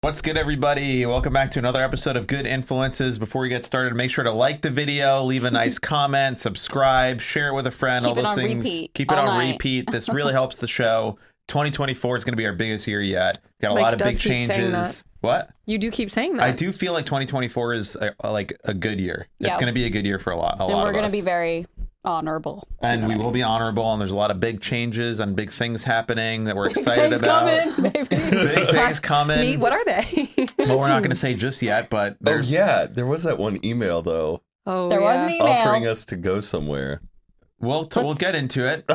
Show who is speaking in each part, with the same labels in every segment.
Speaker 1: What's good, everybody? Welcome back to another episode of Good Influences. Before we get started, make sure to like the video, leave a nice comment, subscribe, share it with a friend,
Speaker 2: Keep
Speaker 1: all
Speaker 2: it
Speaker 1: those
Speaker 2: on
Speaker 1: things.
Speaker 2: repeat
Speaker 1: Keep it
Speaker 2: all
Speaker 1: on
Speaker 2: night.
Speaker 1: repeat. This really helps the show. 2024 is going to be our biggest year yet. Got a
Speaker 3: Mike
Speaker 1: lot of
Speaker 3: does
Speaker 1: big
Speaker 3: keep saying
Speaker 1: changes.
Speaker 3: that.
Speaker 1: What?
Speaker 3: You do keep saying that.
Speaker 1: I do feel like 2024 is a, a- like a good year. It's
Speaker 2: Yeah.
Speaker 1: going to be a good year for a lot. A
Speaker 2: And
Speaker 1: lot
Speaker 2: we're
Speaker 1: of
Speaker 2: going to
Speaker 1: us.
Speaker 2: be very honorable.
Speaker 1: and we will be honorable. And there's a lot of big changes and big things happening that we're excited about. Big things coming.
Speaker 3: Me, what are they?
Speaker 1: Well, we're not going to say just yet, but there's
Speaker 4: oh yeah, there was that one email though
Speaker 3: oh,
Speaker 2: There was
Speaker 3: yeah.
Speaker 2: an email.
Speaker 4: offering us to go somewhere.
Speaker 1: We'll t- we'll
Speaker 2: Let's-
Speaker 1: get into it.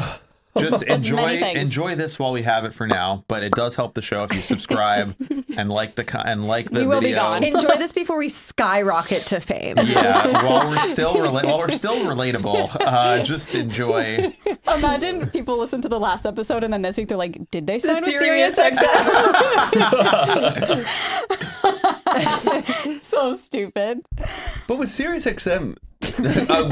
Speaker 1: Just enjoy
Speaker 2: many things.
Speaker 1: enjoy this while we have it for now. But it does help the show if you subscribe and like the co- and like the video.
Speaker 2: We will be gone.
Speaker 3: Enjoy this before we skyrocket to fame.
Speaker 1: Yeah, while we're still rela- while we're still relatable, uh, just enjoy.
Speaker 2: Imagine people listen to the last episode and then this week they're like, did they sign with
Speaker 3: Serious
Speaker 2: Sirius XM? so stupid.
Speaker 4: But with SiriusXM, uh, we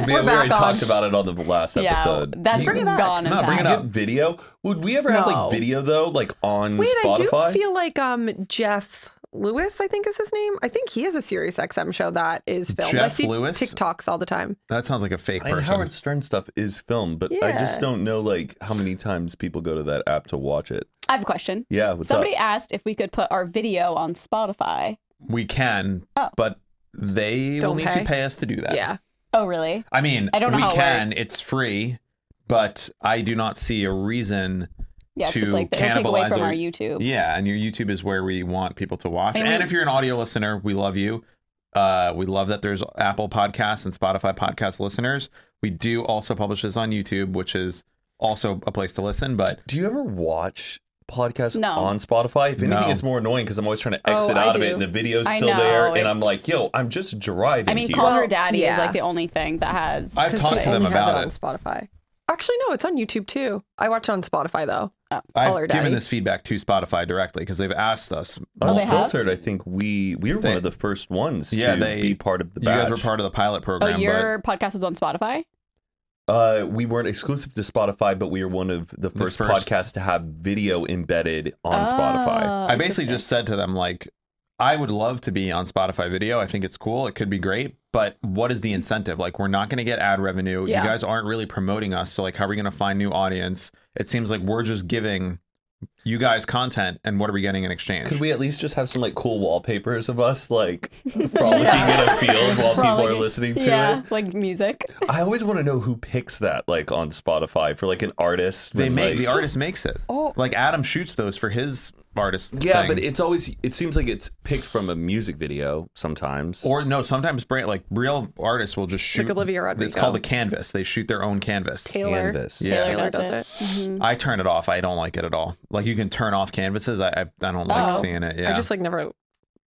Speaker 4: we already
Speaker 3: back on.
Speaker 4: talked about it on the last episode.
Speaker 2: Yeah, that's
Speaker 4: You-
Speaker 3: it back.
Speaker 2: gone. and
Speaker 1: No, bring
Speaker 4: you
Speaker 1: it
Speaker 2: back.
Speaker 1: up.
Speaker 4: get video. Would we ever have
Speaker 3: No.
Speaker 4: like video though, like on
Speaker 3: Wait,
Speaker 4: Spotify?
Speaker 3: I do feel like um Jeff Lewis, I think is his name. I think he has a Sirius XM show that is filmed. I
Speaker 1: Jeff
Speaker 3: see
Speaker 1: Lewis?
Speaker 3: TikToks all the time.
Speaker 1: That sounds like a fake
Speaker 4: I mean,
Speaker 1: person.
Speaker 4: Howard Stern stuff is filmed, but I
Speaker 3: Yeah.
Speaker 4: just don't know like how many times people go to that app to watch it.
Speaker 2: I have a question.
Speaker 4: Yeah, what's
Speaker 2: Somebody
Speaker 4: up?
Speaker 2: asked if we could put our video on Spotify.
Speaker 1: we can,
Speaker 2: Oh.
Speaker 1: but they will
Speaker 3: Don't
Speaker 1: need
Speaker 3: pay?
Speaker 1: to pay us to do that.
Speaker 3: Yeah.
Speaker 2: Oh, really?
Speaker 1: I mean,
Speaker 2: I don't know
Speaker 1: we
Speaker 2: how it
Speaker 1: can.
Speaker 2: works.
Speaker 1: It's free, but I do not see a reason.
Speaker 2: Yes,
Speaker 1: To
Speaker 2: it's like it'll take away
Speaker 1: cannibalize
Speaker 2: from
Speaker 1: our-
Speaker 2: our YouTube.
Speaker 1: Yeah, and your YouTube is where we want people to watch.
Speaker 2: I
Speaker 1: And,
Speaker 2: mean-
Speaker 1: if you're an audio listener, we love you. Uh, we love that there's Apple Podcasts and Spotify podcast listeners. We do also publish this on YouTube, which is also a place to listen. But
Speaker 4: Do you ever watch podcasts
Speaker 2: No.
Speaker 4: on Spotify? If anything,
Speaker 1: No.
Speaker 4: it's more annoying because I'm always trying to
Speaker 3: Oh,
Speaker 4: exit
Speaker 3: I
Speaker 4: out of
Speaker 3: do.
Speaker 4: it, and the video's
Speaker 2: I
Speaker 4: still
Speaker 2: know,
Speaker 4: there, and I'm
Speaker 2: it's-
Speaker 4: like, yo, I'm just driving.
Speaker 2: I mean,
Speaker 4: here.
Speaker 2: Call Her
Speaker 3: Well,
Speaker 2: Daddy is
Speaker 3: yeah.
Speaker 2: like the only thing that has.
Speaker 1: I've
Speaker 3: Since
Speaker 1: talked
Speaker 3: she
Speaker 1: to them
Speaker 3: only has
Speaker 1: about
Speaker 3: it,
Speaker 1: it.
Speaker 3: on Spotify. Actually, no, it's on YouTube too. I watch it on Spotify though.
Speaker 2: Oh,
Speaker 3: Call her
Speaker 1: I've given
Speaker 3: daddy.
Speaker 1: this feedback to Spotify directly because they've asked us.
Speaker 2: Oh, they have?
Speaker 4: Unfiltered, I think we we were
Speaker 1: They-
Speaker 4: one of the first ones
Speaker 1: Yeah,
Speaker 4: to
Speaker 1: they-
Speaker 4: be part of the
Speaker 1: You guys
Speaker 4: batch.
Speaker 1: were part of the pilot
Speaker 2: oh,
Speaker 1: program,
Speaker 2: your podcast was on Spotify?
Speaker 4: uh, we weren't exclusive to Spotify, but we were one of the first,
Speaker 1: first.
Speaker 4: podcasts to have video embedded on
Speaker 2: Oh.
Speaker 4: Spotify.
Speaker 3: Oh,
Speaker 1: but I basically just said to them like. I would love to be on Spotify video. I think it's cool. It could be great, but what is the incentive? Like we're not going to get ad revenue.
Speaker 3: Mm-hmm. Yeah.
Speaker 1: You guys aren't really promoting us, so like how are we going to find new audience? It seems like we're just giving you guys content and what are we getting in exchange?
Speaker 4: Could we at least just have some like cool wallpapers of us like frolicking in a field while people are
Speaker 2: Frolicking.
Speaker 4: listening to
Speaker 2: yeah,
Speaker 4: it?
Speaker 2: like music.
Speaker 4: I always want to know who picks that like on Spotify for like an artist.
Speaker 1: they
Speaker 4: when,
Speaker 1: make
Speaker 4: like-
Speaker 1: the artist makes it.
Speaker 3: Oh.
Speaker 1: Like Adam shoots those for his artist
Speaker 4: yeah,
Speaker 1: thing.
Speaker 4: but it's always it seems like it's picked from a music video sometimes.
Speaker 1: or no, sometimes brand like real artists will just shoot
Speaker 3: Olivia Rodrigo.
Speaker 1: It's called the canvas. They shoot their own canvas.
Speaker 3: Taylor.
Speaker 4: Canvas.
Speaker 1: Yeah.
Speaker 3: Taylor does it.
Speaker 1: I turn it off. I don't like it at all. Like you can turn off canvases. I I, I don't like
Speaker 2: Oh.
Speaker 1: seeing it. Yeah.
Speaker 3: I just like never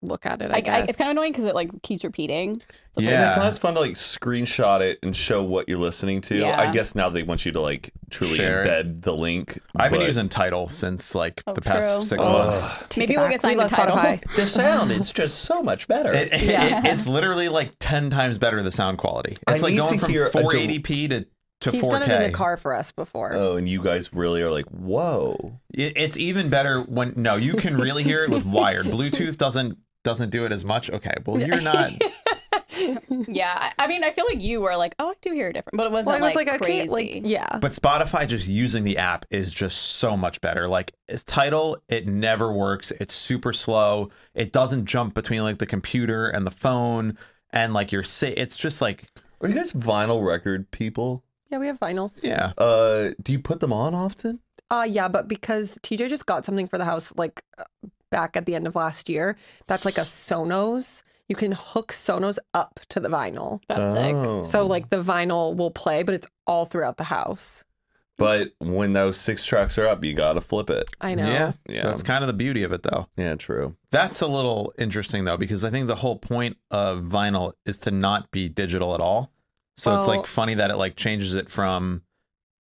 Speaker 3: look at it. I,
Speaker 2: I, I,
Speaker 3: guess
Speaker 2: it's kind of annoying because it like keeps repeating.
Speaker 4: And
Speaker 1: yeah.
Speaker 4: it's not as fun to like screenshot it and show what you're listening to.
Speaker 2: Yeah.
Speaker 4: I guess now they want you to like truly
Speaker 1: Share it.
Speaker 4: embed the link.
Speaker 1: I've been
Speaker 4: but-
Speaker 1: using Title since like
Speaker 2: Oh,
Speaker 1: the past
Speaker 2: true.
Speaker 1: six
Speaker 4: Ugh.
Speaker 1: months.
Speaker 3: Take
Speaker 2: Maybe
Speaker 3: it
Speaker 2: we'll
Speaker 3: back.
Speaker 2: get signed
Speaker 3: we
Speaker 2: to
Speaker 3: love
Speaker 2: Tidal.
Speaker 3: Spotify.
Speaker 4: The sound, it's just so much better.
Speaker 1: It, it-
Speaker 3: Yeah.
Speaker 1: it- it's literally like ten times better the sound quality.
Speaker 4: I
Speaker 1: It's like
Speaker 4: need
Speaker 1: going
Speaker 4: to
Speaker 1: from
Speaker 4: hear a
Speaker 1: 480p to to
Speaker 3: He's
Speaker 1: 4K.
Speaker 3: done it in the car for us before.
Speaker 4: oh, and you guys really are like, whoa.
Speaker 1: It- it's even better when no, you can really hear it with wired. Bluetooth doesn't doesn't do it as much. Okay, well you're not.
Speaker 2: Yeah, I, I mean, I feel like you were like, oh, I do hear it different, but it
Speaker 3: well,
Speaker 2: wasn't
Speaker 3: I was
Speaker 2: like,
Speaker 3: like,
Speaker 2: crazy.
Speaker 3: okay, like yeah.
Speaker 1: But Spotify just using the app is just so much better. Like it's title, it never works. It's super slow. It doesn't jump between like the computer and the phone and like your si- it's just like
Speaker 4: Are you guys vinyl record people?
Speaker 3: Yeah, we have vinyls.
Speaker 1: yeah.
Speaker 4: Uh, do you put them on often?
Speaker 3: Uh yeah, but because TJ just got something for the house like uh, back at the end of last year, that's like a Sonos. You can hook Sonos up to the vinyl.
Speaker 2: that's sick.
Speaker 4: Oh.
Speaker 3: So like the vinyl will play, but it's all throughout the house.
Speaker 4: but when those six tracks are up, you gotta flip it.
Speaker 3: I know.
Speaker 1: Yeah.
Speaker 4: Yeah.
Speaker 1: That's kind of the beauty of it though.
Speaker 4: Yeah, true.
Speaker 1: That's a little interesting though because I think the whole point of vinyl is to not be digital at all. So it's
Speaker 3: Well-
Speaker 1: like funny that it like changes it from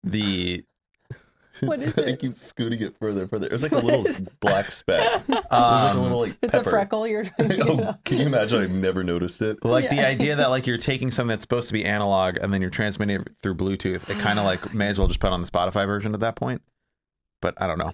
Speaker 1: the
Speaker 2: What is
Speaker 4: I
Speaker 2: it?
Speaker 4: keep scooting it further, further. It was like a little black speck. it was like a
Speaker 1: um,
Speaker 4: little like
Speaker 2: It's a
Speaker 4: pepper.
Speaker 2: freckle. You're trying to get
Speaker 4: oh, can you imagine? I've never noticed it.
Speaker 1: like the idea that like you're taking something that's supposed to be analog and then you're transmitting it through Bluetooth, it kind of like may as well just put on the Spotify version at that point. But I don't know.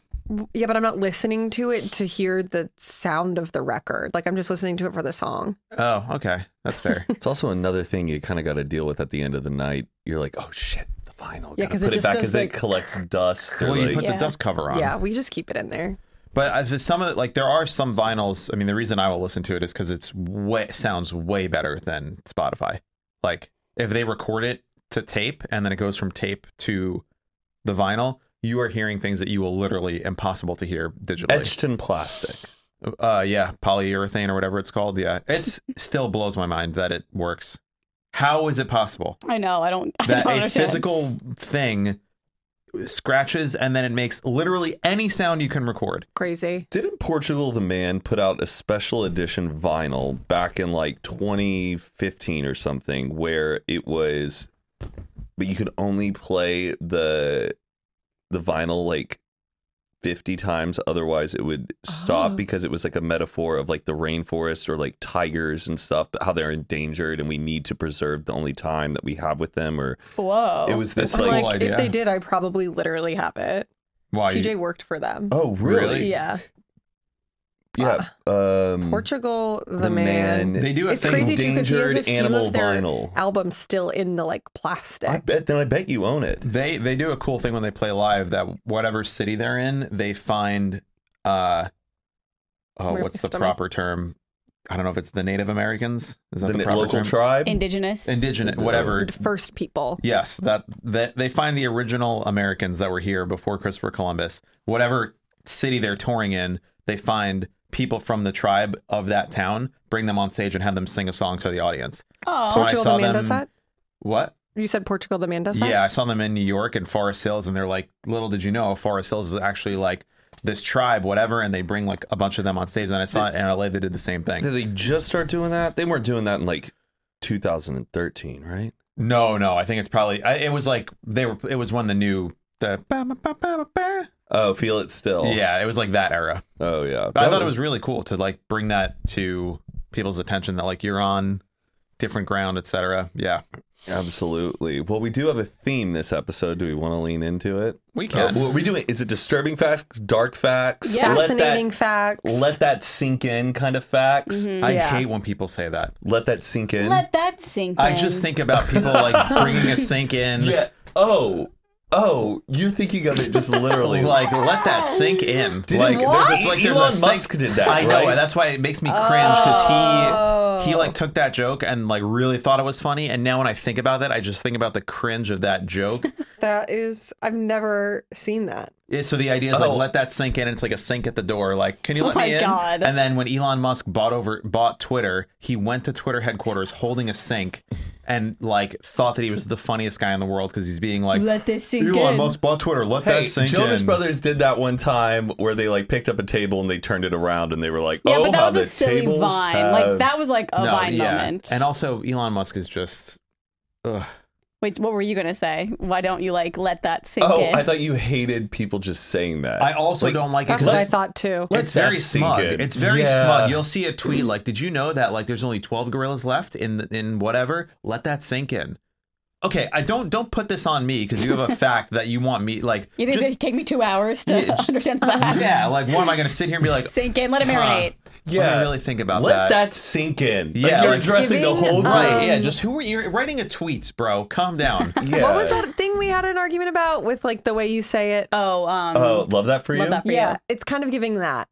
Speaker 3: Yeah, but I'm not listening to it to hear the sound of the record. Like I'm just listening to it for the song.
Speaker 1: Oh, okay, that's fair.
Speaker 4: It's also another thing you kind of got to deal with at the end of the night. You're like, oh shit, the vinyl.
Speaker 3: Yeah,
Speaker 4: Gotta
Speaker 3: 'cause it
Speaker 4: put it,
Speaker 3: just
Speaker 4: back
Speaker 3: does,
Speaker 4: because
Speaker 3: like-
Speaker 4: it collects dust. Or
Speaker 1: well, you
Speaker 4: like-
Speaker 1: put the
Speaker 2: Yeah.
Speaker 1: dust cover on.
Speaker 3: Yeah, we just keep it in there.
Speaker 1: But I- there's some of the, like there are some vinyls. I mean, the reason I will listen to it is because it's way sounds way better than Spotify. Like if they record it to tape and then it goes from tape to the vinyl, you are hearing things that you will literally impossible to hear digitally.
Speaker 4: etched in plastic.
Speaker 1: Uh, yeah, polyurethane or whatever it's called. Yeah, it's still blows my mind that it works. How is it possible
Speaker 2: I know. I don't. I
Speaker 1: that
Speaker 2: don't
Speaker 1: a
Speaker 2: understand.
Speaker 1: physical thing scratches and then it makes literally any sound you can record?
Speaker 3: Crazy.
Speaker 4: Didn't Portugal the Man put out a special edition vinyl back in like 2015 or something where it was but you could only play the the vinyl like 50 times otherwise it would stop
Speaker 3: Oh.
Speaker 4: because it was like a metaphor of like the rainforest or like tigers and stuff how they're endangered and we need to preserve the only time that we have with them or
Speaker 2: Whoa.
Speaker 4: it was this
Speaker 1: That's
Speaker 3: I'm
Speaker 4: like
Speaker 1: cool
Speaker 3: like,
Speaker 1: idea.
Speaker 3: if they did, I probably literally have it.
Speaker 1: Why
Speaker 3: TJ worked for them.
Speaker 4: oh really
Speaker 3: Yeah.
Speaker 4: yeah
Speaker 1: Hmm.
Speaker 4: um
Speaker 3: Portugal, the, man.
Speaker 1: They do a
Speaker 3: It's
Speaker 1: thing.
Speaker 3: crazy too because he has a
Speaker 4: endangered
Speaker 3: few
Speaker 4: animal
Speaker 3: of their
Speaker 4: vinyl.
Speaker 3: albums still in the like
Speaker 4: I
Speaker 3: plastic.
Speaker 4: bet then I bet you own it.
Speaker 1: They they do a cool thing when they play live that whatever city they're in, they find uh oh
Speaker 3: Where-
Speaker 1: what's the
Speaker 3: stomach?
Speaker 1: proper term? I don't know if it's the Native Americans. Is that
Speaker 4: The
Speaker 1: the,
Speaker 4: n-
Speaker 1: proper
Speaker 4: local
Speaker 1: term?
Speaker 4: tribe.
Speaker 2: indigenous.
Speaker 1: Indigenous, whatever.
Speaker 3: First people.
Speaker 1: Yes, that that they find the original Americans that were here before Christopher Columbus. Whatever city they're touring in, they find people from the tribe of that town, bring them on stage, and have them sing a song to the audience.
Speaker 2: Oh.
Speaker 1: So I
Speaker 3: Portugal
Speaker 1: saw
Speaker 3: the man
Speaker 1: them-
Speaker 3: does that.
Speaker 1: What?
Speaker 3: You said Portugal the man does that.
Speaker 1: Yeah, I saw them in New York and Forest Hills, and they're like, little did you know, Forest Hills is actually like this tribe, whatever, and they bring like a bunch of them on stage. And I saw it in LA, they did the same
Speaker 4: Did
Speaker 1: thing.
Speaker 4: they just start doing that? They weren't doing that in like 2013, right?
Speaker 1: No, no, I think it's probably I, it was like they were. It was when the new the
Speaker 4: Oh, feel it still.
Speaker 1: yeah, it was like that era.
Speaker 4: Oh yeah.
Speaker 1: But I
Speaker 4: That
Speaker 1: thought it was really cool to like bring that to people's attention that like you're on different ground, etc. Yeah,
Speaker 4: absolutely. Well, we do have a theme this episode. Do we want to lean into it?
Speaker 1: we can.
Speaker 4: Uh, what are we doing? Is it disturbing facts, dark facts,
Speaker 3: Yeah. Fascinating
Speaker 4: Let
Speaker 3: facts. Mm-hmm.
Speaker 4: that, let that sink in, kind of facts.
Speaker 1: I
Speaker 3: Yeah.
Speaker 1: hate when people say that.
Speaker 4: Let that sink in.
Speaker 2: Let that sink.
Speaker 1: I
Speaker 2: in.
Speaker 1: just think about people like bringing a sink in.
Speaker 4: yeah. Oh. Oh, you're thinking of it just literally
Speaker 1: like let that sink in. like
Speaker 4: What?
Speaker 1: there's like there's
Speaker 4: Elon
Speaker 1: a sink-
Speaker 4: Musk did that,
Speaker 1: I know.
Speaker 4: right?
Speaker 1: That's why it makes me cringe because he he like took that joke and like really thought it was funny. And now when I think about that, I just think about the cringe of that joke.
Speaker 3: That is, I've never seen that.
Speaker 1: Yeah, so the idea is
Speaker 4: Oh.
Speaker 1: like let that sink in. It's like a sink at the door. Like can you let
Speaker 2: my
Speaker 1: me in?
Speaker 2: God.
Speaker 1: And then when Elon Musk bought over bought Twitter, he went to Twitter headquarters holding a sink. And like thought that he was the funniest guy in the world because he's being like
Speaker 2: Let this sink
Speaker 1: Elon
Speaker 2: in.
Speaker 1: Musk bought Twitter. Let
Speaker 4: Hey,
Speaker 1: that sink in.
Speaker 4: Jonas Brothers did that one time where they like picked up a table and they turned it around and they were like,
Speaker 2: Yeah,
Speaker 4: "Oh,
Speaker 2: but
Speaker 4: how
Speaker 2: that was
Speaker 4: the
Speaker 2: a silly
Speaker 4: tables
Speaker 2: vine.
Speaker 4: have...
Speaker 2: Like that was like a
Speaker 1: No,
Speaker 2: vine
Speaker 1: yeah.
Speaker 2: moment.
Speaker 1: And also, Elon Musk is just. Ugh.
Speaker 2: Wait, what were you gonna say? Why don't you like let that sink
Speaker 4: Oh,
Speaker 2: in?
Speaker 4: I thought you hated people just saying that.
Speaker 1: I also don't like it
Speaker 3: That's
Speaker 1: because
Speaker 3: what I
Speaker 1: it's
Speaker 3: thought too.
Speaker 4: Let's
Speaker 1: very
Speaker 4: that sink
Speaker 1: smug.
Speaker 4: in.
Speaker 1: It's very
Speaker 4: Yeah.
Speaker 1: smug. You'll see a tweet like, "Did you know that like there's only 12 gorillas left in the, in whatever? Let that sink in." Okay, I don't don't put this on me because you have a fact that you want me like.
Speaker 2: you think
Speaker 1: just-
Speaker 2: it'd take me two hours to
Speaker 1: Yeah, just-
Speaker 2: understand that?
Speaker 1: yeah, like what am I going to sit here and be like?
Speaker 2: sink in. Let it marinate.
Speaker 1: Yeah, I really think about
Speaker 4: Let
Speaker 1: that.
Speaker 4: that sink in.
Speaker 1: Yeah,
Speaker 4: like, you're
Speaker 1: like-
Speaker 4: addressing the
Speaker 3: Giving,
Speaker 4: whole
Speaker 1: Right?
Speaker 4: thing.
Speaker 1: yeah, just who are you writing a tweets, bro? Calm down.
Speaker 4: yeah.
Speaker 3: What was that thing we had an argument about with like the way you say it?
Speaker 2: Oh, um,
Speaker 4: Oh, love that for you.
Speaker 2: love that for
Speaker 3: yeah,
Speaker 2: you.
Speaker 3: it's kind of giving that.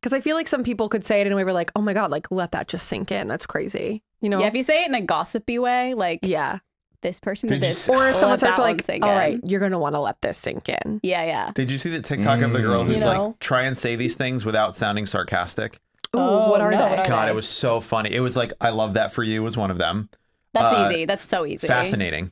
Speaker 3: Because I feel like some people could say it in a way we're like, oh my God, like let that just sink in. That's crazy. You know?
Speaker 2: Yeah, if you say it in a gossipy way, like
Speaker 3: Yeah.
Speaker 2: this person
Speaker 1: Did
Speaker 2: did
Speaker 1: you
Speaker 2: this,
Speaker 1: say-
Speaker 3: Or if
Speaker 2: Let
Speaker 3: someone
Speaker 2: that
Speaker 3: starts
Speaker 2: one
Speaker 3: like,
Speaker 2: sink
Speaker 3: all
Speaker 2: in.
Speaker 3: right, you're going to want to let this sink in.
Speaker 2: Yeah, yeah.
Speaker 1: Did you see the TikTok of the girl
Speaker 4: Mm.
Speaker 1: who's
Speaker 3: You know?
Speaker 1: like try and say these things without sounding sarcastic?
Speaker 3: Ooh,
Speaker 2: Oh,
Speaker 3: what are
Speaker 2: no,
Speaker 3: they?
Speaker 2: what are
Speaker 1: God,
Speaker 2: they?
Speaker 1: it was so funny. It was like I love that for you was one of them.
Speaker 2: That's
Speaker 1: Uh,
Speaker 2: easy. That's so easy.
Speaker 1: Fascinating.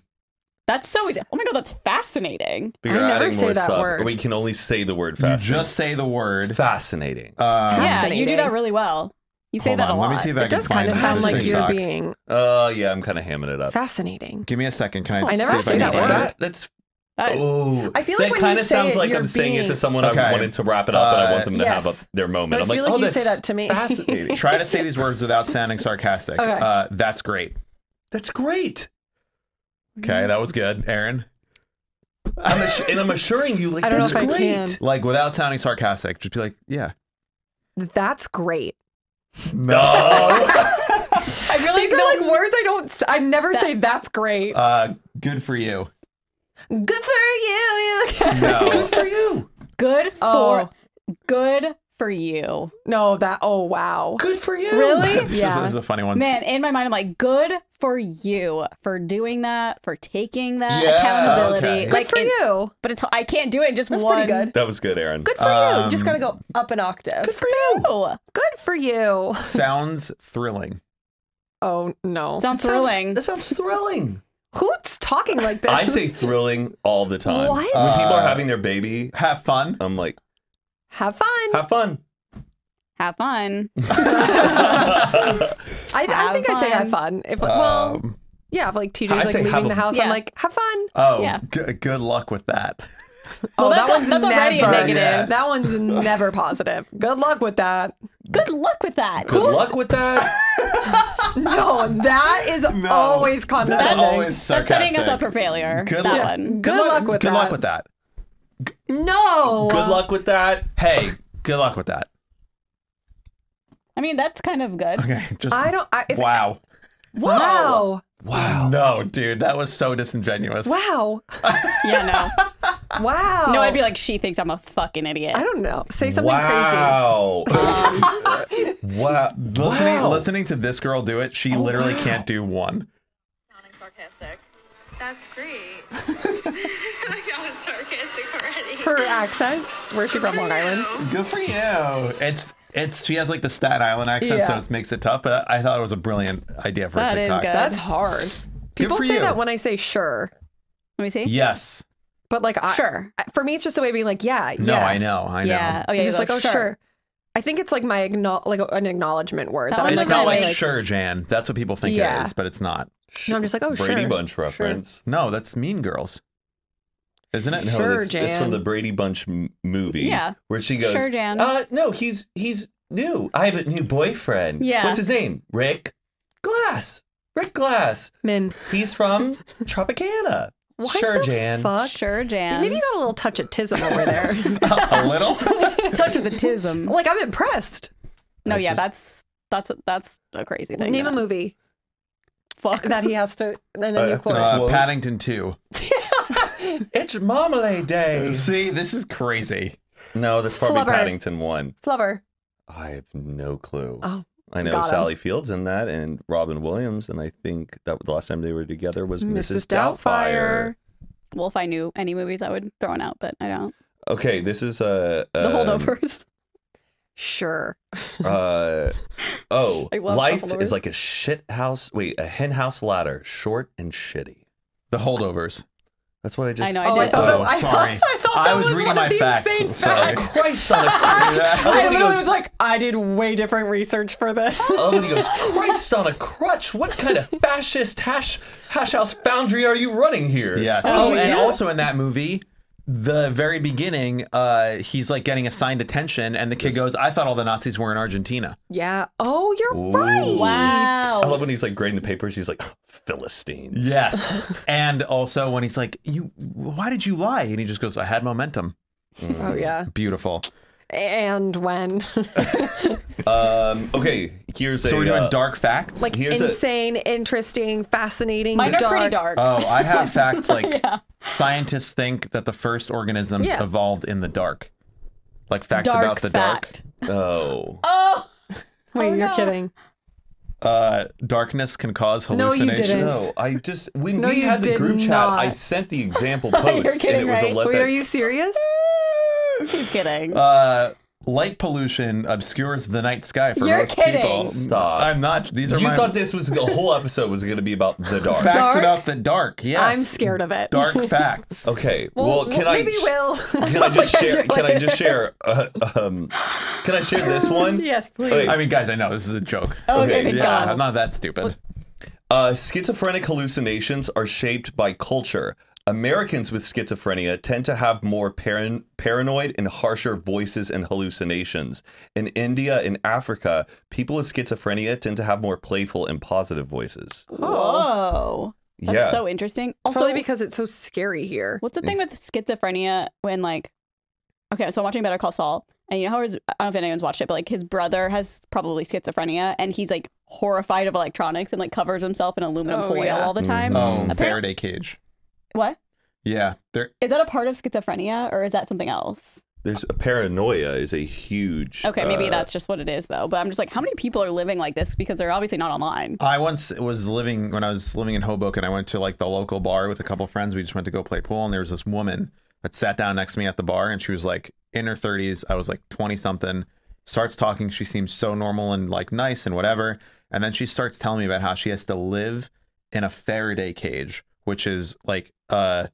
Speaker 2: That's so easy. Oh my god, that's fascinating.
Speaker 4: But
Speaker 3: I
Speaker 4: you're
Speaker 3: never
Speaker 4: adding
Speaker 3: say
Speaker 4: more
Speaker 3: that
Speaker 4: stuff.
Speaker 3: word.
Speaker 4: We can only say the word
Speaker 1: You
Speaker 4: fascinating.
Speaker 1: just say the word.
Speaker 4: fascinating.
Speaker 1: Uh,
Speaker 2: Yeah, you do
Speaker 3: Fascinating.
Speaker 2: that really well. You say
Speaker 1: hold
Speaker 2: that
Speaker 1: on.
Speaker 2: a lot.
Speaker 1: Let me see if I
Speaker 3: It
Speaker 1: can
Speaker 3: does
Speaker 1: find
Speaker 3: kind of
Speaker 1: this
Speaker 3: sound
Speaker 1: on
Speaker 3: like you're
Speaker 1: TikTok.
Speaker 3: being
Speaker 4: Uh, yeah, I'm kind of hamming it up.
Speaker 3: fascinating.
Speaker 1: Give me a second. Can I?
Speaker 3: I never
Speaker 1: see if
Speaker 3: say
Speaker 1: I
Speaker 3: that
Speaker 1: can
Speaker 3: word.
Speaker 1: find it?
Speaker 4: That- that's
Speaker 2: That is-
Speaker 4: Oh,
Speaker 3: I feel like when
Speaker 4: that
Speaker 3: you
Speaker 4: kind of
Speaker 3: say
Speaker 4: sounds
Speaker 3: it,
Speaker 4: like
Speaker 3: you're
Speaker 4: I'm saying it to
Speaker 3: being-
Speaker 4: someone I
Speaker 1: Okay.
Speaker 4: wanted to wrap it up, and I want them to have
Speaker 3: Yes.
Speaker 4: a, their moment.
Speaker 3: But I
Speaker 4: I'm
Speaker 3: feel
Speaker 4: like,
Speaker 3: like
Speaker 4: oh,
Speaker 3: you say
Speaker 4: that's
Speaker 3: that to me.
Speaker 4: Fascinating.
Speaker 1: Try to say these words without sounding sarcastic.
Speaker 3: Okay.
Speaker 1: Uh, that's great.
Speaker 4: that's great.
Speaker 1: Okay, that was good, Aaron.
Speaker 4: I'm assu- and I'm assuring you, like
Speaker 3: I don't know
Speaker 4: that's
Speaker 3: if I
Speaker 4: great.
Speaker 3: can.
Speaker 1: Like without sounding sarcastic, just be like, yeah.
Speaker 3: That's great.
Speaker 1: No.
Speaker 2: I really
Speaker 3: These are
Speaker 2: don't.
Speaker 3: like words I don't. s- I never say that's great.
Speaker 1: uh, good for you.
Speaker 3: Good for you.
Speaker 1: No.
Speaker 4: for you.
Speaker 2: good
Speaker 3: Oh.
Speaker 2: for good for you.
Speaker 3: No, that. Oh wow.
Speaker 4: Good for you.
Speaker 2: Really?
Speaker 1: This, is,
Speaker 3: Yeah.
Speaker 1: this is a funny one.
Speaker 2: Man, in my mind, I'm like, good for you for doing that, for taking that
Speaker 4: Yeah,
Speaker 2: accountability.
Speaker 1: okay. Good
Speaker 3: Good
Speaker 2: Like,
Speaker 3: for
Speaker 2: in-
Speaker 3: you.
Speaker 2: But it's I can't do it in just
Speaker 3: That's
Speaker 2: one.
Speaker 3: pretty good.
Speaker 4: That was good, Aaron.
Speaker 3: Good for you. You just gotta go up an octave. Good for,
Speaker 2: Oh,
Speaker 3: you.
Speaker 1: Sounds thrilling.
Speaker 3: Oh no.
Speaker 2: sounds thrilling.
Speaker 4: sounds thrilling.
Speaker 3: Who's talking like this?
Speaker 4: I say thrilling all the time.
Speaker 3: What?
Speaker 4: When people are
Speaker 1: Uh,
Speaker 4: having their baby,
Speaker 1: Have fun.
Speaker 4: I'm like,
Speaker 3: Have fun.
Speaker 4: have fun.
Speaker 2: Have fun.
Speaker 3: I, I
Speaker 2: Have
Speaker 3: think I say
Speaker 2: fun.
Speaker 3: have fun. If well,
Speaker 1: Um,
Speaker 3: yeah, if like TJ's
Speaker 4: I
Speaker 3: like
Speaker 4: say
Speaker 3: leaving
Speaker 4: have
Speaker 3: the
Speaker 4: a-
Speaker 3: house, I'm
Speaker 2: Yeah.
Speaker 3: like have fun.
Speaker 1: oh,
Speaker 2: Yeah.
Speaker 1: g- good luck with that.
Speaker 2: Well,
Speaker 3: oh, that
Speaker 2: that's a-
Speaker 3: one's
Speaker 2: that's
Speaker 3: never.
Speaker 2: already a negative.
Speaker 1: Yeah.
Speaker 3: That one's never positive. Good luck with that.
Speaker 2: Good luck with that.
Speaker 4: Good luck with that.
Speaker 3: No, that is
Speaker 1: No.
Speaker 3: always condescending.
Speaker 1: That's always
Speaker 2: That's
Speaker 1: sarcastic.
Speaker 2: setting us up for failure.
Speaker 1: Good
Speaker 2: that
Speaker 1: luck.
Speaker 2: one.
Speaker 3: Good luck with
Speaker 1: good
Speaker 3: that.
Speaker 1: luck with that.
Speaker 3: No.
Speaker 4: Good luck with that.
Speaker 1: Hey, good luck with that.
Speaker 2: I mean, that's kind of good.
Speaker 1: Okay, just
Speaker 3: I don't. I, if,
Speaker 1: wow.
Speaker 3: Wow.
Speaker 4: Wow.
Speaker 1: No, dude, that was so disingenuous.
Speaker 3: Wow.
Speaker 2: Yeah, no.
Speaker 3: Wow.
Speaker 2: No, I'd be like, she thinks I'm a fucking idiot.
Speaker 3: Oh. I don't know. Say something
Speaker 4: wow.
Speaker 1: Um,
Speaker 4: wow.
Speaker 1: Listening,
Speaker 4: Wow.
Speaker 1: listening to this girl do it,
Speaker 3: Oh,
Speaker 1: she literally can't do one.
Speaker 5: sounding sarcastic. That's great. I was sarcastic already.
Speaker 3: crazy. Her accent. Where's she from? Long Island.
Speaker 1: Good for you. It's it's she has like the Staten Island accent, so
Speaker 3: Yeah.
Speaker 1: it makes it tough. But I thought it was a brilliant idea for
Speaker 2: That
Speaker 1: a
Speaker 2: is
Speaker 1: TikTok.
Speaker 2: good.
Speaker 3: That's hard. People
Speaker 1: for
Speaker 3: say
Speaker 1: you.
Speaker 3: that when I say sure,
Speaker 2: Let me see.
Speaker 1: Yes.
Speaker 3: but like I,
Speaker 2: Sure.
Speaker 3: For me, it's just a way of being like, yeah,
Speaker 1: No,
Speaker 3: yeah.
Speaker 1: I know. I know.
Speaker 2: Yeah. Oh, yeah.
Speaker 3: I'm
Speaker 2: you
Speaker 3: just
Speaker 2: go,
Speaker 3: like, oh, sure. I think it's like my acknow- like an acknowledgement word
Speaker 2: That
Speaker 3: that, I'm
Speaker 2: one
Speaker 1: It's
Speaker 3: like,
Speaker 2: doesn't
Speaker 1: not like
Speaker 2: really-
Speaker 1: sure, Jan. That's what people think
Speaker 3: Yeah.
Speaker 1: it is, but it's not.
Speaker 3: no, I'm just like, oh, sure.
Speaker 4: Brady Bunch reference.
Speaker 1: No, that's Mean Girls, isn't it?
Speaker 4: No,
Speaker 3: Sure,
Speaker 4: that's, that's from
Speaker 3: Jan.
Speaker 4: the Brady Bunch m- movie.
Speaker 2: Yeah.
Speaker 4: Where she goes,
Speaker 2: Sure, Jan.
Speaker 4: Uh, no, he's he's new. I have a new boyfriend.
Speaker 2: Yeah.
Speaker 4: What's his name? Rick Glass. Rick Glass.
Speaker 3: Min.
Speaker 4: He's from Tropicana.
Speaker 3: What
Speaker 4: sure,
Speaker 3: the
Speaker 4: Jan.
Speaker 3: Fuck.
Speaker 2: Sure, Jan.
Speaker 3: Maybe you got a little touch of tism over there.
Speaker 1: a little.
Speaker 2: touch of the tism.
Speaker 3: like I'm impressed.
Speaker 2: No,
Speaker 4: I
Speaker 2: yeah,
Speaker 4: just-
Speaker 2: that's that's that's a crazy thing.
Speaker 3: Name a
Speaker 2: that-
Speaker 3: movie
Speaker 2: Fuck.
Speaker 3: that he has to, and then
Speaker 4: Uh,
Speaker 3: you quote. it.
Speaker 1: Uh,
Speaker 4: Whoa.
Speaker 1: Paddington Two.
Speaker 4: It's Marmalade Day.
Speaker 1: See, this is crazy.
Speaker 4: No, that's probably
Speaker 3: Flubber.
Speaker 4: Paddington one.
Speaker 3: Flubber.
Speaker 4: I have no clue.
Speaker 3: Oh,
Speaker 4: I know
Speaker 3: got 'em.
Speaker 4: Sally Fields in that, and Robin Williams, and I think that the last time they were together was
Speaker 3: Mrs.
Speaker 4: Mrs. Doubtfire.
Speaker 3: Doubtfire.
Speaker 2: Well, if I knew any movies, I would throw it out, but I don't.
Speaker 4: Okay, this is a,
Speaker 2: The
Speaker 4: um,
Speaker 2: holdovers.
Speaker 3: Sure.
Speaker 4: Uh, oh,
Speaker 2: I love
Speaker 4: life
Speaker 2: The Holdovers.
Speaker 4: is like a shit house. Wait, a hen house ladder, short and shitty.
Speaker 1: The holdovers.
Speaker 4: That's what I just.
Speaker 2: know, I Oh, did. I
Speaker 1: thought that- I
Speaker 3: I
Speaker 1: thought- I thought that was one of the insane
Speaker 4: Oh,
Speaker 1: facts.
Speaker 4: Christ on a crutch. I
Speaker 3: I
Speaker 4: love when he
Speaker 3: literally was
Speaker 4: goes.
Speaker 3: like, I did way different research for this.
Speaker 4: I love when he goes. Christ on a crutch. What kind of fascist hash hash house foundry are you running here?
Speaker 1: Yes.
Speaker 3: Oh,
Speaker 1: Oh,
Speaker 3: you
Speaker 1: and
Speaker 3: do?
Speaker 1: also in that movie, the very beginning, uh, he's like getting assigned attention, and the kid goes, "I thought all the Nazis were in Argentina."
Speaker 3: yeah. Oh, you're
Speaker 4: Ooh.
Speaker 3: right.
Speaker 2: Wow.
Speaker 4: I love when he's like grading the papers. He's like, Philistines.
Speaker 1: Yes. and also when he's like, "You, why did you lie?" and he just goes, "I had momentum."
Speaker 3: Oh yeah.
Speaker 1: Beautiful.
Speaker 3: And when,
Speaker 4: Um. Okay. Here's a.
Speaker 1: So we're doing
Speaker 4: uh,
Speaker 1: dark facts.
Speaker 3: like
Speaker 4: Here's a-
Speaker 3: insane, interesting, fascinating.
Speaker 2: Mine are
Speaker 3: dark.
Speaker 2: pretty dark.
Speaker 1: oh, I have facts like scientists think that the first organisms
Speaker 3: Yeah.
Speaker 1: evolved in the dark. Like facts
Speaker 2: dark
Speaker 1: about the
Speaker 2: fact.
Speaker 4: Oh.
Speaker 2: Oh,
Speaker 3: Wait,
Speaker 2: Oh,
Speaker 3: you're
Speaker 2: no.
Speaker 3: kidding.
Speaker 1: dark. Uh, darkness can cause
Speaker 3: No, you
Speaker 1: hallucinations.
Speaker 3: didn't.
Speaker 4: No, I just when
Speaker 3: No,
Speaker 4: we
Speaker 3: you
Speaker 4: had the
Speaker 3: did
Speaker 4: group chat,
Speaker 3: not.
Speaker 4: I sent the example post,
Speaker 2: kidding,
Speaker 4: and it was
Speaker 2: right?
Speaker 4: a let
Speaker 3: Wait,
Speaker 4: that-
Speaker 3: are you serious?
Speaker 2: he's kidding.
Speaker 1: Uh, light pollution obscures the night sky for
Speaker 2: You're
Speaker 1: most
Speaker 2: kidding.
Speaker 1: people.
Speaker 4: Stop.
Speaker 1: I'm not. These are
Speaker 4: You
Speaker 1: my
Speaker 4: thought this was the whole episode was going to be about the dark.
Speaker 1: facts
Speaker 3: Dark?
Speaker 1: about the dark. Yes,
Speaker 3: I'm scared of it.
Speaker 1: Dark facts.
Speaker 4: Okay. Well, can
Speaker 3: well,
Speaker 4: I?
Speaker 3: maybe we'll.
Speaker 4: Can I just
Speaker 2: guys
Speaker 4: share?
Speaker 2: are
Speaker 4: Can I just share? Uh, um, can I share this one?
Speaker 3: yes, please.
Speaker 4: Wait.
Speaker 1: I mean, guys, I know this is a joke.
Speaker 3: Oh
Speaker 2: okay,
Speaker 4: okay,
Speaker 2: thank
Speaker 1: yeah,
Speaker 2: God.
Speaker 1: I'm not that stupid.
Speaker 4: Uh, schizophrenic hallucinations are shaped by culture. Americans with schizophrenia tend to have more paran- paranoid and harsher voices and hallucinations. In India and Africa, people with schizophrenia tend to have more playful and positive voices.
Speaker 2: Whoa. That's
Speaker 4: yeah.
Speaker 2: so interesting.
Speaker 3: Also,
Speaker 2: Also,
Speaker 3: Probably because it's so scary here.
Speaker 2: what's the thing with schizophrenia when like, okay, so I'm watching Better Call Saul, and you know how his, I don't know if anyone's watched it, but like his brother has probably schizophrenia, and he's like horrified of electronics and like covers himself in aluminum
Speaker 3: Oh,
Speaker 2: foil
Speaker 3: yeah.
Speaker 2: all the time.
Speaker 4: Mhm.
Speaker 1: Oh,
Speaker 2: Appar-
Speaker 1: Faraday cage.
Speaker 2: What
Speaker 1: Yeah, there.
Speaker 2: is that a part of schizophrenia, or is that something else?
Speaker 4: There's paranoia is a huge.
Speaker 2: Okay, maybe
Speaker 4: uh,
Speaker 2: that's just what it is though. But I'm just like, how many people are living like this because they're obviously not online.
Speaker 1: I once was living when I was living in Hoboken. I went to like the local bar with a couple friends. We just went to go play pool, and there was this woman that sat down next to me at the bar, and she was like in her 30s. I was like 20 something. Starts talking. She seems so normal and like nice and whatever. And then she starts telling me about how she has to live in a Faraday cage, which is like a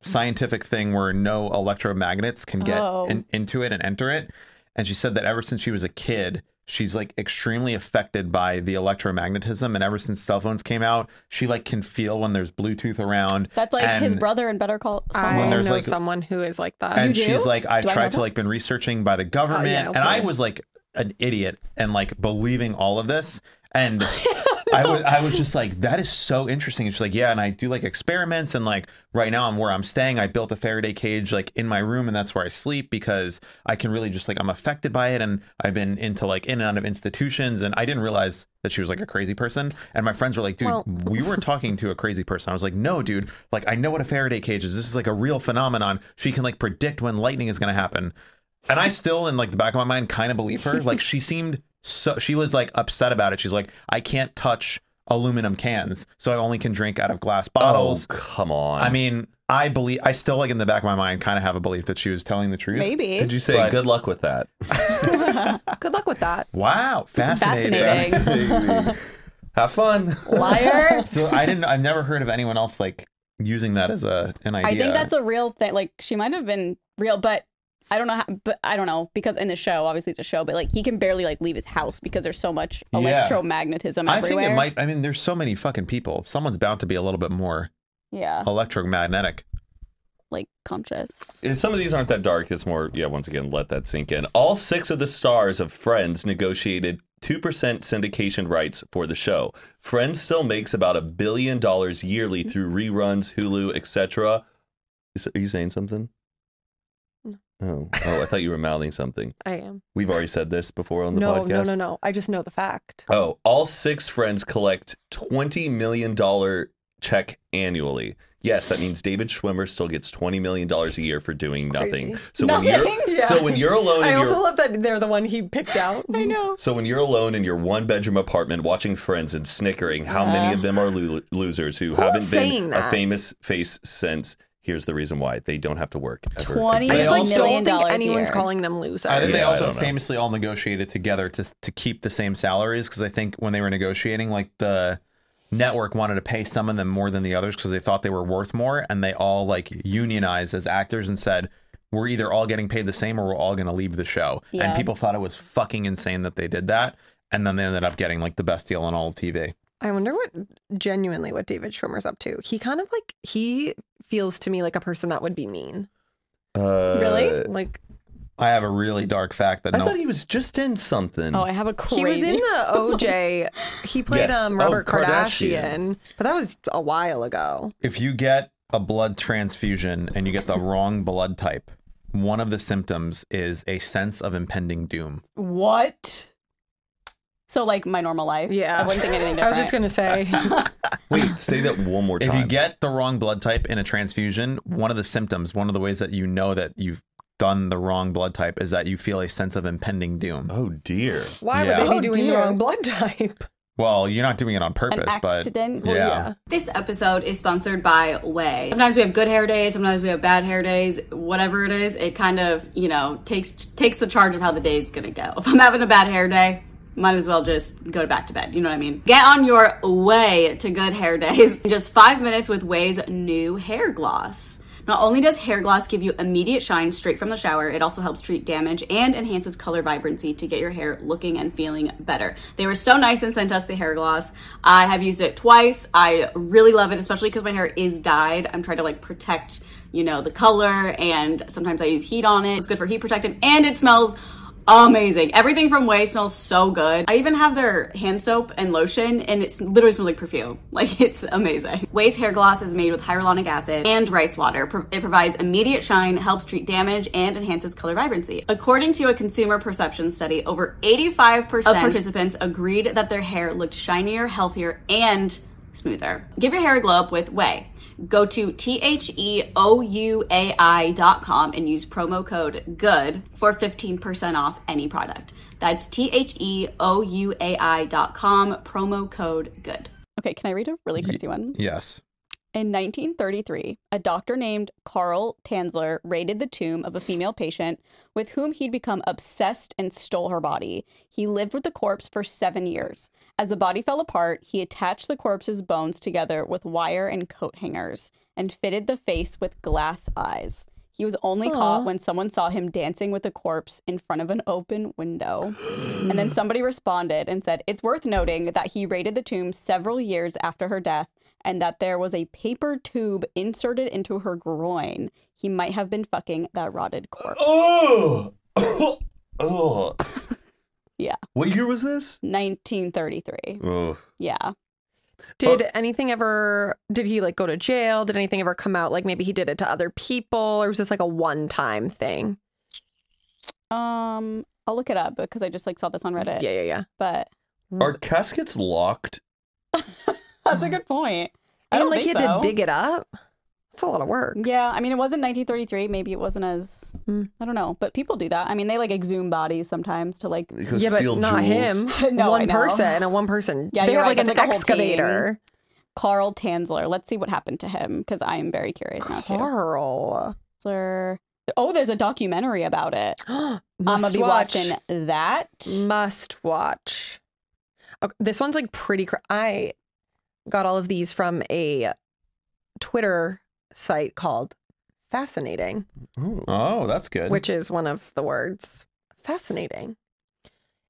Speaker 1: scientific thing where no electromagnets can get
Speaker 2: Oh.
Speaker 1: in, into it and enter it. And she said that ever since she was a kid, she's like extremely affected by the electromagnetism. And ever since cell phones came out, she like can feel when there's Bluetooth around.
Speaker 2: That's like his
Speaker 1: And-
Speaker 2: brother in Better Call Saul.
Speaker 3: I know
Speaker 1: there's, like-
Speaker 3: someone who is like that.
Speaker 1: and
Speaker 2: do?
Speaker 1: she's like, I've
Speaker 2: Do I know
Speaker 1: tried to
Speaker 2: that?
Speaker 1: like been researching by the government, and
Speaker 3: I'll
Speaker 1: I
Speaker 3: tell you.
Speaker 1: was like an idiot and like believing all of this. And I was I was just like, that is so interesting. And she's like, yeah, and I do like experiments, and like right now I'm where I'm staying. I built a Faraday cage like in my room, and that's where I sleep because I can really just like I'm affected by it, and I've been into like in and out of institutions, and I didn't realize that she was like a crazy person. And my friends were like, dude,
Speaker 3: Well-
Speaker 1: we were talking to a crazy person. I was like, no, dude, like I know what a Faraday cage is. This is like a real phenomenon. She can like predict when lightning is gonna happen. And I still in like the back of my mind kind of believe her. Like she seemed so she was like upset about it. She's like, I can't touch aluminum cans, so I only can drink out of glass
Speaker 4: Oh
Speaker 1: bottles.
Speaker 4: come on!
Speaker 1: I mean, I believe I still like in the back of my mind kind of have a belief that she was telling the truth.
Speaker 2: Maybe.
Speaker 4: did you say
Speaker 1: but-
Speaker 4: good luck with that?
Speaker 3: Good luck with that.
Speaker 1: Wow, fascinating.
Speaker 2: Fascinating.
Speaker 4: Have fun.
Speaker 2: Liar.
Speaker 1: So I didn't. I've never heard of anyone else like using that as a an idea.
Speaker 2: I think that's a real thing. Like she might have been real, but I don't know. How, but I don't know because in the show, obviously it's a show, but like he can barely like leave his house because there's so much
Speaker 1: Yeah.
Speaker 2: electromagnetism
Speaker 1: I
Speaker 2: everywhere.
Speaker 1: think it might. I mean, there's so many fucking people. Someone's bound to be a little bit more
Speaker 2: Yeah,
Speaker 1: electromagnetic.
Speaker 2: like conscious.
Speaker 4: And Some of these aren't that dark. It's more, yeah, once again, let that sink in. All six of the stars of Friends negotiated 2% syndication rights for the show. Friends still makes about a billion dollars yearly through reruns, Hulu, etc. Is- Are you saying something? No. Oh, oh, I thought you were mouthing something.
Speaker 3: I am.
Speaker 4: We've already said this before on the
Speaker 3: No,
Speaker 4: podcast.
Speaker 3: no, no, no. I just know the fact.
Speaker 4: Oh, all six friends collect $20 million check annually. Yes, that means David Schwimmer still gets $20 million a year for doing
Speaker 3: Crazy.
Speaker 4: nothing. So when you're
Speaker 2: Nothing?
Speaker 3: Yeah.
Speaker 4: so when you're alone
Speaker 3: I
Speaker 4: in
Speaker 3: also
Speaker 4: your
Speaker 3: love that they're the one he picked out.
Speaker 2: I know.
Speaker 4: so when you're alone in your one bedroom apartment watching friends and snickering, how many
Speaker 2: Yeah.
Speaker 4: of them are lo- losers who haven't
Speaker 3: saying
Speaker 4: been a
Speaker 3: that?
Speaker 4: famous face since? Here's the reason why. They don't have to work ever.
Speaker 2: 20
Speaker 1: I
Speaker 4: again.
Speaker 1: just, like,
Speaker 2: million
Speaker 3: Don't think
Speaker 2: dollars a
Speaker 3: anyone's
Speaker 2: year.
Speaker 3: calling them losers.
Speaker 1: I think they
Speaker 4: Yeah, I
Speaker 1: also
Speaker 4: don't know.
Speaker 1: famously all negotiated together to to keep the same salaries because I think when they were negotiating, like the network wanted to pay some of them more than the others because they thought they were worth more, and they all like unionized as actors and said. We're either all getting paid the same or we're all going to leave the show. And
Speaker 2: Yeah.
Speaker 1: people thought it was fucking insane that they did that. And then they ended up getting like the best deal on all of TV.
Speaker 3: I wonder what genuinely what David Schwimmer's up to. He kind of like he feels to me like a person that would be mean.
Speaker 4: Uh,
Speaker 2: Really?
Speaker 3: Like
Speaker 1: I have a really dark fact that
Speaker 4: I
Speaker 1: no
Speaker 4: thought he was just in something.
Speaker 2: Oh, I have a crazy.
Speaker 3: he was in the OJ. He played
Speaker 4: Yes.
Speaker 3: um Robert
Speaker 4: Oh, Kardashian.
Speaker 3: Kardashian, but that was a while ago.
Speaker 1: if you get a blood transfusion and you get the wrong blood type, one of the symptoms is a sense of impending doom.
Speaker 2: what? So like my normal life.
Speaker 3: Yeah.
Speaker 2: I wouldn't think anything different.
Speaker 3: I was just gonna say
Speaker 4: Wait, say that one more
Speaker 1: If
Speaker 4: time.
Speaker 1: you get the wrong blood type in a transfusion, one of the symptoms, one of the ways that you know that you've done the wrong blood type is that you feel a sense of impending doom.
Speaker 4: oh dear.
Speaker 3: why
Speaker 1: Yeah.
Speaker 3: would they be
Speaker 2: Oh,
Speaker 3: doing the
Speaker 2: dear.
Speaker 3: wrong blood type?
Speaker 1: Well, you're not doing it on
Speaker 2: an
Speaker 1: purpose, but
Speaker 2: accident.
Speaker 1: yeah.
Speaker 6: This episode is sponsored by Way. Sometimes we have good hair days, sometimes we have bad hair days. Whatever it is, it kind of, you know, takes takes the charge of how the day's gonna go. If I'm having a bad hair day, might as well just go to back to bed. You know what I mean? Get on your way to good hair days in just five minutes with Way's new hair gloss. Not only does hair gloss give you immediate shine straight from the shower, it also helps treat damage and enhances color vibrancy to get your hair looking and feeling better. They were so nice and sent us the hair gloss. I have used it twice. I really love it, especially because my hair is dyed. I'm trying to like protect, you know, the color and sometimes I use heat on it. It's good for heat protectant and it smells amazing. Everything from Way smells so good. I even have their hand soap and lotion, and it literally smells like perfume. Like it's amazing. Way's hair gloss is made with hyaluronic acid and rice water. Pro- It provides immediate shine, helps treat damage, and enhances color vibrancy. According to a consumer perception study, over 85% of participants agreed that their hair looked shinier, healthier, and smoother. Give your hair a glow up with Way. Go to T H E O U A I dot com and use promo code GOOD for 15% off any product. That's T H E O U A I dot com, promo code GOOD.
Speaker 2: Okay, can I read a really crazy one?
Speaker 1: Yes.
Speaker 2: In 1933, a doctor named Carl Tanzler raided the tomb of a female patient with whom he'd become obsessed and stole her body. He lived with the corpse for seven years. As the body fell apart, he attached the corpse's bones together with wire and coat hangers and fitted the face with glass eyes. He was only caught when someone saw him dancing with the corpse in front of an open window. and
Speaker 3: Mm.
Speaker 2: then somebody responded and said, It's worth noting that he raided the tomb several years after her death and that there was a paper tube inserted into her groin. He might have been fucking that rotted corpse.
Speaker 4: Oh, oh.
Speaker 2: Yeah.
Speaker 4: What year was this?
Speaker 2: 1933.
Speaker 4: Oh,
Speaker 2: Yeah.
Speaker 3: Did anything ever? Did he like go to jail? Did anything ever come out? Like maybe he did it to other people, or was this like a one-time thing?
Speaker 2: Um, I'll look it up because I just like saw this on Reddit.
Speaker 3: Yeah, yeah, yeah.
Speaker 2: But
Speaker 4: are caskets locked?
Speaker 2: that's a good point. I
Speaker 3: And,
Speaker 2: don't
Speaker 3: like
Speaker 2: think
Speaker 3: he had
Speaker 2: so.
Speaker 3: to dig it up. That's a lot of work.
Speaker 2: Yeah, I mean it wasn't 1933. Maybe it wasn't as
Speaker 3: Hmm.
Speaker 2: I don't know, but people do that. I mean they like exhume bodies sometimes to like
Speaker 4: Go
Speaker 3: Yeah, but
Speaker 4: steal
Speaker 3: not
Speaker 4: jewels.
Speaker 3: him.
Speaker 2: No, I
Speaker 3: one
Speaker 2: know.
Speaker 3: person, a one person.
Speaker 2: Yeah,
Speaker 3: they
Speaker 2: you're
Speaker 3: have
Speaker 2: right,
Speaker 3: like an
Speaker 2: that's, like, a whole team.
Speaker 3: excavator.
Speaker 2: Carl Tanzler. Let's see what happened to him because I am very curious now too.
Speaker 3: Carl,
Speaker 2: Tanzler. Oh, there's a documentary about it. I'm gonna
Speaker 3: must
Speaker 2: be
Speaker 3: watch. Mm.
Speaker 2: watching that.
Speaker 3: Must watch. Okay, this one's like pretty. Cr- I got all of these from a Twitter site called Fascinating.
Speaker 4: Oh.
Speaker 1: Oh, that's good.
Speaker 3: which is one of the words. Fascinating.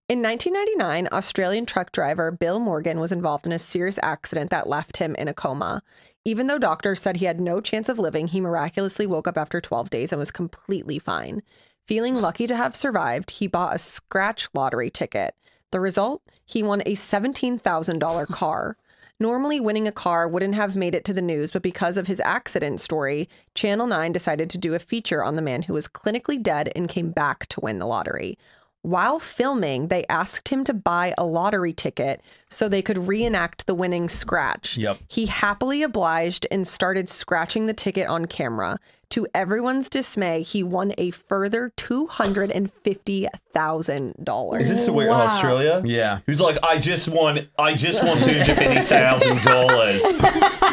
Speaker 3: In 1999, Australian truck driver Bill Morgan was involved in a serious accident that left him in a coma. Even though doctors said he had no chance of living, he miraculously woke up after 12 days and was completely fine. Feeling lucky to have survived, he bought a scratch lottery ticket. The result? He won a $17,000 car. Normally, winning a car wouldn't have made it to the news, but because of his accident story, Channel 9 decided to do a feature on the man who was clinically dead and came back to win the lottery. While filming, they asked him to buy a lottery ticket so they could reenact the winning scratch.
Speaker 1: Yep.
Speaker 3: He happily obliged and started scratching the ticket on camera. To everyone's dismay, he won a further $250,000.
Speaker 4: Is this where in Australia?
Speaker 1: yeah.
Speaker 4: Who's like, I just won, I just won two hundred fifty thousand dollars.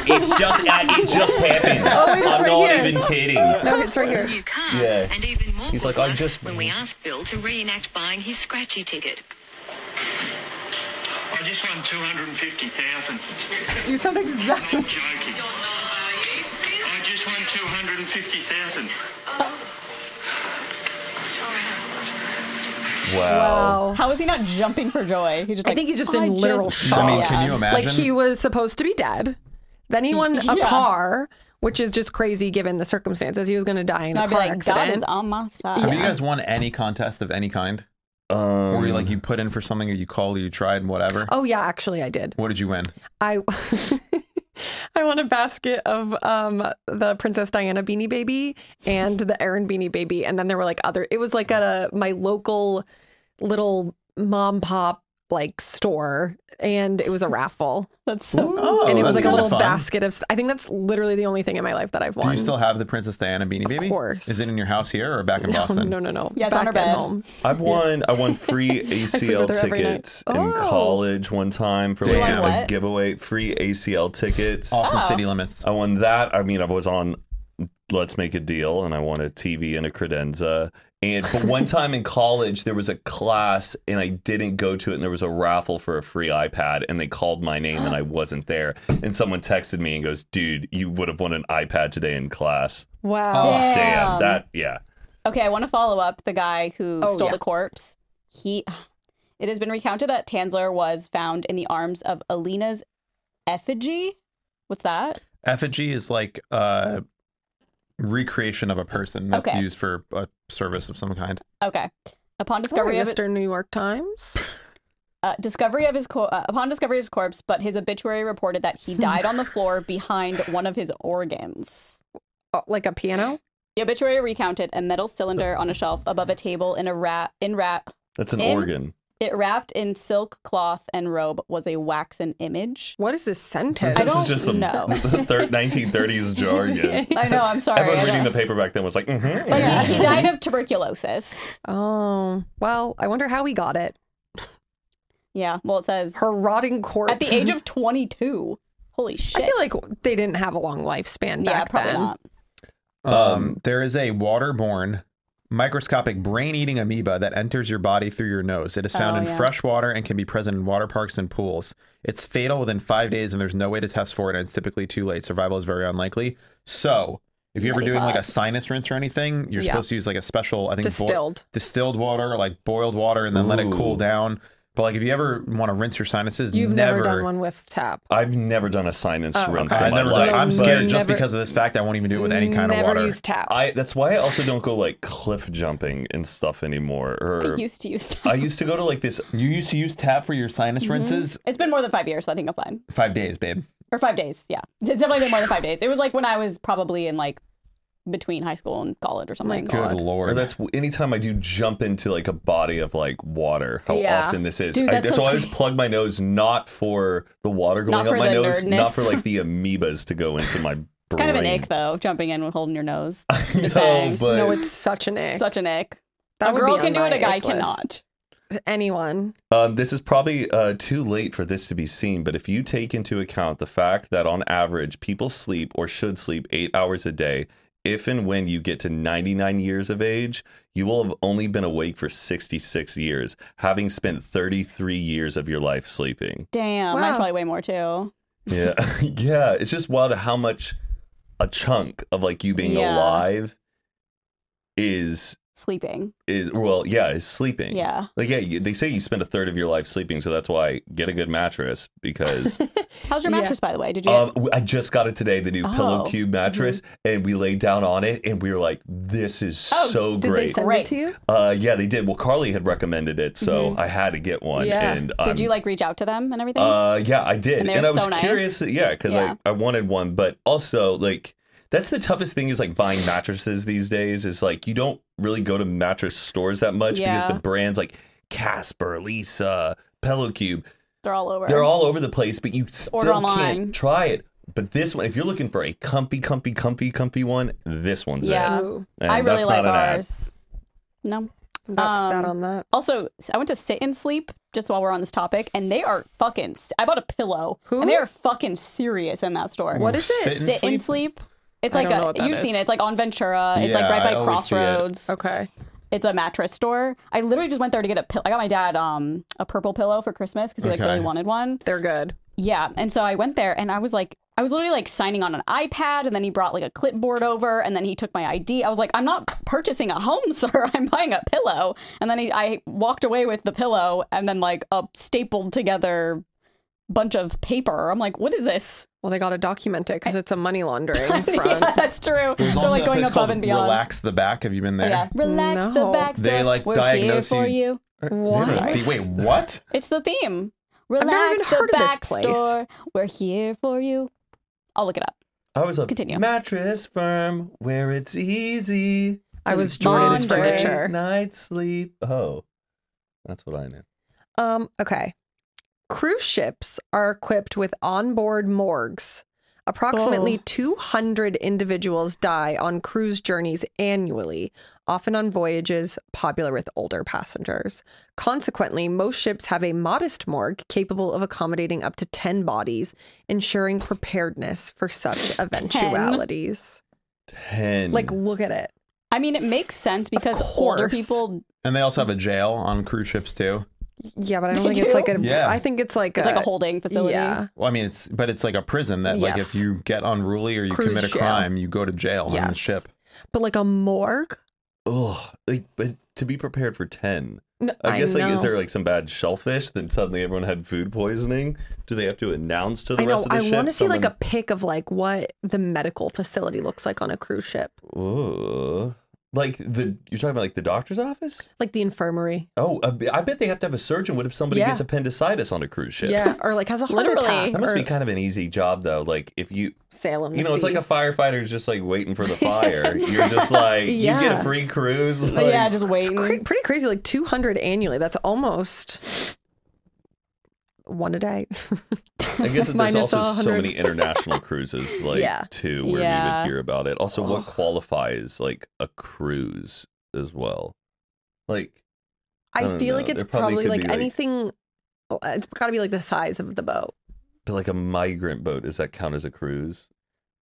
Speaker 4: It's just, I, it just happened.
Speaker 3: Oh, wait, it's
Speaker 4: I'm
Speaker 3: right
Speaker 4: not
Speaker 3: here.
Speaker 4: even kidding.
Speaker 3: no, it's right here.
Speaker 5: New car,
Speaker 4: Yeah.
Speaker 5: and even more.
Speaker 4: He's like,
Speaker 5: popular
Speaker 4: I just-
Speaker 5: when we asked Bill to reenact buying his scratchy ticket.
Speaker 7: I just won 250,000.
Speaker 3: You sound exactly.
Speaker 7: Not joking. I just won 250,000.
Speaker 4: Wow.
Speaker 2: How is he not jumping for joy? He just
Speaker 3: I
Speaker 2: like,
Speaker 3: think he's just in literal shock.
Speaker 1: I mean,
Speaker 2: Yeah.
Speaker 1: can you imagine?
Speaker 3: Like he was supposed to be dead. Then he won a
Speaker 2: Yeah.
Speaker 3: car, which is just crazy given the circumstances. He was going to die in a
Speaker 2: I'd be
Speaker 3: car
Speaker 2: like, God is
Speaker 3: accident.
Speaker 2: on my side.
Speaker 1: Have you guys won any contest of any kind?
Speaker 4: Um,
Speaker 1: Where you like you put in for something or you called or you tried and whatever?
Speaker 3: Oh yeah, actually I did.
Speaker 1: What did you win?
Speaker 3: I I won a basket of um the Princess Diana beanie baby and the Erin beanie baby, and then there were like other. It was like at a my local little mom pop like store, and it was a raffle,
Speaker 2: That's so
Speaker 1: Oh,
Speaker 3: and it was
Speaker 1: that's
Speaker 3: like a
Speaker 1: kinda
Speaker 3: little
Speaker 1: fun.
Speaker 3: basket of. st- I think that's literally the only thing in my life that I've
Speaker 1: Do
Speaker 3: won.
Speaker 1: you still have the Princess Diana beanie baby?
Speaker 3: course.
Speaker 1: Is it in your house here or back in
Speaker 3: no,
Speaker 1: Boston?
Speaker 3: no, no, no.
Speaker 2: Yeah, it's on
Speaker 3: Back
Speaker 2: her
Speaker 3: at
Speaker 2: bed.
Speaker 3: home.
Speaker 4: I've won. I won free
Speaker 3: sleep with
Speaker 4: ACL
Speaker 3: her every night.
Speaker 4: tickets in
Speaker 3: Oh.
Speaker 4: college one time for like
Speaker 2: Damn. You won
Speaker 4: a
Speaker 2: what?
Speaker 4: giveaway. Free ACL tickets.
Speaker 1: Austin
Speaker 3: Oh.
Speaker 1: city limits.
Speaker 4: I won that. I mean, I was on Let's Make a Deal, and I won a TV and a credenza. And but one time in college, there was a class, and I didn't go to it. And there was a raffle for a free iPad, and they called my name, and I wasn't there. And someone texted me and goes, "Dude, you would have won an iPad today in class."
Speaker 3: Wow.
Speaker 1: Oh.
Speaker 2: Oh,
Speaker 4: Damn,
Speaker 2: Damn.
Speaker 4: that yeah.
Speaker 2: Okay, I want to follow up the guy who
Speaker 3: Oh,
Speaker 2: stole
Speaker 3: yeah.
Speaker 2: the corpse. He it has been recounted that Tanzler was found in the arms of Alina's effigy. What's that?
Speaker 1: Effigy is like a recreation of a person that's
Speaker 2: Okay.
Speaker 1: used for a service of some kind.
Speaker 2: Okay. Upon
Speaker 3: Sorry,
Speaker 2: discovery of it,
Speaker 3: Mr. New York Times.
Speaker 2: uh, discovery of his co- uh, upon discovery of his corpse, but his obituary reported that he died on the floor behind one of his organs.
Speaker 3: Oh, like a piano?
Speaker 2: The obituary recounted a metal cylinder on a shelf above a table in a wrap in wrap
Speaker 4: That's an
Speaker 2: In-
Speaker 4: organ.
Speaker 2: it wrapped in silk cloth and robe was a waxen image.
Speaker 3: What is this sentence?
Speaker 2: I
Speaker 4: this
Speaker 2: don't
Speaker 4: is just some
Speaker 2: know.
Speaker 4: thir- 1930s jargon.
Speaker 2: I know. I'm sorry.
Speaker 4: Everyone
Speaker 2: I
Speaker 4: reading the
Speaker 2: don't-
Speaker 4: paper back then was like, mm-hmm.
Speaker 2: But
Speaker 3: Yeah.
Speaker 2: he, he died of tuberculosis.
Speaker 3: Oh, well, I wonder how he got it.
Speaker 2: Yeah. Well, it says
Speaker 3: Her rotting corpse.
Speaker 2: at the age of 22. Holy shit.
Speaker 3: I feel like they didn't have a long lifespan
Speaker 2: yeah,
Speaker 3: back
Speaker 2: probably
Speaker 3: then.
Speaker 2: not.
Speaker 4: Um,
Speaker 1: Um, there is a waterborne microscopic brain-eating amoeba that enters your body through your nose. It is found
Speaker 2: Oh,
Speaker 1: in
Speaker 2: yeah.
Speaker 1: fresh water and can be present in water parks and pools. It's fatal within five days, and there's no way to test for it. And it's typically too late. Survival is very unlikely. So, if you're ever
Speaker 2: Bloody
Speaker 1: doing like
Speaker 2: hell.
Speaker 1: a sinus rinse or anything, you're
Speaker 3: Yeah.
Speaker 1: supposed to use like a special, I think, boi-
Speaker 3: Distilled.
Speaker 1: distilled water, like boiled water, and then let it cool
Speaker 4: Ooh.
Speaker 1: down. But like, if you ever want to rinse your sinuses,
Speaker 3: You've never, done one with tap.
Speaker 4: I've never done a sinus
Speaker 3: Oh,
Speaker 4: rinse
Speaker 1: Okay,
Speaker 4: in
Speaker 1: I've
Speaker 4: my
Speaker 1: never done
Speaker 4: life.
Speaker 1: it. I'm
Speaker 4: but
Speaker 1: scared just
Speaker 3: Never-
Speaker 1: because of this fact. I won't even do it with any kind
Speaker 3: never
Speaker 1: of water.
Speaker 3: use tap.
Speaker 4: I that's why I also don't go like cliff jumping and stuff anymore.
Speaker 2: I
Speaker 4: Or
Speaker 2: used to use.
Speaker 4: I used to go to like this
Speaker 1: you used to use tap for your sinus rinses.
Speaker 2: It's been more than five years, so I think I'm fine.
Speaker 1: Five days, babe.
Speaker 2: Or five days. Yeah. It's definitely been more than five days. It was like when I was probably in like between high school and college or something.
Speaker 3: God.
Speaker 1: Good
Speaker 4: Or
Speaker 1: lord.
Speaker 4: that's anytime I do jump into like a body of like water, how
Speaker 3: Yeah.
Speaker 4: often this is.
Speaker 2: Dude,
Speaker 4: I,
Speaker 2: that's
Speaker 4: that's
Speaker 2: so
Speaker 4: why I always
Speaker 2: scary.
Speaker 4: plug my nose, not for the water going
Speaker 2: Not
Speaker 4: up
Speaker 2: for
Speaker 4: my
Speaker 2: the
Speaker 4: nose, not
Speaker 2: nerdness.
Speaker 4: for like the amoebas to go into my brain.
Speaker 2: It's kind of an ick though, jumping in and holding your nose.
Speaker 4: No, but
Speaker 3: no, it's such an ick.
Speaker 2: Such an ick.
Speaker 3: That
Speaker 2: a
Speaker 3: would
Speaker 2: girl
Speaker 3: be
Speaker 2: can
Speaker 3: on
Speaker 2: do it,
Speaker 3: my
Speaker 2: a guy
Speaker 3: ick list.
Speaker 2: cannot.
Speaker 3: Anyone.
Speaker 4: um, this is probably uh, too late for this to be seen. But if you take into account the fact that on average people sleep or should sleep eight hours a day, if and when you get to 99 years of age, you will have only been awake for 66 years, having spent 33 years of your life sleeping.
Speaker 2: Damn,
Speaker 3: Wow.
Speaker 2: that's probably way more too.
Speaker 4: Yeah. yeah. It's just wild how much a chunk of like you being
Speaker 2: Yeah.
Speaker 4: alive is
Speaker 2: Sleeping.
Speaker 4: is well, yeah, is sleeping.
Speaker 2: Yeah.
Speaker 4: Like yeah, you, they say you spend a third of your life sleeping, so that's why get a good mattress because
Speaker 2: How's your
Speaker 3: Yeah.
Speaker 2: mattress, by the way? Did you? Get...
Speaker 4: um, I just got it today, the new pillow
Speaker 2: Oh.
Speaker 4: cube mattress, and we laid down on it and we were like, this is
Speaker 2: Oh,
Speaker 4: so
Speaker 3: Did
Speaker 4: great.
Speaker 3: they send
Speaker 2: Great.
Speaker 3: it to you?
Speaker 4: uh yeah, they did. Well, Carly had recommended it, so I had to get one.
Speaker 3: Yeah.
Speaker 4: And
Speaker 2: did
Speaker 4: I'm,
Speaker 2: you like reach out to them and everything?
Speaker 4: Uh, yeah, I did,
Speaker 2: And
Speaker 4: and,
Speaker 2: they
Speaker 4: I
Speaker 2: were
Speaker 4: was
Speaker 2: so nice.
Speaker 4: curious. Yeah, because
Speaker 2: Yeah.
Speaker 4: I, I wanted one, but also like that's the toughest thing is like buying mattresses these days. Is like you don't really go to mattress stores that much because
Speaker 2: Yeah.
Speaker 4: the brands like Casper, Lisa, Pillow Cube,
Speaker 2: They're all over.
Speaker 4: they're all over the place, but you still
Speaker 2: Order online.
Speaker 4: can't try it. But this one, if you're looking for a comfy, comfy, comfy, comfy one, this one's
Speaker 2: Yeah.
Speaker 4: it.
Speaker 3: Ooh,
Speaker 4: And
Speaker 2: I really
Speaker 4: that's
Speaker 2: like
Speaker 4: not an ad.
Speaker 2: ours. No.
Speaker 3: that's that
Speaker 2: Um,
Speaker 3: on that.
Speaker 2: Also, I went to sit and sleep just while we're on this topic, and they are fucking. I bought a pillow.
Speaker 3: Who?
Speaker 2: And they are fucking serious in that store.
Speaker 3: What is
Speaker 1: Sit
Speaker 3: this?
Speaker 1: and
Speaker 2: Sit and sleep. It's
Speaker 3: I
Speaker 2: like
Speaker 3: don't know
Speaker 2: a
Speaker 3: what that
Speaker 2: you've seen
Speaker 3: is.
Speaker 2: it. It's like on Ventura. It's
Speaker 1: Yeah,
Speaker 2: like right
Speaker 1: I
Speaker 2: by
Speaker 1: always see it.
Speaker 2: Crossroads.
Speaker 3: Okay.
Speaker 2: It's a mattress store. I literally just went there to get a pillow. I got my dad um a purple pillow for Christmas because he like
Speaker 1: Okay.
Speaker 2: really wanted one.
Speaker 3: They're good.
Speaker 2: Yeah, and so I went there and I was like, I was literally like signing on an iPad, and then he brought like a clipboard over, and then he took my ID. I was like, I'm not purchasing a home, sir. I'm buying a pillow. And then he, I walked away with the pillow, and then like a stapled together bunch of paper. I'm like, what is this?
Speaker 3: Well, they got to document it because it's a money laundering front.
Speaker 2: yeah, that's true. They're
Speaker 1: There's also
Speaker 2: like
Speaker 1: that
Speaker 2: going
Speaker 1: place
Speaker 2: above
Speaker 1: called
Speaker 2: and beyond.
Speaker 1: Relax the back. Have you been
Speaker 2: Oh,
Speaker 1: there?
Speaker 2: yeah, relax
Speaker 3: No.
Speaker 2: the back.
Speaker 1: They,
Speaker 2: store.
Speaker 1: like,
Speaker 2: We're here
Speaker 1: diagnose
Speaker 2: for
Speaker 1: you-
Speaker 2: you.
Speaker 1: They
Speaker 3: What?
Speaker 1: have a fee- Wait, what?
Speaker 2: It's the theme.
Speaker 3: never
Speaker 2: Relax
Speaker 3: even
Speaker 2: the
Speaker 3: heard of this
Speaker 2: back
Speaker 3: place.
Speaker 2: store. We're here for you. I'll look it up.
Speaker 4: I was a
Speaker 2: Continue.
Speaker 4: mattress firm where it's easy.
Speaker 3: I
Speaker 4: to
Speaker 3: was Jordan's
Speaker 4: enjoy a
Speaker 3: furniture.
Speaker 4: Night sleep. Oh, that's what I knew.
Speaker 3: Um, okay. Cruise ships are equipped with onboard morgues. Approximately
Speaker 2: Oh.
Speaker 3: 200 individuals die on cruise journeys annually, often on voyages popular with older passengers. Consequently, most ships have a modest morgue capable of accommodating up to 10 bodies, ensuring preparedness for such eventualities.
Speaker 4: Ten.
Speaker 3: Like, look at it.
Speaker 2: I mean, it makes sense because older
Speaker 3: course.
Speaker 2: people.
Speaker 1: And they also have a jail on cruise ships too.
Speaker 3: Yeah, but I don't
Speaker 2: They
Speaker 3: think it's
Speaker 2: do?
Speaker 3: like a. I
Speaker 1: Yeah.
Speaker 3: think it's like
Speaker 2: It's
Speaker 3: a,
Speaker 2: like a holding facility.
Speaker 3: Yeah.
Speaker 1: Well, I mean, it's but it's like a prison that like
Speaker 3: Yes.
Speaker 1: if you get unruly or you
Speaker 3: Cruise
Speaker 1: commit a
Speaker 3: jail.
Speaker 1: crime, you go to jail on the
Speaker 3: Yes.
Speaker 1: ship.
Speaker 3: But like a morgue?
Speaker 4: oh, like but to be prepared for ten.
Speaker 3: No,
Speaker 4: I, guess like is
Speaker 3: know.
Speaker 4: there like some bad shellfish? Then suddenly everyone had food poisoning. Do they have to announce to the
Speaker 3: I know.
Speaker 4: rest of the
Speaker 3: I
Speaker 4: ship?
Speaker 3: want to see like a pic of like what the medical facility looks like on a cruise ship.
Speaker 4: a. Ooh. Like the you're talking about like the doctor's office?
Speaker 3: like the infirmary.
Speaker 4: Oh, I I bet they have to have a surgeon. What if somebody
Speaker 3: Yeah.
Speaker 4: gets appendicitis on a cruise ship?
Speaker 3: Yeah, or like has a heart
Speaker 2: Literally.
Speaker 3: attack.
Speaker 4: That must
Speaker 3: or
Speaker 4: be kind of an easy job though. Like if you
Speaker 3: Salem.
Speaker 4: you know, it's like a
Speaker 3: disease.
Speaker 4: firefighter who's just like waiting for the fire. You're just like you get
Speaker 3: Yeah.
Speaker 4: a free cruise.
Speaker 2: But
Speaker 4: Like,
Speaker 2: yeah, just
Speaker 3: It's
Speaker 2: waiting.
Speaker 3: cra- pretty crazy, like 200 annually. That's almost one a day.
Speaker 4: I guess that there's
Speaker 3: Minus
Speaker 4: also so
Speaker 3: 100.
Speaker 4: many international cruises, like
Speaker 3: Yeah.
Speaker 4: too, where
Speaker 2: Yeah.
Speaker 4: we would hear about it. Also, what
Speaker 3: Ugh.
Speaker 4: qualifies like a cruise as well? Like I
Speaker 3: I
Speaker 4: don't
Speaker 3: feel
Speaker 4: know.
Speaker 3: like it's
Speaker 4: There
Speaker 3: probably,
Speaker 4: probably could
Speaker 3: like
Speaker 4: be, like-
Speaker 3: anything. oh, It's got to be like the size of the boat.
Speaker 4: but like a migrant boat, does that count as a cruise?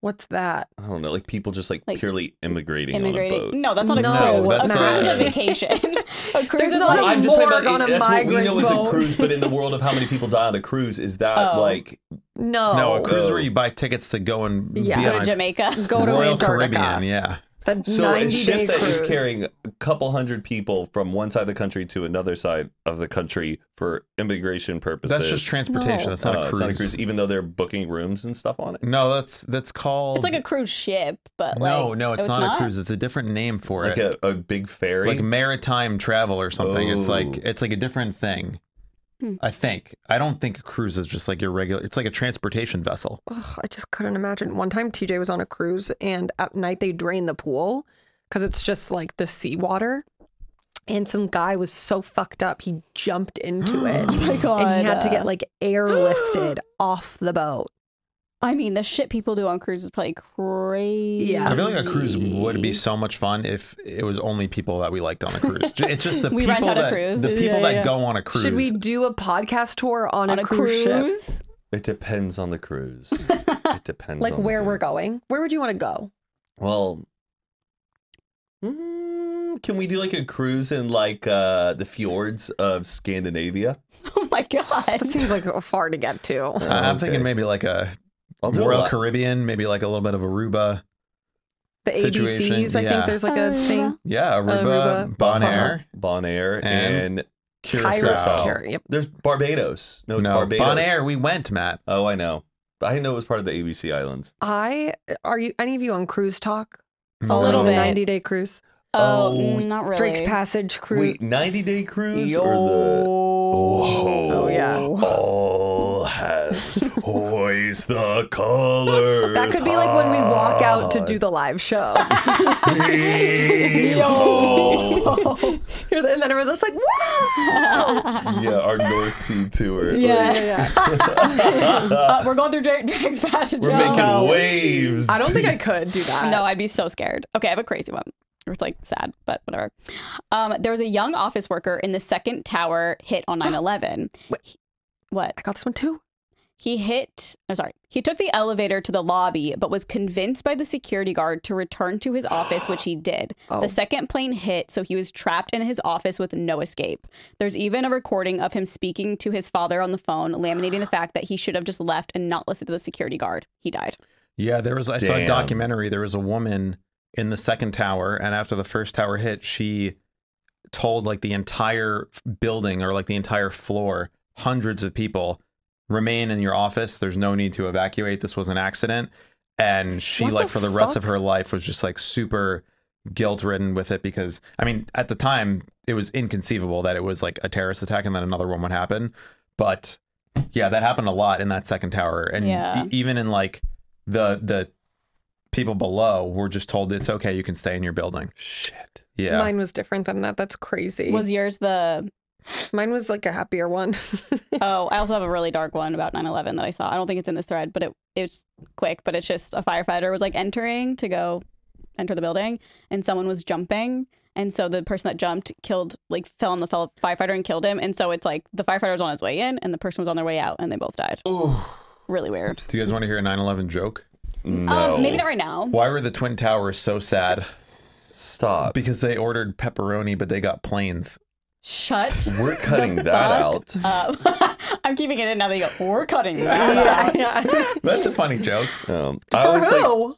Speaker 3: What's that?
Speaker 4: I don't know. Like people just like,
Speaker 2: Like,
Speaker 4: purely immigrating, on a boat.
Speaker 2: Immigrating? No, that's not a
Speaker 3: No,
Speaker 2: cruise.
Speaker 4: that's
Speaker 2: a cruise is a
Speaker 4: not-
Speaker 2: vacation. a cruise
Speaker 3: There's
Speaker 2: is
Speaker 3: not a
Speaker 2: like
Speaker 4: I'm just talking
Speaker 3: morgue
Speaker 4: about
Speaker 3: on a
Speaker 4: that's what we
Speaker 3: migrant
Speaker 4: know as a
Speaker 3: boat.
Speaker 4: cruise, but in the world of how many people die on a cruise, is that
Speaker 2: Oh.
Speaker 4: like
Speaker 3: No.
Speaker 1: No, a
Speaker 4: Oh.
Speaker 1: cruise where you buy tickets to go and
Speaker 3: Yeah.
Speaker 1: be
Speaker 2: go
Speaker 1: on
Speaker 2: to Jamaica.
Speaker 3: Go to
Speaker 1: Royal
Speaker 3: Antarctica.
Speaker 1: Caribbean. Yeah,
Speaker 3: The
Speaker 4: so a
Speaker 3: 90 day
Speaker 4: ship that
Speaker 3: cruise.
Speaker 4: is carrying a couple hundred people from one side of the country to another side of the country for immigration purposes?
Speaker 1: that's just transportation.
Speaker 3: No.
Speaker 1: That's not,
Speaker 4: Oh,
Speaker 1: a
Speaker 4: it's
Speaker 1: cruise.
Speaker 4: even though they're booking rooms and stuff on it.
Speaker 1: No, that's that's called.
Speaker 2: It's like a cruise ship, but like
Speaker 1: no, no, it's,
Speaker 2: oh,
Speaker 1: not, a cruise. It's a different name for
Speaker 4: Like
Speaker 1: it,
Speaker 4: a, a big ferry.
Speaker 1: like maritime travel or something. It's like
Speaker 4: Oh.
Speaker 1: it's like a different thing.
Speaker 2: Hmm.
Speaker 1: I think. I don't think a cruise is just like your regular. It's like a transportation vessel.
Speaker 3: Ugh, I just couldn't imagine. One time TJ was on a cruise and at night they drain the pool because it's just like the seawater. And some guy was so fucked up, he jumped into it.
Speaker 2: Oh my god!
Speaker 3: and he had to get like airlifted off the boat.
Speaker 2: I mean, the shit people do on cruise is probably crazy.
Speaker 3: Yeah.
Speaker 1: I feel like a cruise would be so much fun if it was only people that we liked on a cruise. Ju- It's just the
Speaker 2: We
Speaker 1: people
Speaker 2: rent out a
Speaker 1: that
Speaker 2: cruise.
Speaker 1: the people
Speaker 2: Yeah,
Speaker 1: that
Speaker 2: yeah.
Speaker 1: go on a cruise.
Speaker 3: Should we do a podcast tour on,
Speaker 2: on
Speaker 3: a, cruise, ship?
Speaker 4: it depends on the cruise. it depends.
Speaker 3: Like
Speaker 4: on the
Speaker 3: where we're
Speaker 4: cruise.
Speaker 3: going? Where would you want to go?
Speaker 4: Well, mm, can we do like a cruise in like uh, the fjords of Scandinavia?
Speaker 2: Oh my god!
Speaker 3: That seems like a far to get to.
Speaker 1: I- I'm
Speaker 4: Okay.
Speaker 1: thinking maybe like a
Speaker 4: I'll do a
Speaker 1: Royal
Speaker 4: lot.
Speaker 1: Caribbean, maybe like a little bit of Aruba.
Speaker 3: The
Speaker 1: Situation,
Speaker 3: ABCs, I
Speaker 1: yeah.
Speaker 3: think there's like a
Speaker 2: Aruba.
Speaker 3: thing.
Speaker 1: Yeah, Aruba,
Speaker 3: Aruba.
Speaker 1: Bonaire,
Speaker 4: Bonaire
Speaker 1: And
Speaker 4: and,
Speaker 1: Curacao.
Speaker 3: Cure- Yep.
Speaker 4: there's Barbados. No, it's
Speaker 1: no,
Speaker 4: Barbados.
Speaker 1: Bonaire. We went, Matt.
Speaker 4: Oh, I know. I didn't know it was part of the ABC Islands.
Speaker 3: I are you any of you on cruise talk?
Speaker 2: A little
Speaker 3: Following the
Speaker 2: bit.
Speaker 3: 90 day cruise.
Speaker 2: oh,
Speaker 4: Oh,
Speaker 2: not really.
Speaker 3: Drake's Passage cruise.
Speaker 4: Wait, 90 day cruise
Speaker 3: Yo.
Speaker 4: or the Whoa.
Speaker 3: Oh, yeah.
Speaker 4: All hands hoist the colors.
Speaker 3: That could be like when we walk out to do the live show.
Speaker 4: Yo.
Speaker 3: and then everyone's just like, wow!
Speaker 4: yeah, our North Sea tour. Like,
Speaker 2: Yeah, Uh, we're going through Drake, Drake's fashion
Speaker 4: we're
Speaker 2: show.
Speaker 4: making waves.
Speaker 3: I don't think I could do that.
Speaker 2: No, I'd be so scared. Okay, I have a crazy one. It's like sad, but whatever. Um, there was a young office worker in the second tower hit on 9 11. What?
Speaker 3: I got this one too.
Speaker 2: He hit, oh, sorry, he took the elevator to the lobby, but was convinced by the security guard to return to his office, which he did.
Speaker 3: Oh.
Speaker 2: The second plane hit, so he was trapped in his office with no escape. There's even a recording of him speaking to his father on the phone, laminating the fact that he should have just left and not listened to the security guard. He died.
Speaker 1: Yeah, there was. I saw a
Speaker 4: Damn.
Speaker 1: documentary. There was a woman in the second tower, and after the first tower hit, she told like the entire building or like the entire floor, hundreds of people remain in your office. There's no need to evacuate. This was an accident, and she
Speaker 3: What
Speaker 1: like
Speaker 3: the
Speaker 1: for the rest of
Speaker 3: fuck?
Speaker 1: her life was just like super guilt ridden with it because I mean at the time it was inconceivable that it was like a terrorist attack and then another one would happen, but yeah, that happened a lot in that second tower, and
Speaker 2: Yeah.
Speaker 1: e- even in like the the people below were just told it's okay, you can stay in your building.
Speaker 4: Shit.
Speaker 1: Yeah,
Speaker 3: Mine was different than that. That's crazy.
Speaker 2: Was yours the.
Speaker 3: Mine was like a happier one.
Speaker 2: Oh, I also have a really dark one about 9/11 that I saw. I don't think it's in this thread, but it it's quick, but it's just a firefighter was like entering to go enter the building and someone was jumping and so the person that jumped killed like fell on the fellow firefighter and killed him and so it's like the firefighter was on his way in and the person was on their way out and they both died. Really weird.
Speaker 1: do you guys want to hear a 9-11 joke?
Speaker 4: No.
Speaker 3: Uh,
Speaker 2: Um, maybe not right now.
Speaker 1: Why were the twin towers so sad?
Speaker 4: Stop.
Speaker 1: Because they ordered pepperoni, but they got planes.
Speaker 2: Shut
Speaker 4: We're cutting that out.
Speaker 2: up. I'm keeping it in now that you go, we're cutting that out.
Speaker 1: That's a funny joke. Uh,
Speaker 4: Um, I was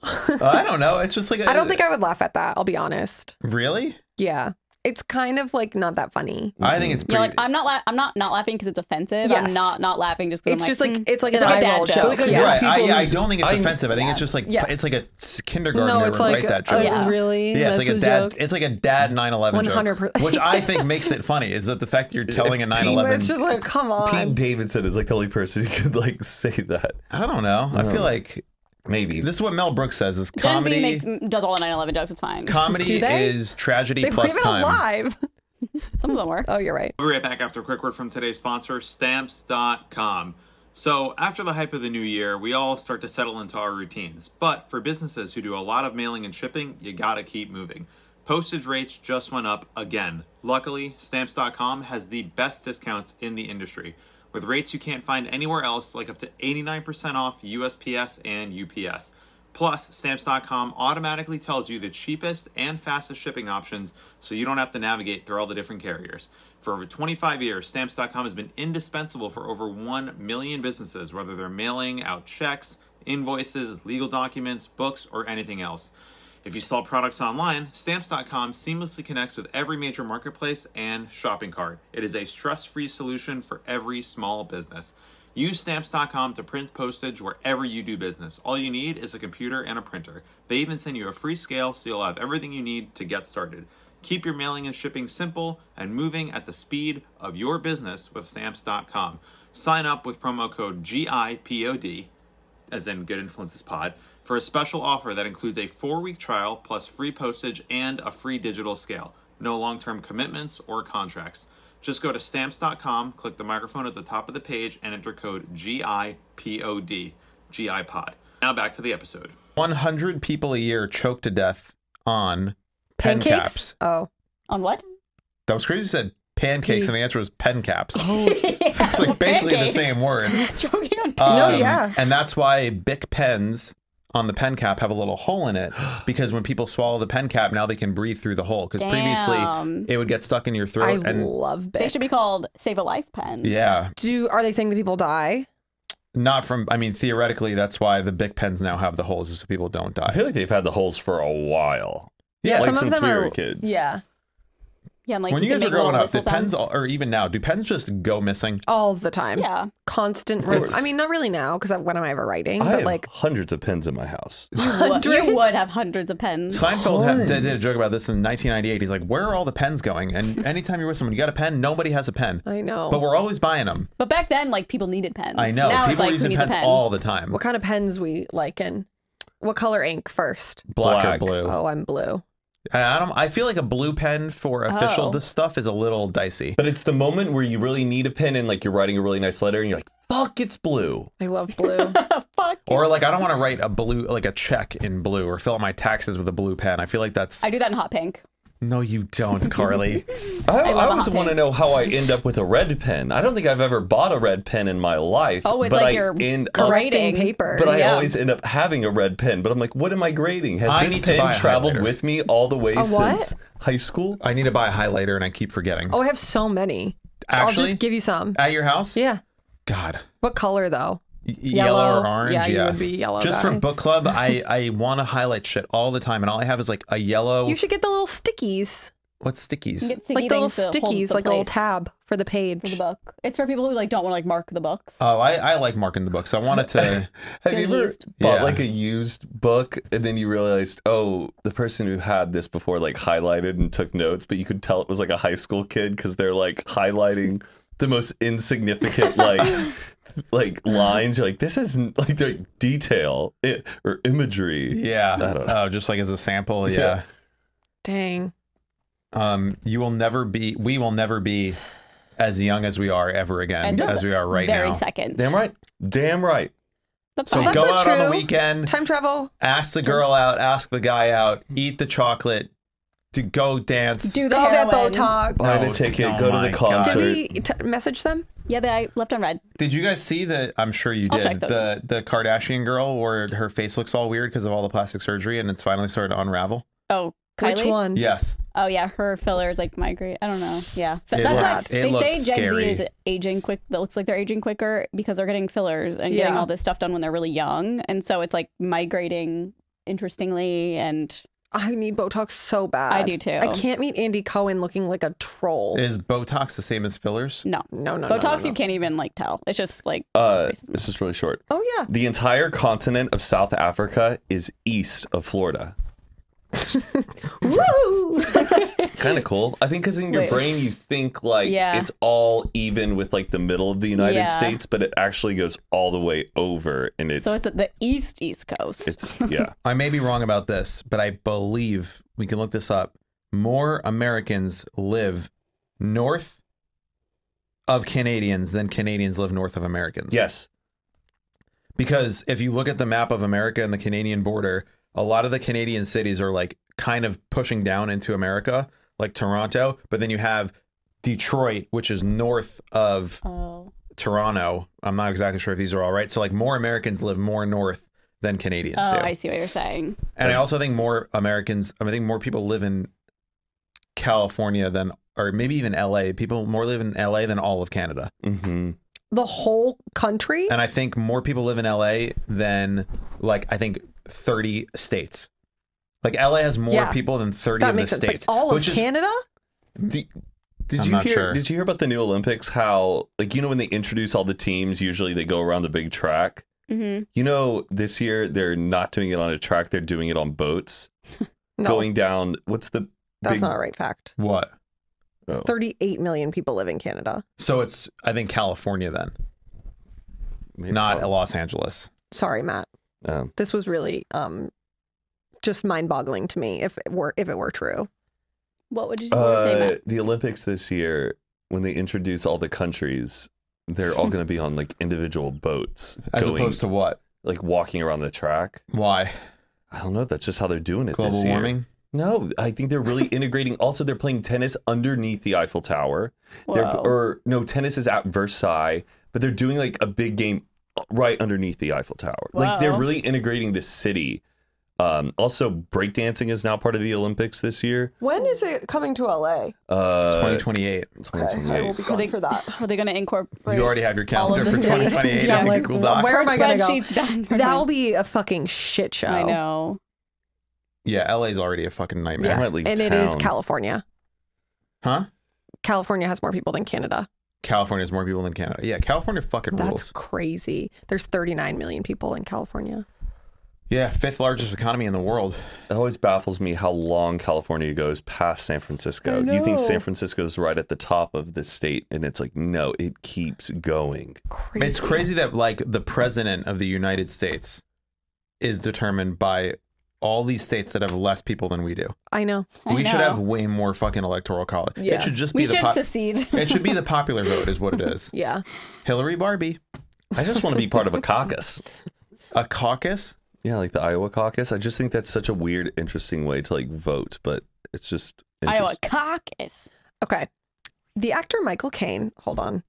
Speaker 4: like,
Speaker 3: who?
Speaker 1: I don't know. It's just like I
Speaker 3: I don't think I would laugh at that. I'll be honest.
Speaker 1: really.
Speaker 3: Yeah. it's kind of like not that funny.
Speaker 8: I think it's
Speaker 2: You know,
Speaker 8: pretty.
Speaker 2: like I'm not, la- I'm not not laughing because it's offensive. I'm
Speaker 3: Yes.
Speaker 2: not not laughing just because
Speaker 3: It's
Speaker 2: I'm
Speaker 3: just
Speaker 2: like,
Speaker 3: like
Speaker 2: "Hmm."
Speaker 3: it's like an
Speaker 2: like a
Speaker 3: eye
Speaker 2: dad
Speaker 3: roll
Speaker 2: joke.
Speaker 3: joke.
Speaker 2: Like a-
Speaker 3: Yeah.
Speaker 8: right.
Speaker 4: people
Speaker 8: I, I
Speaker 4: lose-
Speaker 8: don't think it's
Speaker 4: I-
Speaker 8: offensive. I think it's just like
Speaker 3: Yeah.
Speaker 8: it's like a s- kindergartner
Speaker 3: No, it's
Speaker 8: would
Speaker 3: like
Speaker 8: write that
Speaker 3: oh,
Speaker 8: joke.
Speaker 3: really.
Speaker 8: Yeah, it's like
Speaker 3: That's
Speaker 8: a
Speaker 3: the
Speaker 8: dad.
Speaker 3: joke?
Speaker 8: It's like a dad 9/11 joke,
Speaker 3: 100%.
Speaker 8: which I think makes it funny. Is that the fact that you're telling a
Speaker 3: It's
Speaker 8: 9/11?
Speaker 3: just like come
Speaker 4: Pete
Speaker 3: on.
Speaker 4: Davidson is like the only person who could like say that.
Speaker 8: I don't know. I feel like
Speaker 4: Maybe
Speaker 8: this is what Mel Brooks says: is
Speaker 2: Gen
Speaker 8: comedy.
Speaker 2: Z makes does all the 9/11 jokes. It's fine.
Speaker 8: comedy
Speaker 3: Do they?
Speaker 8: is tragedy
Speaker 3: They weren't
Speaker 8: plus
Speaker 3: even
Speaker 8: time.
Speaker 3: alive.
Speaker 2: Some of them work.
Speaker 8: uh,
Speaker 3: Oh, you're right.
Speaker 1: We'll be right back after a quick word from today's sponsor, Stamps.com. So, after the hype of the new year, we all start to settle into our routines. But for businesses who do a lot of mailing and shipping, you gotta keep moving. Postage rates just went up again. Luckily, Stamps.com has the best discounts in the industry, with rates you can't find anywhere else, like up to 89% off USPS and UPS. Plus, stamps.com automatically tells you the cheapest and fastest shipping options so you don't have to navigate through all the different carriers. For over 25 years, stamps.com has been indispensable for over 1 million businesses, whether they're mailing out checks, invoices, legal documents, books, or anything else. If you sell products online, stamps.com seamlessly connects with every major marketplace and shopping cart. It is a stress free solution for every small business. Use stamps.com to print postage wherever you do business. All you need is a computer and a printer. They even send you a free scale so you'll have everything you need to get started. Keep your mailing and shipping simple and moving at the speed of your business with stamps.com. Sign up with promo code GIPOD as in Good Influences Pod, for a special offer that includes a four week trial plus free postage and a free digital scale. No long term commitments or contracts. Just go to stamps.com, click the microphone at the top of the page, and enter code GIPOD, GIPOD. Now back to the episode.
Speaker 8: 100 people a year choked to death on pen
Speaker 3: Pancakes.
Speaker 8: caps.
Speaker 3: Oh,
Speaker 2: On what?
Speaker 8: That was crazy. You said pancakes,
Speaker 3: Pe-
Speaker 8: and the answer was pen caps.
Speaker 3: Oh,
Speaker 2: it's
Speaker 8: It's like basically the same word.
Speaker 2: Joking on
Speaker 3: No,
Speaker 8: Um,
Speaker 3: yeah.
Speaker 8: And that's why Bic pens on the pen cap have a little hole in it because when people swallow the pen cap, now they can breathe through the hole. Because previously
Speaker 2: Damn.
Speaker 8: it would get stuck in your
Speaker 3: I
Speaker 8: throat. and
Speaker 3: love
Speaker 2: They
Speaker 3: Bic.
Speaker 2: should be called Save a Life Pen.
Speaker 8: yeah,
Speaker 3: Do are they saying the people die?
Speaker 8: not from, I mean, theoretically, that's why the Bic pens now have the holes is so people don't
Speaker 4: I
Speaker 8: die.
Speaker 4: feel like they've had the holes for a while.
Speaker 3: Yeah,
Speaker 4: like
Speaker 3: some
Speaker 4: since
Speaker 3: of them
Speaker 4: we
Speaker 3: are
Speaker 4: were kids.
Speaker 3: Yeah,
Speaker 2: Yeah, and like
Speaker 8: when
Speaker 2: you,
Speaker 8: you
Speaker 2: can
Speaker 8: guys were
Speaker 2: make little
Speaker 8: growing up,
Speaker 2: whistle
Speaker 8: did pens,
Speaker 2: sounds.
Speaker 8: al- or even now, do pens just go missing?
Speaker 3: all the time.
Speaker 2: yeah.
Speaker 3: constant.
Speaker 4: Mm-hmm. course.
Speaker 3: rem- I mean, not really now because when am I ever writing?
Speaker 4: I
Speaker 3: but
Speaker 4: have
Speaker 3: like,
Speaker 4: hundreds of pins in my house.
Speaker 2: Well,
Speaker 3: Hundreds?
Speaker 2: You would have hundreds of pens.
Speaker 8: Seinfeld had, did, did a
Speaker 4: Tons.
Speaker 8: joke about this in 1998. He's like, "Where are all the pens going?" And anytime you're with someone, you got a pen. Nobody has a pen,
Speaker 3: I know.
Speaker 8: but we're always buying them.
Speaker 2: But back then, like people needed pens.
Speaker 8: I know
Speaker 2: Now it's
Speaker 8: people are
Speaker 2: like who
Speaker 8: using
Speaker 2: needs
Speaker 8: pens
Speaker 2: a pen?
Speaker 8: all the time.
Speaker 3: what kind of pens we like and what color ink first?
Speaker 8: Black, or
Speaker 4: Black.
Speaker 8: blue.
Speaker 3: Oh, I'm blue.
Speaker 8: And I don't. I feel like a blue pen for official
Speaker 3: Oh.
Speaker 8: dis- stuff is a little dicey.
Speaker 4: But it's the moment where you really need a pen and like you're writing a really nice letter and you're like, fuck, it's blue.
Speaker 3: I love blue.
Speaker 2: Oh, Fuck.
Speaker 8: Or like I don't want to write a blue like a check in blue or fill out my taxes with a blue pen. I feel like that's
Speaker 2: I do that in hot pink.
Speaker 8: no, you don't, Carly.
Speaker 4: I, I,
Speaker 2: love a
Speaker 4: always
Speaker 2: hot
Speaker 4: want to
Speaker 2: pen.
Speaker 4: know how I end up with a red pen. I don't think I've ever bought a red pen in my life.
Speaker 2: Oh, it's
Speaker 4: but
Speaker 2: like
Speaker 4: I
Speaker 2: your
Speaker 4: end up-
Speaker 2: Great
Speaker 3: Correcting
Speaker 2: ink.
Speaker 3: paper.
Speaker 4: But I
Speaker 3: Yeah.
Speaker 4: always end up having a red pen. But I'm like, what am I grading? Has
Speaker 8: I
Speaker 4: this
Speaker 8: need to buy
Speaker 4: pen
Speaker 8: a
Speaker 4: traveled
Speaker 8: highlighter.
Speaker 4: with me all the way
Speaker 3: what?
Speaker 4: since high school?
Speaker 8: I need to buy a highlighter, and I keep forgetting.
Speaker 3: Oh, I have so many. I'll
Speaker 8: Actually?
Speaker 3: just give you some.
Speaker 8: At your house?
Speaker 3: Yeah.
Speaker 8: God.
Speaker 3: What color though?
Speaker 8: Y- yellow,
Speaker 3: Yellow.
Speaker 8: or orange.
Speaker 3: Yeah,
Speaker 8: Yeah,
Speaker 3: you would be yellow
Speaker 8: Just
Speaker 3: guy.
Speaker 8: for book club, I I want to highlight shit all the time, and all I have is like a yellow.
Speaker 3: You should get the little stickies,
Speaker 8: what's stickies?
Speaker 2: You get sticky
Speaker 3: like the little
Speaker 2: things to hold
Speaker 3: stickies,
Speaker 2: the
Speaker 3: like a little
Speaker 2: place
Speaker 3: tab for
Speaker 2: for the
Speaker 3: the page.
Speaker 2: book. It's for people who like don't want to like mark the books.
Speaker 8: Oh, I, I like marking the books. I wanted to.
Speaker 4: Have
Speaker 2: Good
Speaker 4: you ever
Speaker 2: used.
Speaker 4: bought
Speaker 8: Yeah.
Speaker 4: like a used book and then you realized, oh, the person who had this before like highlighted and took notes, but you could tell it was like a high school kid because they're like highlighting the most insignificant like like lines. You're like, this isn't like the detail i or imagery.
Speaker 8: yeah.
Speaker 4: I don't know.
Speaker 8: Oh, just like as a sample. Yeah.
Speaker 4: Yeah.
Speaker 3: Dang.
Speaker 8: Um, you will never be. We will never be as young as we are ever again,
Speaker 2: And
Speaker 8: as we are right
Speaker 2: very
Speaker 8: now.
Speaker 2: second.
Speaker 4: Damn right. Damn right.
Speaker 2: That's
Speaker 8: So
Speaker 2: fine.
Speaker 8: go
Speaker 3: not
Speaker 8: out on the
Speaker 3: Oh, true.
Speaker 8: weekend.
Speaker 3: Time travel.
Speaker 8: Ask the girl out. Ask the guy out. Eat the chocolate. To go dance.
Speaker 2: do the
Speaker 3: Go get
Speaker 2: heroin.
Speaker 3: Botox.
Speaker 4: Buy
Speaker 8: Oh,
Speaker 4: the ticket,
Speaker 8: oh
Speaker 4: go to
Speaker 8: my
Speaker 4: the
Speaker 8: God.
Speaker 3: Did
Speaker 4: concert.
Speaker 3: we t- message them?
Speaker 2: Yeah, they I left on red.
Speaker 8: Did you guys see the? I'm sure you
Speaker 2: I'll
Speaker 8: did.
Speaker 2: check those.
Speaker 8: The the Kardashian girl where her face looks all weird because of all the plastic surgery and it's finally started to unravel.
Speaker 2: Oh, Kylie.
Speaker 3: Which one?
Speaker 8: Yes.
Speaker 2: Oh yeah, her fillers like migrate. I don't know. Yeah, that's
Speaker 8: looked-
Speaker 2: why-
Speaker 8: it
Speaker 2: they
Speaker 8: looked
Speaker 2: say Gen
Speaker 8: scary.
Speaker 2: Z is aging quick. That looks like they're aging quicker because they're getting fillers and getting
Speaker 3: Yeah.
Speaker 2: all this stuff done when they're really young, and so it's like migrating interestingly and
Speaker 3: I need Botox so bad.
Speaker 2: I do too.
Speaker 3: I can't meet Andy Cohen looking like a troll.
Speaker 1: Is Botox the same as fillers?
Speaker 2: No.
Speaker 3: no, no, no,
Speaker 2: Botox,
Speaker 3: no, no.
Speaker 2: you can't even like tell. It's just like
Speaker 4: Uh,
Speaker 2: racism.
Speaker 4: this is really short.
Speaker 3: Oh yeah.
Speaker 4: The entire continent of South Africa is east of Florida.
Speaker 3: Woo!
Speaker 4: Kind of cool. I think because in your
Speaker 2: Wait.
Speaker 4: brain you think like
Speaker 2: Yeah.
Speaker 4: it's all even with like the middle of the United
Speaker 2: Yeah.
Speaker 4: States, but it actually goes all the way over, and it's
Speaker 2: so it's at the east east coast.
Speaker 4: it's yeah.
Speaker 1: I may be wrong about this, but I believe we can look this up. More Americans live north of Canadians than Canadians live north of Americans.
Speaker 4: yes.
Speaker 1: Because if you look at the map of America and the Canadian border, a lot of the Canadian cities are like kind of pushing down into America, like Toronto, but then you have Detroit, which is north of
Speaker 2: oh.
Speaker 1: Toronto. I'm not exactly sure if these are all right. So like more Americans live more north than Canadians
Speaker 2: Oh,
Speaker 1: do.
Speaker 2: I see what you're saying.
Speaker 1: And I also think more Americans, I, mean, I think more people live in California than, or maybe even LA. People more live in LA than all of Canada.
Speaker 4: Mm-hmm.
Speaker 3: the whole country.
Speaker 1: And I think more people live in LA than, like, I think 30 states. Like, LA has more
Speaker 3: Yeah.
Speaker 1: people than 30
Speaker 3: That
Speaker 1: of the
Speaker 3: makes sense.
Speaker 1: states.
Speaker 3: but all of
Speaker 1: which is-
Speaker 3: Canada?
Speaker 4: Did, did
Speaker 1: I'm
Speaker 4: you
Speaker 1: not
Speaker 4: hear?
Speaker 1: sure.
Speaker 4: Did you hear about the new Olympics? How like you know when they introduce all the teams, usually they go around the big track.
Speaker 2: Mm-hmm.
Speaker 4: You know, this year they're not doing it on a track; they're doing it on boats,
Speaker 3: No,
Speaker 4: going down. What's the
Speaker 3: that's
Speaker 4: big-
Speaker 3: not a right fact.
Speaker 1: what?
Speaker 4: oh.
Speaker 3: 38 million people live in Canada.
Speaker 1: So it's, I think, California then,
Speaker 4: Maybe-
Speaker 1: not Los Angeles.
Speaker 3: Sorry, Matt.
Speaker 4: Um,
Speaker 3: This was really um just mind-boggling to me if it were if it were true.
Speaker 2: What would you what were you saying?
Speaker 4: uh,
Speaker 2: Matt?
Speaker 4: the Olympics this year, when they introduce all the countries, they're all going to be on like individual boats,
Speaker 1: Hmm. As
Speaker 4: going
Speaker 1: opposed to what?
Speaker 4: like walking around the track.
Speaker 1: Why?
Speaker 4: I don't know. That's just how they're doing it.
Speaker 1: Global
Speaker 4: this year.
Speaker 1: warming?
Speaker 4: No, I think they're really integrating. Also, they're playing tennis underneath the Eiffel Tower. They're,
Speaker 2: Whoa.
Speaker 4: or no, tennis is at Versailles, but they're doing like a big game right underneath the Eiffel Tower. Like they're
Speaker 2: Wow.
Speaker 4: really integrating the city. Um, also, breakdancing is now part of the Olympics this year. Uh,
Speaker 3: When is it coming to LA?
Speaker 1: 2028.
Speaker 4: 2028.
Speaker 3: be
Speaker 2: gone for
Speaker 3: that.
Speaker 2: Are they going to incorporate?
Speaker 1: You already have your
Speaker 2: all of
Speaker 1: calendar for
Speaker 2: the city.
Speaker 1: 2028.
Speaker 2: Yeah,
Speaker 1: I think
Speaker 2: like,
Speaker 1: a cool doc.
Speaker 3: Where
Speaker 2: Our
Speaker 3: am I gonna go?
Speaker 2: spreadsheet's done.
Speaker 3: That'll be a fucking shit show.
Speaker 2: I know.
Speaker 1: Yeah, LA's already a fucking nightmare.
Speaker 4: I might leave
Speaker 3: And it is
Speaker 4: town.
Speaker 3: California.
Speaker 1: Huh?
Speaker 3: California has more people than Canada.
Speaker 1: California has more people than Canada. Yeah, California fucking
Speaker 3: That's
Speaker 1: rules.
Speaker 3: crazy. There's 39 million people in California.
Speaker 1: Yeah, fifth largest economy in the world.
Speaker 4: It always baffles me how long California goes past San Francisco. You think San Francisco is right at the top of the state, and it's like, no, it keeps going.
Speaker 3: Crazy.
Speaker 1: It's crazy that like the president of the United States is determined by all these states that have less people than we do.
Speaker 3: I know.
Speaker 2: I
Speaker 1: we
Speaker 2: know.
Speaker 1: should have way more fucking electoral college.
Speaker 3: Yeah.
Speaker 1: It should just be
Speaker 2: We
Speaker 1: the
Speaker 2: should
Speaker 1: po-
Speaker 2: secede.
Speaker 1: it should be the popular vote is what it is.
Speaker 3: Yeah.
Speaker 1: Hillary Barbie,
Speaker 4: I just want to be part of a caucus.
Speaker 1: a caucus.
Speaker 4: Yeah, like the Iowa caucus. I just think that's such a weird, interesting way to like vote, but it's just
Speaker 2: Iowa
Speaker 4: interest-
Speaker 2: caucus.
Speaker 3: Okay. The actor Michael Caine, hold on,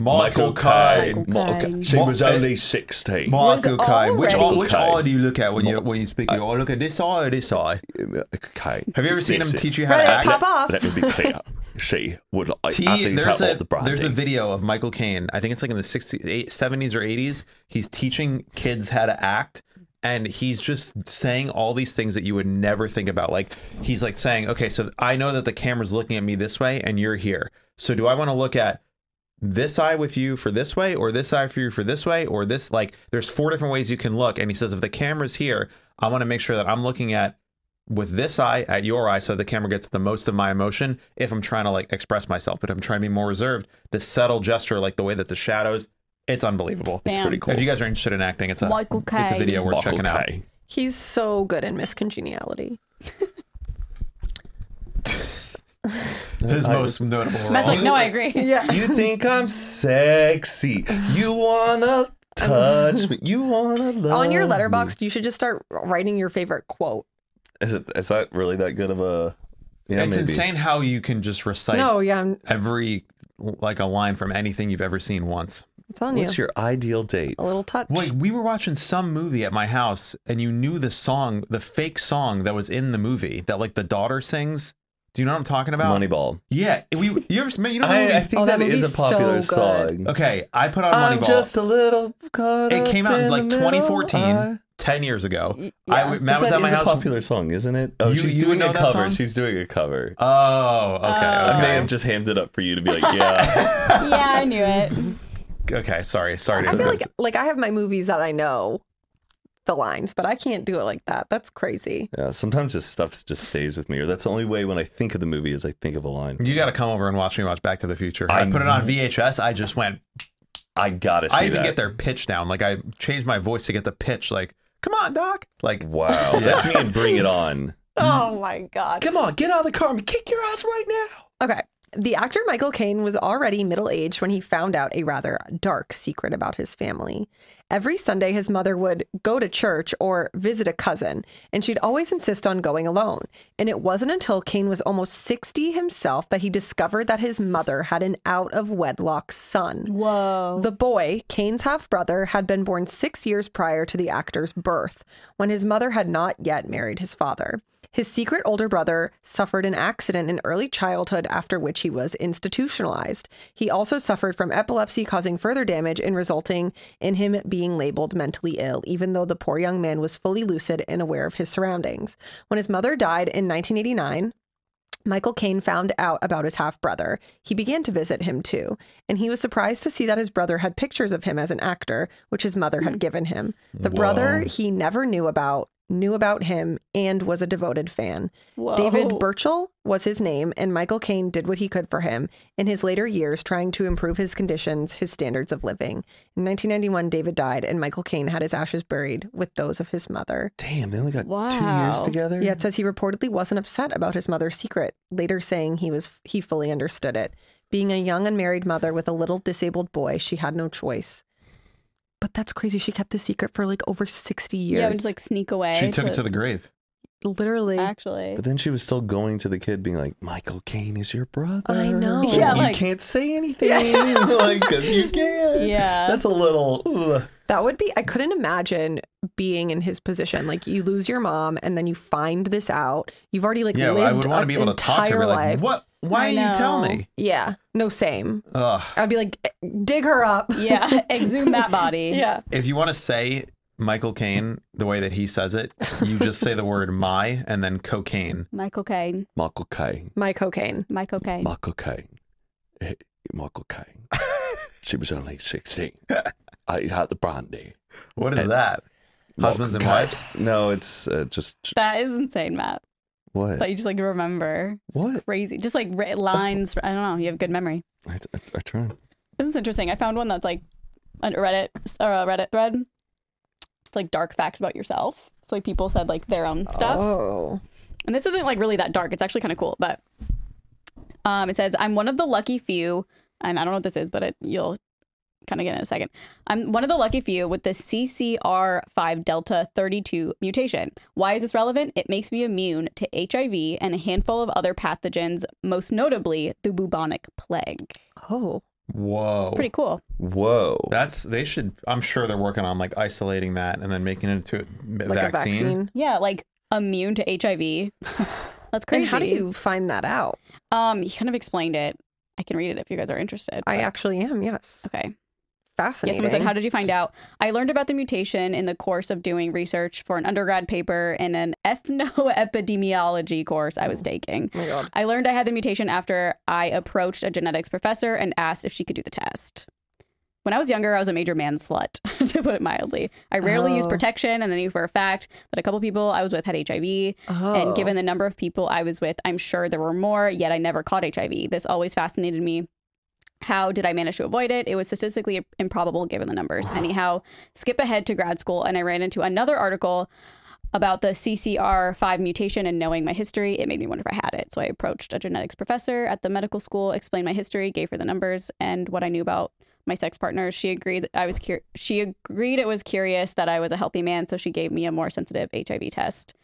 Speaker 1: Michael Caine.
Speaker 2: Michael Caine.
Speaker 4: She was
Speaker 1: Michael-
Speaker 4: only sixteen.
Speaker 1: Michael
Speaker 3: Was
Speaker 1: Caine. Which eye,
Speaker 3: already-
Speaker 1: which eye do you look at when you when you speak? You look at this eye or this eye.
Speaker 4: Okay.
Speaker 1: Have you ever seen him
Speaker 4: Uh, Listen,
Speaker 1: teach you how to
Speaker 3: Reddit,
Speaker 1: act?
Speaker 3: pop off.
Speaker 4: Let me be clear. She would like
Speaker 1: He,
Speaker 4: I think
Speaker 1: there's,
Speaker 4: all
Speaker 1: a,
Speaker 4: the
Speaker 1: there's a
Speaker 4: branding.
Speaker 1: video of Michael Caine. I think it's like in the 60s, eight- 70s or 80s. He's teaching kids how to act. And he's just saying all these things that you would never think about. Like, he's like saying, okay, so I know that the camera's looking at me this way and you're here. So do I want to look at this eye with you for this way or this eye for you for this way or this? Like, there's four different ways you can look. And he says, if the camera's here, I want to make sure that I'm looking at with this eye at your eye so the camera gets the most of my emotion if I'm trying to like express myself, but I'm trying to be more reserved. The subtle gesture, like the way that the shadows, it's unbelievable.
Speaker 2: It's pretty Damn.
Speaker 1: If you guys are interested in acting, it's a
Speaker 2: Michael
Speaker 1: it's a
Speaker 2: Caine.
Speaker 1: video worth
Speaker 4: Michael
Speaker 1: checking out.
Speaker 4: Caine.
Speaker 3: he's so good in Miss Congeniality.
Speaker 1: His most notable role.
Speaker 2: Matt's like, no, I agree.
Speaker 3: Yeah.
Speaker 4: You think I'm sexy? You wanna touch me? You wanna love
Speaker 1: Oh,
Speaker 3: On your
Speaker 4: me.
Speaker 3: letterbox, you should just start writing your favorite quote.
Speaker 4: Is it? Is that really that good of a? Yeah,
Speaker 1: it's
Speaker 4: maybe.
Speaker 1: insane how you can just recite
Speaker 3: no, yeah, I'm,
Speaker 1: every like a line from anything you've ever seen once.
Speaker 3: I'm telling you.
Speaker 4: What's your ideal date?
Speaker 1: Oh,
Speaker 3: a little touch.
Speaker 1: Like we were watching some movie at my house and you knew the song, the fake song that was in the movie that like the daughter sings. Do you know what I'm talking about?
Speaker 4: Moneyball.
Speaker 1: Yeah, we you ever you know the
Speaker 4: I,
Speaker 1: movie
Speaker 4: I think
Speaker 3: Oh, that
Speaker 4: that is
Speaker 3: movie's
Speaker 4: a popular
Speaker 3: so
Speaker 4: song.
Speaker 3: good.
Speaker 1: Okay, I put on
Speaker 4: I'm
Speaker 1: Moneyball.
Speaker 4: just a little caught
Speaker 1: It came out
Speaker 4: up
Speaker 1: in, like,
Speaker 4: the middle.
Speaker 1: 2014.
Speaker 4: I-
Speaker 1: ten years ago.
Speaker 2: Y-
Speaker 1: I
Speaker 2: yeah.
Speaker 1: w- Matt was
Speaker 4: That
Speaker 1: at my
Speaker 4: is a
Speaker 1: house.
Speaker 4: popular song, isn't it? Oh,
Speaker 1: You-
Speaker 4: she's
Speaker 1: you would
Speaker 4: doing a
Speaker 1: know that
Speaker 4: cover.
Speaker 1: song?
Speaker 4: She's doing a cover.
Speaker 1: Oh, okay,
Speaker 2: Oh.
Speaker 3: Uh,
Speaker 4: I may
Speaker 1: okay,
Speaker 4: have just hammed it up for you to be like, yeah.
Speaker 2: yeah, I knew it.
Speaker 1: okay. Sorry, sorry.
Speaker 3: I
Speaker 1: To
Speaker 3: feel like like I have my movies that I know the lines, but I can't do it like that. That's crazy.
Speaker 4: yeah. Sometimes this stuff just stays with me, or that's the only way when I think of the movie is I think of a line.
Speaker 1: you got to come over and watch me watch Back to the Future. I,
Speaker 4: I
Speaker 1: put it on
Speaker 4: know.
Speaker 1: VHS. I just went.
Speaker 4: I gotta see
Speaker 1: I even
Speaker 4: that.
Speaker 1: get their pitch down. Like I changed my voice to get the pitch. Like, come on, Doc. Like,
Speaker 4: Wow, that's me and Bring It On.
Speaker 2: Oh my god.
Speaker 4: Come on, get out of the car and kick your ass right now.
Speaker 3: Okay. The actor Michael Caine was already middle aged when he found out a rather dark secret about his family. Every Sunday, his mother would go to church or visit a cousin, and she'd always insist on going alone. And it wasn't until Caine was almost 60 himself that he discovered that his mother had an out of wedlock son.
Speaker 2: Whoa.
Speaker 3: The boy, Kane's half brother, had been born six years prior to the actor's birth, when his mother had not yet married his father. His secret older brother suffered an accident in early childhood after which he was institutionalized. He also suffered from epilepsy, causing further damage and resulting in him being labeled mentally ill, even though the poor young man was fully lucid and aware of his surroundings. When his mother died in 1989, Michael Caine found out about his half brother. He began to visit him too, and he was surprised to see that his brother had pictures of him as an actor, which his mother had given him. The brother
Speaker 4: Whoa.
Speaker 3: he never knew about knew about him and was a devoted fan.
Speaker 2: Whoa.
Speaker 3: David Burchell was his name, and Michael Caine did what he could for him in his later years, trying to improve his conditions, his standards of living. In 1991, David died, and Michael Caine had his ashes buried with those of his mother.
Speaker 4: Damn, they only got two years
Speaker 2: Wow.
Speaker 4: together.
Speaker 3: Yeah, it says he reportedly wasn't upset about his mother's secret, later saying he was he fully understood it. Being a young unmarried mother with a little disabled boy, she had no choice. But that's crazy. She kept the secret for like over 60 years.
Speaker 2: Yeah, it would just like sneak away.
Speaker 1: she took it to the grave.
Speaker 3: literally.
Speaker 2: Actually.
Speaker 4: But then she was still going to the kid, being like, "Michael Caine is your brother."
Speaker 3: I know.
Speaker 2: Yeah,
Speaker 4: you
Speaker 2: like-
Speaker 4: can't say anything, like, because you can't.
Speaker 2: Yeah.
Speaker 4: that's a little. ugh.
Speaker 3: That would be I couldn't imagine being in his position. Like you lose your mom and then you find this out. You've already like
Speaker 1: Yeah,
Speaker 3: lived
Speaker 1: I would want
Speaker 3: an
Speaker 1: to be able to talk to her. be
Speaker 3: entire
Speaker 1: Like,
Speaker 3: life.
Speaker 1: what? Why
Speaker 2: I
Speaker 1: didn't you tell
Speaker 2: know.
Speaker 1: me?
Speaker 3: Yeah. No same.
Speaker 1: Ugh.
Speaker 3: I'd be like "Eh, dig her up.
Speaker 2: Yeah. Exhume that body.
Speaker 3: Yeah.
Speaker 1: If you want to say Michael Caine the way that he says it, you just say the word "my" and then cocaine.
Speaker 2: Michael Caine.
Speaker 4: Michael Caine,
Speaker 3: My cocaine.
Speaker 2: Michael Caine.
Speaker 4: Michael Caine, Eh, Michael Caine. she was only sixteen. I had the brandy.
Speaker 1: What is that? Husbands and wives.
Speaker 4: No, it's uh, just
Speaker 2: That is insane, Matt.
Speaker 4: what.
Speaker 2: That you just like remember. It's
Speaker 4: What?
Speaker 2: Crazy. Just like ri- lines. I don't know. You have good memory.
Speaker 4: I, I, I try.
Speaker 2: This is interesting. I found one that's like a Reddit or a Reddit thread. It's like dark facts about yourself. It's like people said like their own stuff.
Speaker 3: Oh.
Speaker 2: and this isn't like really that dark. It's actually kind of cool, but um, it says I'm one of the lucky few, and I don't know what this is, but it you'll kind of get it in a second. I'm one of the lucky few with the CCR5 Delta 32 mutation. Why is this relevant? It makes me immune to HIV and a handful of other pathogens, most notably the bubonic plague.
Speaker 3: Oh.
Speaker 1: Whoa.
Speaker 8: Oh.
Speaker 2: Pretty cool.
Speaker 4: Whoa.
Speaker 1: That's they should. I'm sure they're working on like isolating that and then making it into a
Speaker 3: Like
Speaker 1: vaccine.
Speaker 3: a vaccine.
Speaker 2: Yeah, like immune to HIV. That's crazy.
Speaker 3: And how do you find that out?
Speaker 2: Um, he kind of explained it. I can read it if you guys are interested.
Speaker 3: I
Speaker 2: but-
Speaker 3: actually am, yes.
Speaker 2: okay. Yeah,
Speaker 3: Fascinating.
Speaker 2: someone said, How did you find out? I learned about the mutation in the course of doing research for an undergrad paper in an ethnoepidemiology course I was taking.
Speaker 3: Oh my god.
Speaker 2: I learned I had the mutation after I approached a genetics professor and asked if she could do the test. When I was younger, I was a major man slut, to put it mildly. I rarely used
Speaker 3: Oh.
Speaker 2: protection, and I knew for a fact that a couple people I was with had HIV.
Speaker 3: Oh.
Speaker 2: And given the number of people I was with, I'm sure there were more, yet I never caught HIV. This always fascinated me. How did I manage to avoid it? It was statistically improbable given the numbers. Anyhow, skip ahead to grad school, and I ran into another article about the CCR5 mutation and knowing my history. It made me wonder if I had it. So I approached a genetics professor at the medical school, explained my history, gave her the numbers and what I knew about my sex partners. She agreed that I was cur- she agreed it was curious that I was a healthy man, so she gave me a more sensitive HIV test.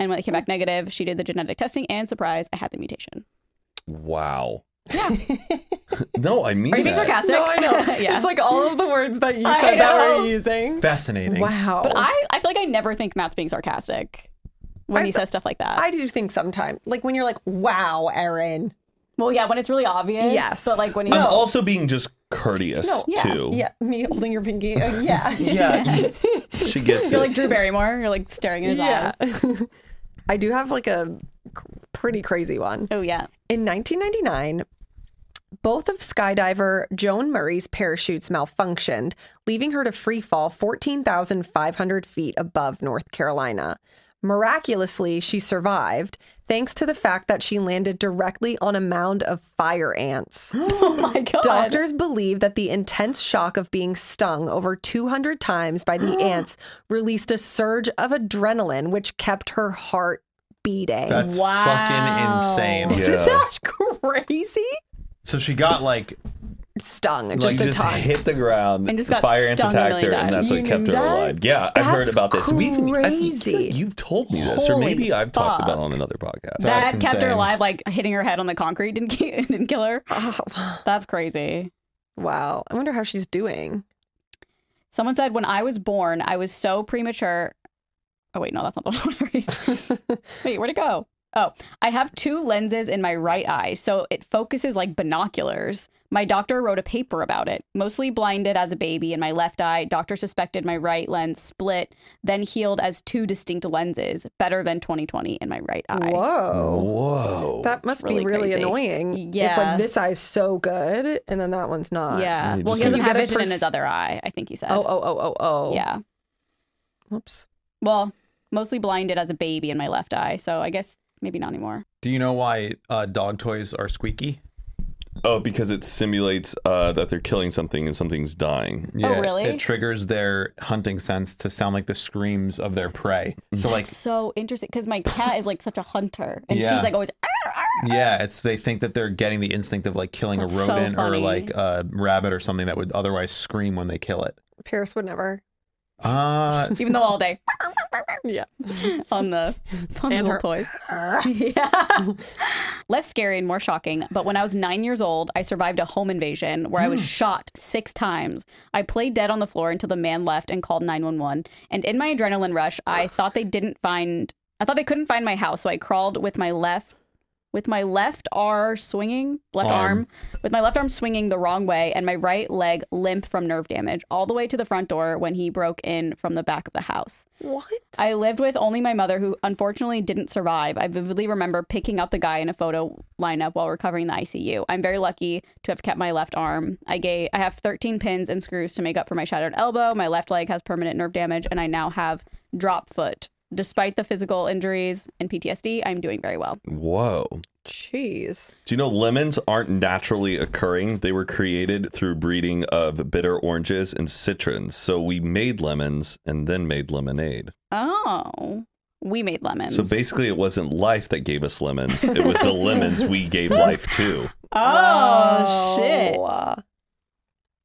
Speaker 2: And when it came back negative, she did the genetic testing and surprise, I had the mutation.
Speaker 4: Wow. no, I mean
Speaker 2: Are you being
Speaker 4: that.
Speaker 2: sarcastic? No, I know. yeah.
Speaker 3: It's like all of the words that you
Speaker 2: I
Speaker 3: said that
Speaker 2: know.
Speaker 3: we're using.
Speaker 1: Fascinating.
Speaker 3: Wow.
Speaker 2: but I, I feel like I never think Matt's being sarcastic when
Speaker 3: I
Speaker 2: he
Speaker 3: th-
Speaker 2: says stuff like that.
Speaker 3: I do think sometimes, like when you're like, wow, Erin.
Speaker 2: well, yeah, when it's really obvious.
Speaker 3: Yes.
Speaker 2: But like when he's
Speaker 4: I'm also being just courteous
Speaker 3: No,
Speaker 2: yeah,
Speaker 4: too.
Speaker 3: Yeah, me holding your pinky. uh, yeah.
Speaker 4: Yeah, you- She gets
Speaker 2: You're
Speaker 4: it.
Speaker 2: like Drew Barrymore. You're like staring in his eyes.
Speaker 3: I do have like a c- pretty crazy one.
Speaker 2: Oh yeah.
Speaker 3: In 1999, both of skydiver Joan Murray's parachutes malfunctioned, leaving her to free fall 14,500 feet above North Carolina. Miraculously, she survived thanks to the fact that she landed directly on a mound of fire ants.
Speaker 2: Oh my god.
Speaker 3: Doctors believe that the intense shock of being stung over 200 times by the ants released a surge of adrenaline, which kept her heart beating.
Speaker 1: That's
Speaker 2: Wow.
Speaker 1: fucking insane.
Speaker 4: Yeah.
Speaker 3: Isn't that crazy?
Speaker 1: So she got like
Speaker 3: Stung
Speaker 4: like
Speaker 3: just a
Speaker 4: just
Speaker 3: ton.
Speaker 4: hit the ground
Speaker 2: And just got
Speaker 4: fire ants
Speaker 2: stung a
Speaker 4: attacked
Speaker 2: million
Speaker 4: her and
Speaker 2: times.
Speaker 4: that's what
Speaker 3: You
Speaker 4: kept her
Speaker 3: knew that?
Speaker 4: alive yeah i've heard
Speaker 3: That's
Speaker 4: about this I think
Speaker 3: crazy.
Speaker 4: you've told me this or
Speaker 3: Holy
Speaker 4: maybe i've talked about
Speaker 3: fuck.
Speaker 4: it on another podcast
Speaker 1: That- That's
Speaker 2: that kept her
Speaker 1: insane. Uh.
Speaker 2: alive, like hitting her head on the concrete didn't ki- didn't kill her.
Speaker 3: Oh,
Speaker 2: That's crazy.
Speaker 3: wow. I wonder how she's doing.
Speaker 2: Someone said when I was born, I was so premature. Oh wait, no, that's not the one. I wanna read. wait, where'd it go? Oh, I have two lenses in my right eye, so it focuses like binoculars. My doctor wrote a paper about it. Mostly blinded as a baby in my left eye, doctor suspected my right lens split, then healed as two distinct lenses, better than 2020 in my right eye.
Speaker 3: Whoa.
Speaker 4: whoa
Speaker 3: Oh. That must
Speaker 2: really
Speaker 3: be really
Speaker 2: crazy.
Speaker 3: annoying. If
Speaker 2: Yeah.
Speaker 3: like this eye's so good and then that one's not.
Speaker 2: Yeah.
Speaker 4: You
Speaker 2: Well,
Speaker 4: just
Speaker 2: he doesn't
Speaker 3: need-
Speaker 2: have
Speaker 3: You gotta
Speaker 2: vision in
Speaker 3: pers-
Speaker 2: his other eye, I think he said.
Speaker 3: Oh, oh, oh, oh, oh.
Speaker 2: Yeah.
Speaker 3: Whoops.
Speaker 2: Well, mostly blinded as a baby in my left eye, so I guess maybe not anymore.
Speaker 1: Do you know why uh, dog toys are squeaky?
Speaker 4: oh because it simulates uh, that they're killing something and something's dying
Speaker 2: Oh, really?
Speaker 1: It triggers their hunting sense to sound like the screams of their prey. So like
Speaker 2: So interesting because my cat is like such a hunter, and
Speaker 1: Yeah.
Speaker 2: she's like always. "Arr, arr."
Speaker 1: yeah, it's they think that they're getting the instinct of like killing a
Speaker 2: That's so
Speaker 1: rodent or
Speaker 2: funny.
Speaker 1: like a rabbit or something that would otherwise scream when they kill it.
Speaker 3: Paris would never.
Speaker 1: Uh
Speaker 2: Even though all day
Speaker 3: Yeah.
Speaker 2: on the on
Speaker 3: And
Speaker 2: little
Speaker 3: her-
Speaker 2: toys. yeah. Less scary and more shocking, but when I was nine years old, I survived a home invasion where I was shot six times. I played dead on the floor until the man left and called 911. And in my adrenaline rush, I thought they didn't find, I thought they couldn't find my house. So I crawled with my left, with my left arm swinging, left arm.
Speaker 1: Arm.
Speaker 2: with my left arm swinging the wrong way and my right leg limp from nerve damage, all the way to the front door when he broke in from the back of the house.
Speaker 3: What?
Speaker 2: I lived with only my mother, who unfortunately didn't survive. I vividly remember picking up the guy in a photo lineup while recovering the ICU. I'm very lucky to have kept my left arm. I gave I have 13 pins and screws to make up for my shattered elbow. My left leg has permanent nerve damage, and I now have drop foot. Despite the physical injuries and PTSD, I'm doing very well.
Speaker 4: whoa
Speaker 3: Jeez.
Speaker 4: do you know lemons aren't naturally occurring they were created through breeding of bitter oranges and citrons so we made lemons and then made lemonade
Speaker 2: Oh, we made lemons.
Speaker 4: so basically it wasn't life that gave us lemons it was the lemons we gave life to
Speaker 2: oh shit!
Speaker 3: Wow.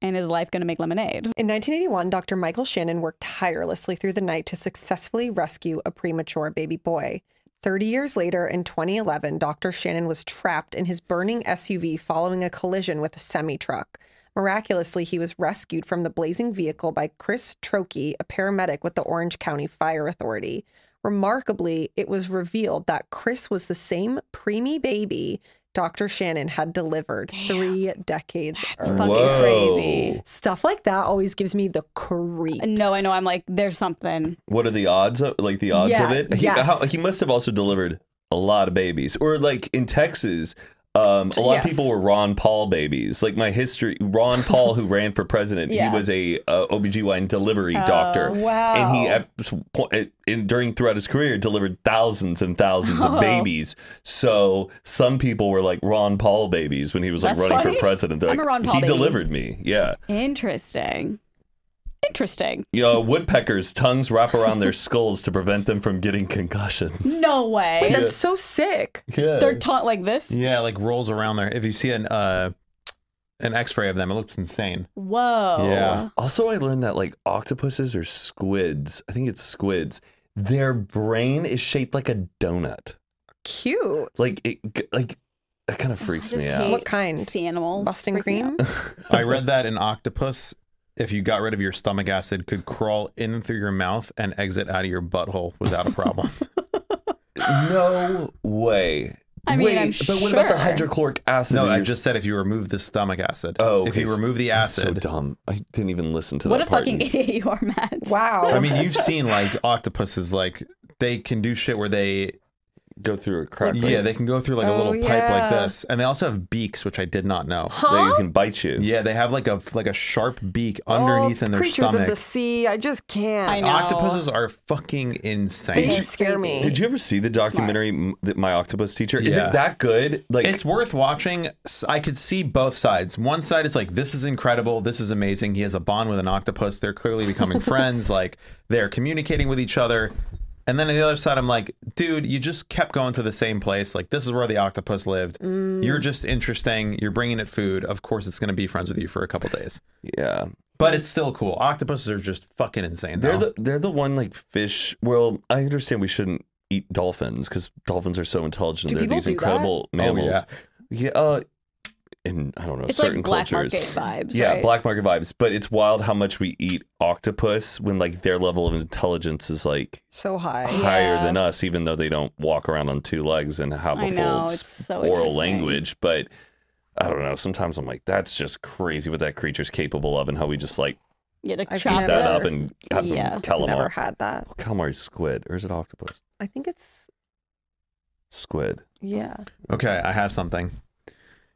Speaker 2: And is life gonna make lemonade?
Speaker 3: In 1981, Dr. Michael Shannon worked tirelessly through the night to successfully rescue a premature baby boy. 30 years later, in 2011, Dr. Shannon was trapped in his burning SUV following a collision with a semi truck. Miraculously, he was rescued from the blazing vehicle by Chris Trokey, a paramedic with the Orange County Fire Authority. Remarkably, it was revealed that Chris was the same preemie baby Dr. Shannon had delivered three decades
Speaker 2: It's
Speaker 3: earlier.
Speaker 2: fucking
Speaker 4: Whoa.
Speaker 2: crazy.
Speaker 3: Stuff like that always gives me the creeps.
Speaker 2: No, I know. I'm like, there's something.
Speaker 4: What are the odds of like the odds
Speaker 3: Yeah,
Speaker 4: of it? He,
Speaker 3: yes.
Speaker 4: how, he must have also delivered a lot of babies, or like in Texas. Um, a lot
Speaker 3: Yes.
Speaker 4: of people were Ron Paul babies. Like my history, Ron Paul, who ran for president,
Speaker 3: Yeah. Oh,
Speaker 4: he was a uh, OBGYN delivery
Speaker 2: Oh,
Speaker 4: doctor.
Speaker 3: wow.
Speaker 4: And he, at, some point- at- in, during throughout his career, delivered thousands and thousands
Speaker 2: Oh.
Speaker 4: of babies. So some people were like Ron Paul babies when he was like
Speaker 2: That's
Speaker 4: running
Speaker 2: funny.
Speaker 4: for president. They're
Speaker 2: I'm a
Speaker 4: like,
Speaker 2: Ron Paul
Speaker 4: he
Speaker 2: baby."
Speaker 4: delivered me. Yeah.
Speaker 2: Interesting. Interesting.
Speaker 4: You know, woodpeckers' tongues wrap around their skulls to prevent them from getting concussions.
Speaker 2: No way.
Speaker 3: That's so sick.
Speaker 4: Yeah.
Speaker 2: They're taught like this.
Speaker 1: yeah, like rolls around there. If you see an uh an X-ray of them, it looks insane.
Speaker 2: Whoa.
Speaker 1: Yeah.
Speaker 4: also, I learned that like octopuses or squids, I think it's squids, their brain is shaped like a donut.
Speaker 3: Cute.
Speaker 4: Like it, like that kind of freaks
Speaker 2: Oh, just
Speaker 4: me
Speaker 2: hate-
Speaker 4: out.
Speaker 3: What kind?
Speaker 2: Sea animals.
Speaker 3: Boston
Speaker 2: freaking out.
Speaker 3: cream?
Speaker 1: I read that an octopus, if you got rid of your stomach acid, could crawl in through your mouth and exit out of your butthole without a problem.
Speaker 4: No way.
Speaker 2: I mean,
Speaker 4: Wait,
Speaker 2: I'm
Speaker 4: but what about
Speaker 2: sure.
Speaker 4: the hydrochloric acid?
Speaker 8: No,
Speaker 4: in
Speaker 8: I
Speaker 4: your
Speaker 8: just said if you remove the stomach acid.
Speaker 4: Oh,
Speaker 8: if you
Speaker 4: okay.
Speaker 8: remove the
Speaker 4: s- so
Speaker 8: acid.
Speaker 4: dumb. I didn't even listen to
Speaker 2: What a
Speaker 4: that. part.
Speaker 2: fucking idiot you are, Matt.
Speaker 3: Wow.
Speaker 8: I mean, you've seen like octopuses, like they can do shit where they,
Speaker 4: Go through a crack. right?
Speaker 8: yeah, they can go through like a
Speaker 3: Oh,
Speaker 8: little pipe like
Speaker 3: yeah.
Speaker 8: this, and they also have beaks, which I did not know.
Speaker 4: They can bite you.
Speaker 8: Yeah, they have like a like a sharp beak
Speaker 3: Oh.
Speaker 8: underneath in their
Speaker 3: creatures of
Speaker 8: stomach.
Speaker 3: the sea. I just can't.
Speaker 2: I know.
Speaker 8: Octopuses are fucking insane.
Speaker 3: They
Speaker 2: It's
Speaker 3: scare me.
Speaker 4: Did you ever see the documentary M- that My Octopus Teacher? Is
Speaker 8: Yeah.
Speaker 4: it that good? Like
Speaker 8: It's worth watching. S- I could see both sides. One side is like, this is incredible. This is amazing. He has a bond with an octopus. They're clearly becoming friends. Like, they're communicating with each other. And then on the other side, I'm like, dude, you just kept going to the same place. Like, this is where the octopus lived.
Speaker 3: Mm.
Speaker 8: You're just interesting. You're bringing it food. Of course, it's going to be friends with you for a couple days.
Speaker 4: yeah.
Speaker 8: But it's still cool. Octopuses are just fucking insane.
Speaker 4: They're
Speaker 8: Though.
Speaker 4: the they're the one like fish. Well, I understand we shouldn't eat dolphins because dolphins are so intelligent.
Speaker 3: Do
Speaker 4: they're
Speaker 3: people
Speaker 4: these
Speaker 3: do that?
Speaker 4: incredible mammals.
Speaker 8: yeah.
Speaker 4: yeah. uh, in I don't know
Speaker 2: It's
Speaker 4: certain
Speaker 2: like black
Speaker 4: cultures.
Speaker 2: market vibes.
Speaker 4: yeah,
Speaker 2: right?
Speaker 4: black market vibes. But it's wild how much we eat octopus when like their level of intelligence is like
Speaker 3: so high.
Speaker 4: higher
Speaker 2: Yeah.
Speaker 4: than us, even though they don't walk around on two legs and have
Speaker 2: I
Speaker 4: a
Speaker 2: know,
Speaker 4: full
Speaker 2: it's
Speaker 4: s-
Speaker 2: so
Speaker 4: oral
Speaker 2: interesting.
Speaker 4: language. But I don't know. Sometimes I'm like, that's just crazy what that creature's capable of, and how we just like
Speaker 2: Yeah, to
Speaker 3: I've
Speaker 2: chop
Speaker 3: never-
Speaker 4: eat that
Speaker 2: it.
Speaker 4: up and have some
Speaker 2: Yeah.
Speaker 4: calamari.
Speaker 3: Never had that.
Speaker 4: calamari squid, or is it octopus?
Speaker 3: I think it's
Speaker 4: Squid.
Speaker 3: yeah.
Speaker 8: Okay, I have something.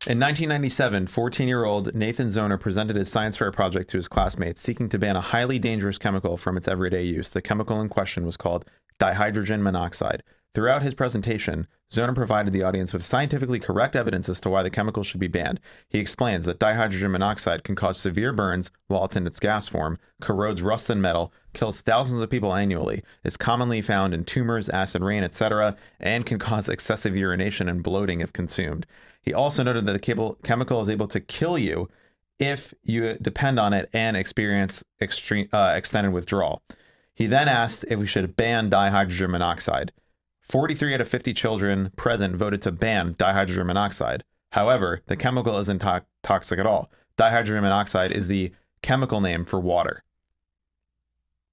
Speaker 8: In 1997, 14 year old Nathan Zoner presented his science fair project to his classmates, seeking to ban a highly dangerous chemical from its everyday use. The chemical in question was called dihydrogen monoxide. Throughout his presentation, Zoner provided the audience with scientifically correct evidence as to why the chemical should be banned. He explains that dihydrogen monoxide can cause severe burns while it's in its gas form, corrodes rust and metal, kills thousands of people annually, is commonly found in tumors, acid rain, etc., and can cause excessive urination and bloating if consumed. He also noted that the cable- chemical is able to kill you if you depend on it and experience extreme, uh, extended withdrawal. He then asked if we should ban dihydrogen monoxide. 43 out of 50 children present voted to ban dihydrogen monoxide. However, the chemical isn't to- toxic at all. Dihydrogen monoxide is the chemical name for water.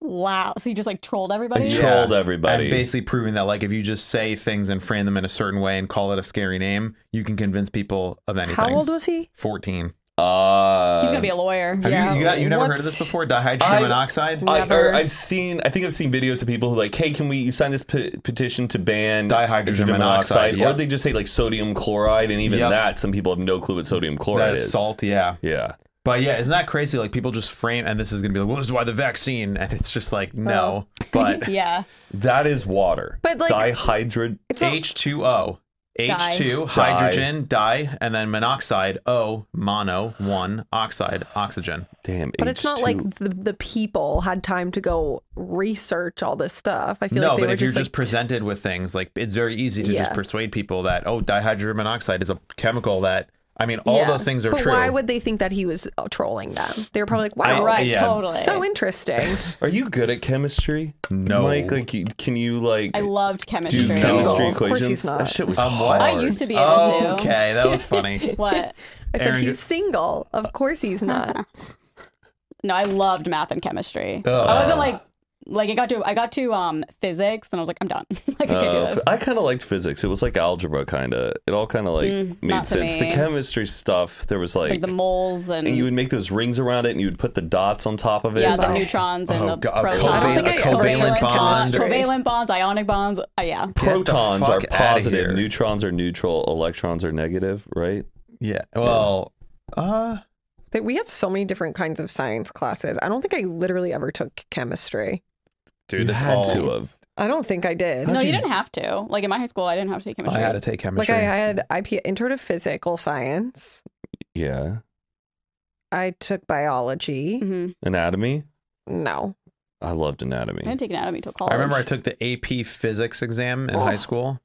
Speaker 2: Wow. So you just like trolled
Speaker 4: I
Speaker 2: everybody?
Speaker 8: Yeah.
Speaker 4: trolled
Speaker 8: And
Speaker 4: everybody.
Speaker 8: basically proving that, like, if you just say things and frame them in a certain way and call it a scary name, you can convince people of anything.
Speaker 3: How old was he?
Speaker 8: 14.
Speaker 4: uh,
Speaker 2: He's gonna be a lawyer.
Speaker 8: Have
Speaker 3: Yeah,
Speaker 8: you, you, got, you never
Speaker 3: what?
Speaker 8: heard of this before? Dihydrogen
Speaker 4: I-
Speaker 8: monoxide?
Speaker 4: I,
Speaker 3: Never.
Speaker 4: or I've seen. I think I've seen videos of people who like, hey, can we you sign this pe- petition to ban
Speaker 8: Dihydrogen monoxide,
Speaker 4: Or
Speaker 8: yep.
Speaker 4: they just say like sodium chloride, and even
Speaker 8: Yep.
Speaker 4: that, some people have no clue what sodium chloride
Speaker 8: That's
Speaker 4: is.
Speaker 8: salt, yeah.
Speaker 4: Yeah.
Speaker 8: But yeah, isn't that crazy? Like people just frame, and this is gonna be like, well, this is why the vaccine, and it's just like, no. But
Speaker 2: yeah.
Speaker 4: That is water.
Speaker 3: But, like-
Speaker 4: dihydro
Speaker 3: It's a-
Speaker 8: H two O, H two
Speaker 4: Die.
Speaker 8: hydrogen di, and then monoxide O mono one oxide oxygen.
Speaker 4: damn.
Speaker 3: but it's not
Speaker 4: H2.
Speaker 3: like the, the people had time to go research all this stuff. I feel
Speaker 8: No,
Speaker 3: like they
Speaker 8: but
Speaker 3: were
Speaker 8: if you're
Speaker 3: just,
Speaker 8: just
Speaker 3: like,
Speaker 8: presented with things, like it's very easy to
Speaker 3: Yeah.
Speaker 8: just persuade people that oh, dihydrogen monoxide is a chemical that I mean, all
Speaker 3: Yeah.
Speaker 8: those things are
Speaker 3: but
Speaker 8: true.
Speaker 3: Why would they think that he was uh, trolling them? They were probably like,
Speaker 8: I-
Speaker 4: Oh,
Speaker 3: "Wow,
Speaker 2: Right,
Speaker 8: yeah.
Speaker 2: totally.
Speaker 3: so interesting."
Speaker 4: Are you good at chemistry?
Speaker 8: No.
Speaker 4: Mike, like, you- can you like
Speaker 2: I loved
Speaker 4: do
Speaker 2: chemistry.
Speaker 3: Dude,
Speaker 4: chemistry
Speaker 3: No, of course
Speaker 4: equations?
Speaker 3: he's not.
Speaker 4: That shit was
Speaker 8: Um, what?
Speaker 4: hard.
Speaker 2: I used to be able
Speaker 8: oh,
Speaker 2: to.
Speaker 8: okay, that was funny.
Speaker 2: What?
Speaker 3: I said
Speaker 8: Aaron
Speaker 3: he's
Speaker 8: go-
Speaker 3: single. Of course he's not.
Speaker 2: No, I loved math and chemistry.
Speaker 8: Ugh.
Speaker 2: I wasn't like like I got to I got to um physics and I was like, I'm done. like I can't
Speaker 4: Uh,
Speaker 2: do
Speaker 4: f-
Speaker 2: this.
Speaker 4: I kind of liked physics. It was like algebra, kind of. It all kind of like
Speaker 2: Mm,
Speaker 4: made
Speaker 2: not to
Speaker 4: sense. The
Speaker 2: me.
Speaker 4: chemistry stuff, there was like,
Speaker 2: Like the moles and,
Speaker 4: and you would make those rings around it, and you would put the dots on top of it.
Speaker 2: yeah, the
Speaker 4: Oh.
Speaker 2: neutrons and
Speaker 8: Oh,
Speaker 2: the
Speaker 8: God, a
Speaker 2: protons.
Speaker 3: covalent- a covalent
Speaker 2: bonds,
Speaker 3: bond.
Speaker 2: covalent bonds, ionic bonds. Uh, yeah.
Speaker 4: protons
Speaker 8: fuck
Speaker 4: are
Speaker 8: outta
Speaker 4: positive,
Speaker 8: here.
Speaker 4: neutrons are neutral, electrons are negative, right?
Speaker 8: Yeah. Well, uh,
Speaker 3: That we had so many different kinds of science classes. I don't think I literally ever took chemistry.
Speaker 8: dude,
Speaker 4: You
Speaker 8: that's
Speaker 4: had
Speaker 8: all.
Speaker 4: to have.
Speaker 3: I don't think I did.
Speaker 2: No,
Speaker 8: How'd
Speaker 2: you
Speaker 8: you-
Speaker 2: didn't have to. Like in my high school, I didn't have to take
Speaker 8: Oh, I
Speaker 2: chemistry.
Speaker 8: had to take
Speaker 3: like
Speaker 8: chemistry.
Speaker 3: I had IP intro to physical science.
Speaker 4: Yeah,
Speaker 3: I took biology.
Speaker 2: Mhm.
Speaker 4: anatomy.
Speaker 3: No,
Speaker 4: I loved anatomy.
Speaker 2: I didn't take anatomy till college.
Speaker 8: I remember I took the AP physics exam in high school.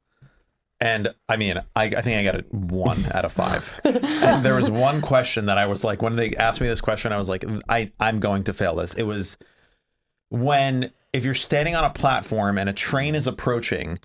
Speaker 8: And I mean, I, I think I got a one out of five. and there was one question that I was like, when they asked me this question, I was like, I, I'm going to fail this. It was when, if you're standing on a platform and a train is approaching,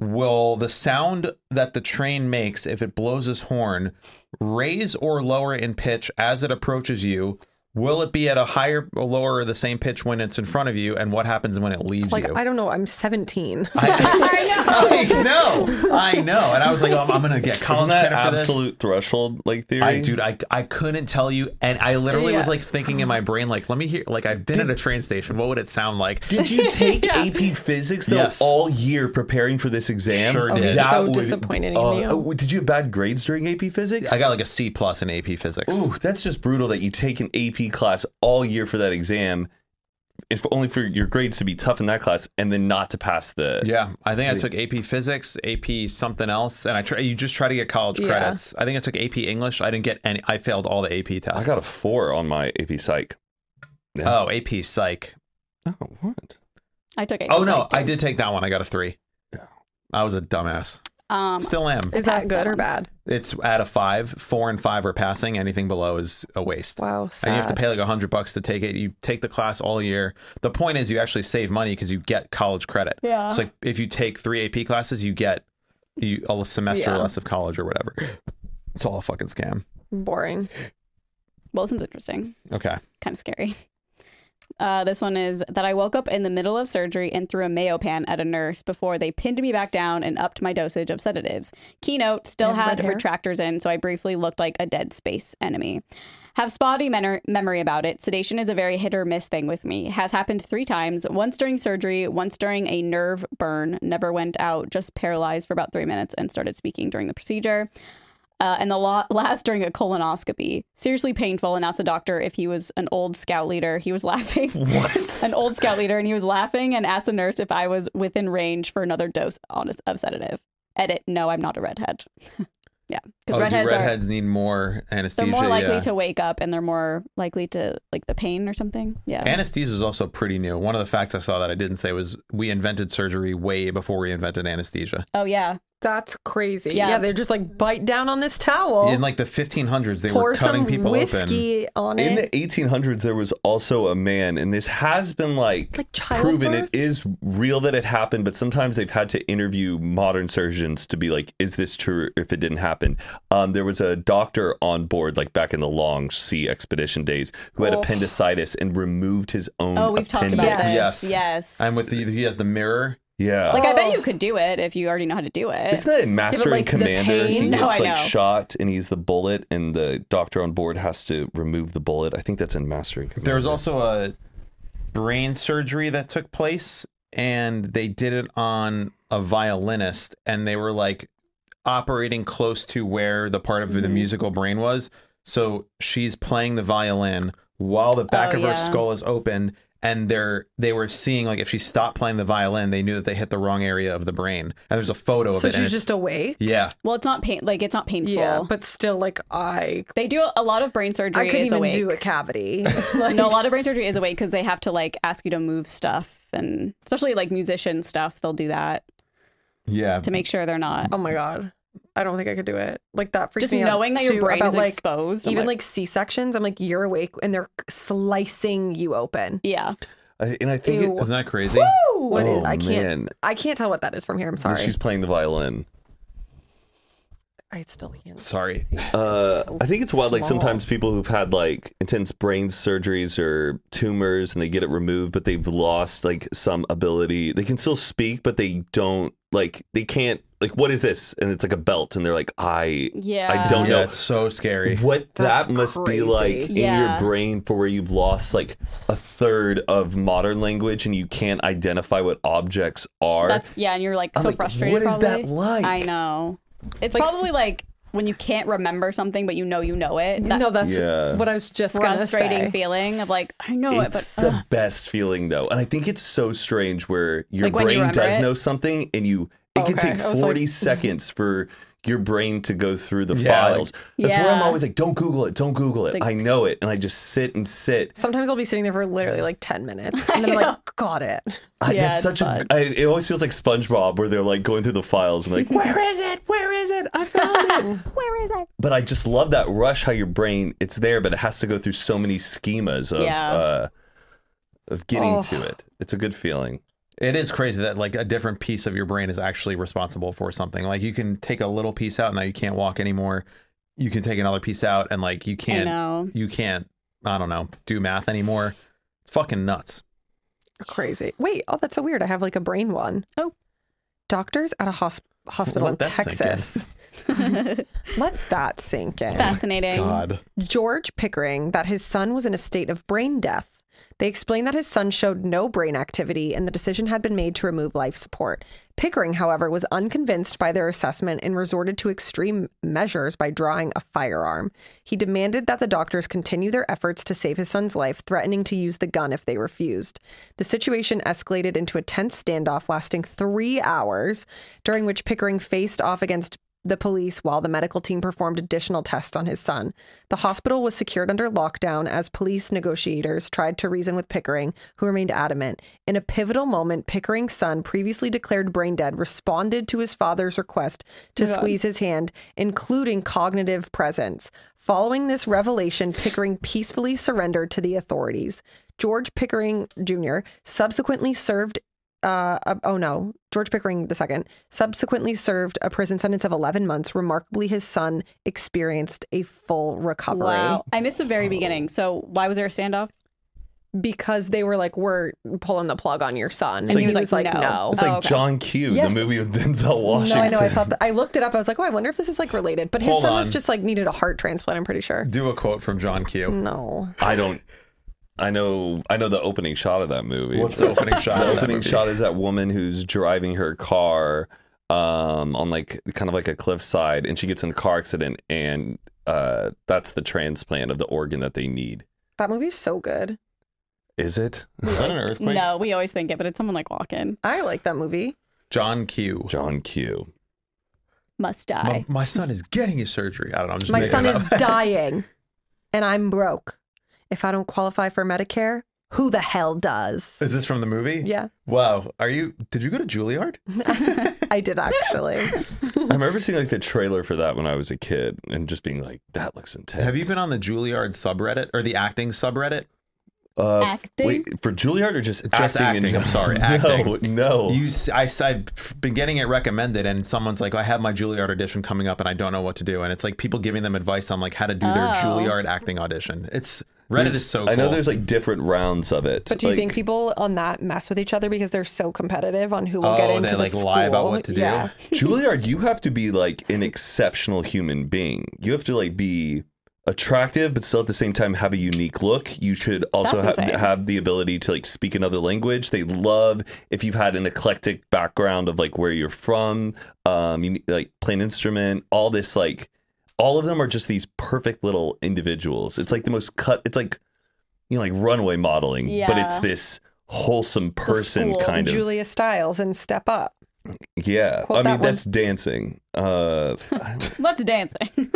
Speaker 8: will the sound that the train makes if it blows its horn raise or lower in pitch as it approaches you Will it be at a higher or lower or the same pitch when it's in front of you, and what happens when it leaves
Speaker 3: Like
Speaker 8: you?
Speaker 3: I don't know. I'm 17.
Speaker 8: I know. I know. And I was like, "Oh, I'm, I'm gonna get college
Speaker 4: Isn't that
Speaker 8: credit for this.
Speaker 4: absolute threshold like theory?
Speaker 8: I, dude, I, I couldn't tell you, and I literally was
Speaker 2: Yeah.
Speaker 8: like thinking in my brain, like, let me hear, like, I've been at a train station. What would it sound like?
Speaker 4: Did you take AP Physics though
Speaker 8: Yes.
Speaker 4: all year preparing for this exam?
Speaker 8: Sure Oh, did. he's
Speaker 3: so disappointed in you.
Speaker 4: oh, did you have bad grades during AP Physics?
Speaker 8: I got like a C plus in AP Physics.
Speaker 4: Ooh, that's just brutal that you take an AP class all year for that exam, if only for your grades to be tough in that class and then not to pass the.
Speaker 8: Yeah, I think I took AP Physics, AP something else, and I try. You just try to get college
Speaker 3: Yeah.
Speaker 8: credits. I think I took AP English. I didn't get any. I failed all the AP
Speaker 4: I
Speaker 8: tests.
Speaker 4: got a four on my AP Psych.
Speaker 8: oh AP Psych.
Speaker 4: Oh, what?
Speaker 2: I took it.
Speaker 8: Oh no,
Speaker 2: Like,
Speaker 8: I did take that one. I got a three. I was a dumbass.
Speaker 2: Um,
Speaker 8: Still am.
Speaker 3: Is that
Speaker 2: Pass
Speaker 3: good
Speaker 2: that
Speaker 3: or
Speaker 2: one.
Speaker 3: bad?
Speaker 8: It's at a five. Four and five are passing. Anything below is a waste.
Speaker 3: Wow.
Speaker 8: And you have to
Speaker 3: sad.
Speaker 8: pay like a hundred bucks to take it. You take the class all year. The point is, you actually save money because you get college credit.
Speaker 2: Yeah.
Speaker 8: So like, if you take three AP classes, you get you a semester
Speaker 3: Yeah.
Speaker 8: less of college or whatever. It's all a fucking scam.
Speaker 3: Boring.
Speaker 2: well, this one's interesting.
Speaker 8: Okay.
Speaker 2: Kind of scary. Uh, this one is that I woke up in the middle of surgery and threw a mayo pan at a nurse before they pinned me back down and upped my dosage of sedatives. Keynote still
Speaker 3: And
Speaker 2: had
Speaker 3: red hair.
Speaker 2: retractors in, so I briefly looked like a dead space enemy. Have spotty men- memory about it. Sedation is a very hit or miss thing with me. Has happened three times once during surgery, once during a nerve burn, never went out, just paralyzed for about three minutes and started speaking during the procedure. Uh, and the la- last during a colonoscopy. Seriously painful, and asked the doctor if he was an old scout leader. He was laughing.
Speaker 4: What?
Speaker 2: an old scout leader, and he was laughing and asked the nurse if I was within range for another dose on a- of sedative. Edit: No, I'm not a redhead. yeah, because
Speaker 8: Oh, do
Speaker 2: redheads, are
Speaker 8: redheads need more
Speaker 2: they're
Speaker 8: anesthesia.
Speaker 2: more likely
Speaker 8: yeah.
Speaker 2: to wake up, and they're more likely to like the pain or something.
Speaker 3: Um,
Speaker 2: Yeah,
Speaker 8: Anesthesia is also pretty new. One of the facts I saw that I didn't say was we invented surgery way before we invented anesthesia.
Speaker 2: oh yeah,
Speaker 3: That's crazy.
Speaker 2: Yeah.
Speaker 3: Yeah. They're just like bite down on this towel.
Speaker 8: In like the 1500s, they
Speaker 3: pour
Speaker 8: were cutting
Speaker 3: some
Speaker 8: people open.
Speaker 3: whiskey on
Speaker 4: In
Speaker 2: Eh.
Speaker 3: it.
Speaker 4: the 1800s, there was also a man, and this has been like,
Speaker 3: Like childbirth?
Speaker 4: proven. It is real that it happened, but sometimes they've had to interview modern surgeons to be like, is this true if it didn't happen? Um, there was a doctor on board, like back in the long sea expedition days, who had
Speaker 3: Oh.
Speaker 4: appendicitis and removed his own
Speaker 2: Oh, we've talked
Speaker 4: appendix.
Speaker 2: about
Speaker 3: Yes.
Speaker 2: this.
Speaker 8: Yes.
Speaker 2: yes.
Speaker 8: And with the, he has the mirror.
Speaker 4: Yeah.
Speaker 2: like, I bet
Speaker 3: Oh.
Speaker 2: you could do it if you already know how to do it.
Speaker 4: Isn't that in Master
Speaker 3: like,
Speaker 4: and
Speaker 3: the
Speaker 4: Commander? He
Speaker 3: pain-
Speaker 2: No,
Speaker 4: gets
Speaker 2: I
Speaker 4: like
Speaker 2: know.
Speaker 4: shot and he's the bullet, and the doctor on board has to remove the bullet. I think that's in Master and Commander.
Speaker 8: There was also a brain surgery that took place, and they did it on a violinist, and they were like operating close to where the part of the
Speaker 3: Mm-hmm.
Speaker 8: musical brain was. So she's playing the violin while the back
Speaker 2: Oh,
Speaker 8: of
Speaker 2: yeah.
Speaker 8: her skull is open, and they're they were seeing like if she stopped playing the violin, they knew that they hit the wrong area of the brain. And there's a photo of
Speaker 3: so
Speaker 8: it. and
Speaker 3: she's
Speaker 8: it's-
Speaker 3: just awake.
Speaker 8: yeah.
Speaker 2: well, it's not pain. Like, it's not painful.
Speaker 3: Yeah, but still, like I,
Speaker 2: They do a lot of brain surgery.
Speaker 3: I couldn't
Speaker 2: is
Speaker 3: even
Speaker 2: awake.
Speaker 3: do a cavity.
Speaker 2: no, a lot of brain surgery is awake because they have to like ask you to move stuff, and especially like musician stuff, they'll do that
Speaker 8: Yeah.
Speaker 2: to make sure they're not
Speaker 3: oh my god, I don't think I could do it. Like that freaks
Speaker 2: just
Speaker 3: me out.
Speaker 2: knowing that
Speaker 3: too,
Speaker 2: your brain
Speaker 3: about,
Speaker 2: is
Speaker 3: like
Speaker 2: exposed. I'm
Speaker 3: even like C sections. I'm like you're awake and they're slicing you open.
Speaker 2: yeah,
Speaker 4: I, and I think it,
Speaker 3: Ew.
Speaker 8: Isn't that crazy?
Speaker 3: What is-
Speaker 4: Oh,
Speaker 3: I can't.
Speaker 4: man.
Speaker 3: I can't tell what that is from here. I'm
Speaker 4: and
Speaker 3: sorry.
Speaker 4: she's playing the violin.
Speaker 3: I still can't.
Speaker 8: Sorry.
Speaker 4: Uh, I think it's wild. Like
Speaker 3: small.
Speaker 4: sometimes people who've had like intense brain surgeries or tumors, and they get it removed, but they've lost like some ability. They can still speak, but they don't like they can't like what is this? And it's like a belt, and they're like, I
Speaker 2: yeah.
Speaker 4: I don't
Speaker 8: Yeah,
Speaker 4: know
Speaker 8: it's so scary.
Speaker 4: what
Speaker 3: That's
Speaker 4: that must be
Speaker 3: crazy.
Speaker 4: like
Speaker 2: Yeah.
Speaker 4: in your brain for where you've lost like a third of modern language and you can't identify what objects are.
Speaker 2: That's yeah, and you're like
Speaker 4: I'm
Speaker 2: so
Speaker 4: like,
Speaker 2: frustrated.
Speaker 4: what is that
Speaker 2: probably.
Speaker 4: like?
Speaker 2: I know. It's probably like when you can't remember something, but you know you know it. That
Speaker 3: no, that's
Speaker 4: Yeah.
Speaker 3: what I was just gonna
Speaker 2: frustrating
Speaker 3: say.
Speaker 2: feeling of like Oh, I know it,
Speaker 4: it's
Speaker 2: but
Speaker 4: the best feeling though. And I think it's so strange where your
Speaker 2: Like when you
Speaker 4: brain
Speaker 2: remember
Speaker 4: does
Speaker 2: it? Oh,
Speaker 4: know something and you it can
Speaker 3: Okay.
Speaker 4: take
Speaker 3: I was
Speaker 4: 40
Speaker 3: like-
Speaker 4: seconds for your brain to go through the
Speaker 8: Yeah, like-
Speaker 4: files. That's where I'm
Speaker 2: Yeah.
Speaker 4: always like, don't Google it, don't Google it.
Speaker 2: Like-
Speaker 4: I know it. And I just sit and sit.
Speaker 3: Sometimes I'll be sitting there for literally like ten minutes, and then I'm like, got it.
Speaker 4: I,
Speaker 2: Yeah,
Speaker 4: that's
Speaker 2: it's
Speaker 4: such
Speaker 2: fun.
Speaker 4: a. I, it always feels like SpongeBob, where they're like going through the files and like, where is it? Where is it? I found it.
Speaker 2: where is I?
Speaker 4: but I just love that rush. How your brain, it's there, but it has to go through so many schemas of
Speaker 2: Yeah.
Speaker 4: uh, of getting
Speaker 3: Oh.
Speaker 4: to it. It's a good feeling.
Speaker 8: It is crazy that like a different piece of your brain is actually responsible for something. Like you can take a little piece out, now you can't walk anymore. You can take another piece out, and like you
Speaker 2: I
Speaker 8: can't.
Speaker 2: know.
Speaker 8: You can't
Speaker 1: I don't know, do math anymore. It's fucking nuts.
Speaker 3: Crazy. Wait, oh, that's so weird. I have like a brain one.
Speaker 2: Oh.
Speaker 3: Doctors at a hosp- hospital
Speaker 1: Let
Speaker 3: in
Speaker 1: that sink in.
Speaker 3: Texas. Let that sink in.
Speaker 2: Fascinating.
Speaker 1: God.
Speaker 3: George Pickering that his son was in a state of brain death. They explained that his son showed no brain activity and the decision had been made to remove life support. Pickering, however, was unconvinced by their assessment and resorted to extreme measures by drawing a firearm. He demanded that the doctors continue their efforts to save his son's life, threatening to use the gun if they refused. The situation escalated into a tense standoff lasting three hours, during which Pickering faced off against the police while the medical team performed additional tests on his son. The hospital was secured under lockdown as police negotiators tried to reason with Pickering, who remained adamant. In a pivotal moment, Pickering's son, previously declared brain dead, responded to his father's request to squeeze his hand, including cognitive presence. Following this revelation, Pickering peacefully surrendered to the authorities. George Pickering Jr. subsequently served uh, uh, oh no, George Pickering II subsequently served a prison sentence of 11 months. Remarkably, his son experienced a full recovery
Speaker 2: Wow. I missed the very beginning. So why was there a standoff?
Speaker 3: because they were like, "We're pulling the plug on your son," and
Speaker 4: like-
Speaker 3: he was like, "No."
Speaker 4: It's
Speaker 2: Oh,
Speaker 4: like John Q,
Speaker 3: Yes.
Speaker 4: the movie with Denzel
Speaker 3: No,
Speaker 4: Washington.
Speaker 3: I know. I thought that, I looked it up. I was like, "Oh, I wonder if this is like related." But his
Speaker 1: Hold
Speaker 3: son was
Speaker 1: on.
Speaker 3: just like needed a heart transplant. I'm pretty sure.
Speaker 1: Do a quote from John
Speaker 3: Mm.
Speaker 1: Q.
Speaker 3: No,
Speaker 4: I don't. I know. I know the opening shot of that movie.
Speaker 1: What's the opening shot? of
Speaker 4: the
Speaker 1: that
Speaker 4: opening
Speaker 1: movie?
Speaker 4: shot is that woman who's driving her car um, on like kind of like a cliffside, and she gets in a car accident, and uh, that's the transplant of the organ that they need.
Speaker 3: that movie's so good.
Speaker 4: Is it
Speaker 1: Is that an earthquake?
Speaker 2: No, we always think it, but it's someone like walking.
Speaker 3: I like that movie.
Speaker 1: John Q.
Speaker 4: John Q?
Speaker 2: Must die.
Speaker 1: My, my son is getting his surgery. I don't know. I'm just
Speaker 3: My
Speaker 1: making
Speaker 3: son
Speaker 1: it
Speaker 3: is
Speaker 1: up.
Speaker 3: dying, and I'm broke. If I don't qualify for Medicare, who the hell does?
Speaker 1: Is this from the movie?
Speaker 3: Yeah.
Speaker 1: Wow. Are you? Did you go to Juilliard?
Speaker 3: I did actually.
Speaker 4: I remember seeing like the trailer for that when I was a kid, and just being like, "That looks intense."
Speaker 1: Have you been on the Juilliard subreddit or the acting subreddit?
Speaker 4: uh,
Speaker 2: Acting?
Speaker 4: Wait, for Juilliard or just
Speaker 1: Just
Speaker 4: in
Speaker 1: acting, I'm
Speaker 4: general?
Speaker 1: sorry,
Speaker 4: No,
Speaker 1: acting.
Speaker 4: no.
Speaker 1: You, s- I, have been getting it recommended, and someone's like, "I have my Juilliard audition coming up, and I don't know what to do." And it's like people giving them advice on like how to do their
Speaker 2: Oh.
Speaker 1: Juilliard acting audition. It's Reddit
Speaker 4: There's-
Speaker 1: is so.
Speaker 4: I know
Speaker 1: cool.
Speaker 4: there's like different rounds of it.
Speaker 3: But do you
Speaker 4: Like,
Speaker 3: think people on that mess with each other because they're so competitive on who will get
Speaker 1: Oh,
Speaker 3: into
Speaker 1: they,
Speaker 3: the
Speaker 1: like,
Speaker 3: school?
Speaker 1: lie about what to do?
Speaker 3: Yeah.
Speaker 4: Juilliard, you have to be like an exceptional human being. You have to like be attractive, but still at the same time have a unique look. You should also
Speaker 2: That's
Speaker 4: have,
Speaker 2: insane.
Speaker 4: have the ability to like speak another language. They love if you've had an eclectic background of like where you're from, um, you, like play an instrument, all this like, all of them are just these perfect little individuals. It's like the most cut. It's like you know, like runway modeling, but it's
Speaker 2: Yeah.
Speaker 4: this wholesome person
Speaker 2: school.
Speaker 4: kind of
Speaker 3: Julia Stiles and Step Up.
Speaker 4: yeah,
Speaker 3: Quote
Speaker 4: I
Speaker 3: that
Speaker 4: mean
Speaker 3: one.
Speaker 4: that's dancing. Uh,
Speaker 2: Let's dancing.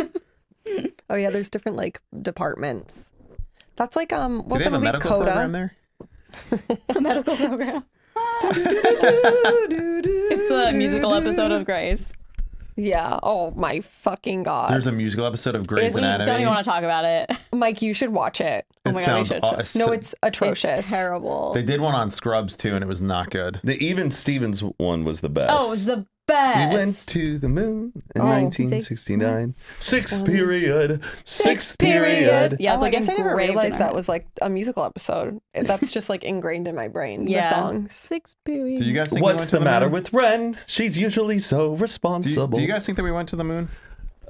Speaker 3: Oh yeah, there's different like departments. That's like
Speaker 1: Do
Speaker 3: um,
Speaker 1: they
Speaker 3: what's
Speaker 1: have
Speaker 3: that
Speaker 1: a
Speaker 3: movie?
Speaker 1: medical program
Speaker 3: Coda.
Speaker 1: there?
Speaker 2: A medical program.
Speaker 3: it's
Speaker 2: It's the musical episode of Grace.
Speaker 3: Yeah. Oh my fucking god,
Speaker 1: There's a musical episode of Grey's
Speaker 2: We
Speaker 1: Anatomy.
Speaker 2: don't even want to talk about it.
Speaker 3: Mike, you should watch it.
Speaker 1: It
Speaker 2: Oh my God, we
Speaker 1: sounds
Speaker 2: should.
Speaker 1: aw-
Speaker 3: No, it's atrocious.
Speaker 2: It's terrible.
Speaker 1: They did one on Scrubs too, and it was not good.
Speaker 4: the Even Stevens one was the best.
Speaker 2: oh, it was the best.
Speaker 4: We went to the moon in
Speaker 3: Oh.
Speaker 4: 1969. Sixth period. Sixth period.
Speaker 2: Yeah,
Speaker 3: oh,
Speaker 2: it's
Speaker 3: I
Speaker 2: like
Speaker 3: guess I never
Speaker 2: engraved in
Speaker 3: realized
Speaker 2: our
Speaker 3: that
Speaker 2: head.
Speaker 3: was like a musical episode. That's just like ingrained in my brain.
Speaker 2: yeah.
Speaker 3: The songs.
Speaker 2: Six period.
Speaker 1: Do you guys? Think we
Speaker 4: What's
Speaker 1: went to
Speaker 4: the matter
Speaker 1: moon?
Speaker 4: with Ren? She's usually so
Speaker 1: Do you,
Speaker 4: responsible.
Speaker 1: do you guys think that we went to the moon?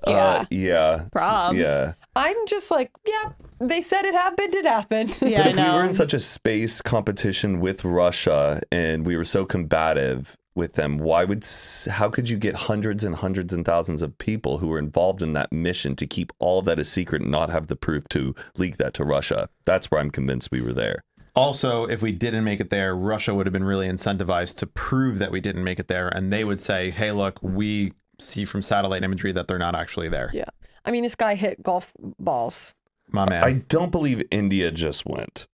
Speaker 4: Uh, yeah.
Speaker 2: Probs.
Speaker 4: Yeah.
Speaker 3: I'm just like, yeah, they said it happened, it happened.
Speaker 2: Yeah,
Speaker 4: But
Speaker 2: I
Speaker 4: if we were
Speaker 2: know.
Speaker 4: in such a space competition with Russia and we were so combative with them, why would s- how could you get hundreds and hundreds and thousands of people who were involved in that mission to keep all of that a secret and not have the proof to leak that to Russia? That's where I'm convinced we were there.
Speaker 1: Also, if we didn't make it there, Russia would have been really incentivized to prove that we didn't make it there, and they would say, "Hey, look, we see from satellite imagery that they're not actually there."
Speaker 3: Yeah. I mean, this guy hit golf balls.
Speaker 1: My man.
Speaker 4: I don't believe India just went.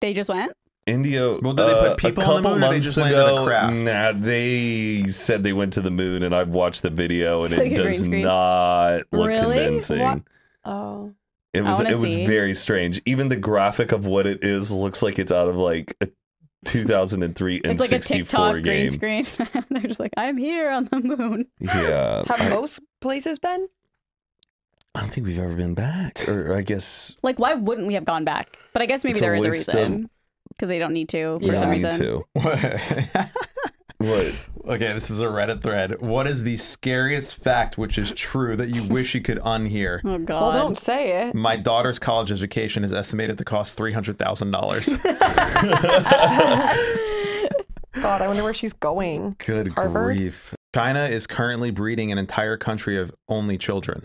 Speaker 2: They just went.
Speaker 4: India.
Speaker 1: Well, did they put
Speaker 4: uh,
Speaker 1: people
Speaker 4: a
Speaker 1: on the
Speaker 4: couple
Speaker 1: moon, or they
Speaker 4: months
Speaker 1: just landed a
Speaker 4: ago,
Speaker 1: craft?
Speaker 4: Nah, they said they went to the moon, and I've watched the video, and
Speaker 2: Like
Speaker 4: it
Speaker 2: a green
Speaker 4: does
Speaker 2: screen.
Speaker 4: not look
Speaker 2: Really?
Speaker 4: convincing.
Speaker 2: What?
Speaker 3: Oh.
Speaker 4: It
Speaker 2: I
Speaker 4: was
Speaker 2: wanna
Speaker 4: it was
Speaker 2: see.
Speaker 4: very strange. Even the graphic of what it is looks like it's out of like a 2003 and
Speaker 2: It's like a
Speaker 4: 64
Speaker 2: TikTok
Speaker 4: game.
Speaker 2: green screen. They're just like, I'm here on the moon.
Speaker 4: Yeah.
Speaker 3: Have
Speaker 4: I-
Speaker 3: most places been?
Speaker 4: I don't think we've ever been back. Or I guess
Speaker 2: Like, why wouldn't we have gone back? But I guess maybe
Speaker 4: It's a
Speaker 2: there is a
Speaker 4: waste of-
Speaker 2: reason because they don't need to for
Speaker 4: we
Speaker 2: some
Speaker 4: need
Speaker 2: reason.
Speaker 4: to.
Speaker 8: okay,
Speaker 4: What?
Speaker 8: this is a Reddit thread. What is the scariest fact which is true that you wish you could unhear?
Speaker 3: Hmm.
Speaker 2: Oh God!
Speaker 3: Well, don't say it.
Speaker 8: My daughter's college education is estimated to cost three hundred thousand dollars.
Speaker 3: God, I wonder where she's going.
Speaker 8: Good
Speaker 3: Harvard?
Speaker 8: grief! China is currently breeding an entire country of only children,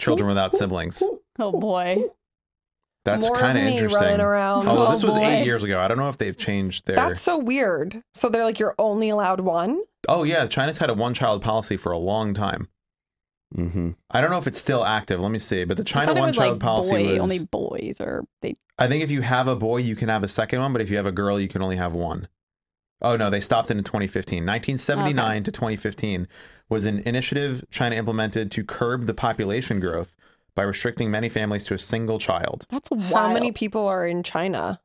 Speaker 8: children without siblings.
Speaker 2: Oh boy!
Speaker 8: That's
Speaker 3: More
Speaker 8: kind
Speaker 3: of
Speaker 8: of
Speaker 3: me
Speaker 8: interesting.
Speaker 3: running around.
Speaker 8: Although
Speaker 2: Oh,
Speaker 8: this was
Speaker 2: boy.
Speaker 8: eight years ago, I don't know if they've changed their.
Speaker 3: That's so weird. So they're like, you're only allowed one.
Speaker 8: Oh yeah, China's had a one-child policy for a long time.
Speaker 4: Mm-hmm.
Speaker 8: I don't know if it's still active. Let me see. But
Speaker 2: I
Speaker 8: the China
Speaker 2: thought it was
Speaker 8: one-child
Speaker 2: like
Speaker 8: policy
Speaker 2: boy,
Speaker 8: was.
Speaker 2: only boys, or they.
Speaker 8: I think if you have a boy, you can have a second one, but if you have a girl, you can only have one. Oh no, they stopped it in 2015. 1979 to 2015 was an initiative China implemented to curb the population growth by restricting many families to a single child.
Speaker 2: That's wild.
Speaker 3: How many people are in China?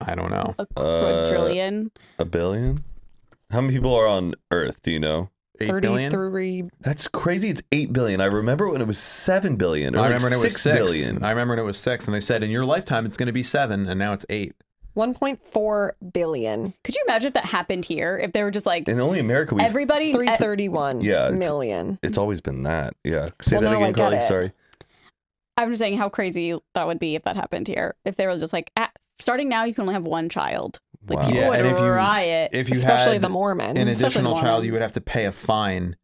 Speaker 8: I don't know.
Speaker 2: A
Speaker 4: Uh,
Speaker 2: quadrillion.
Speaker 4: A billion? How many people are on Earth? Do you know?
Speaker 8: Eight billion.
Speaker 3: Thirty-three.
Speaker 4: That's crazy. It's eight billion. I remember when it was seven billion. Or
Speaker 8: I
Speaker 4: like
Speaker 8: remember when it was
Speaker 4: six
Speaker 8: six.
Speaker 4: billion.
Speaker 8: I remember when it was six, and they said in your lifetime it's going to be seven, and now it's eight.
Speaker 3: 1.4 billion.
Speaker 2: Could you imagine if that happened here? If they were just like
Speaker 4: In only America, we have
Speaker 2: everybody, e-
Speaker 3: 331
Speaker 4: Yeah, it's-
Speaker 3: million.
Speaker 4: it's always been that. Yeah. Say
Speaker 3: Well,
Speaker 4: that
Speaker 3: no, I
Speaker 4: again,
Speaker 3: get
Speaker 4: Carly.
Speaker 3: it.
Speaker 4: Sorry.
Speaker 2: I'm just saying how crazy that would be if that happened here. If they were just like, at, starting now, you can only have one child. Like
Speaker 4: Wow.
Speaker 2: people
Speaker 8: Yeah,
Speaker 2: would
Speaker 8: and if you-
Speaker 2: riot.
Speaker 8: If you
Speaker 3: especially
Speaker 8: had
Speaker 3: the Mormons.
Speaker 8: an
Speaker 2: Especially
Speaker 8: additional child,
Speaker 2: Mormons.
Speaker 8: you would have to pay a fine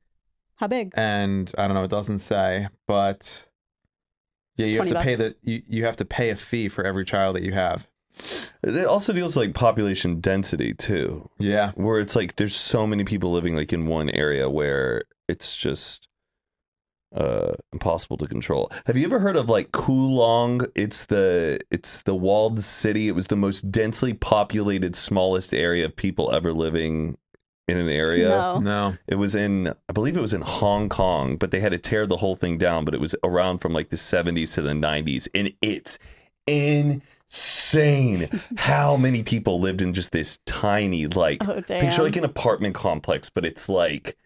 Speaker 2: how big?
Speaker 8: and I don't know, it doesn't say, but yeah, you have
Speaker 2: 20
Speaker 8: to pay the
Speaker 2: bucks.
Speaker 8: you, you have to pay a fee for every child that you have.
Speaker 4: It also deals with like population density too,
Speaker 8: Yeah.
Speaker 4: where it's like there's so many people living like in one area where it's just uh impossible to control. Have you ever heard of like Kulong? It's the it's the walled city. It was the most densely populated smallest area of people ever living in an area.
Speaker 3: Oh.
Speaker 2: No.
Speaker 8: No.
Speaker 4: It was in, I believe it was in Hong Kong, but they had to tear the whole thing down. But it was around from like the 70s to the 90s. And it's insane how many people lived in just this tiny, like,
Speaker 2: Oh damn!
Speaker 4: picture like an apartment complex, but it's like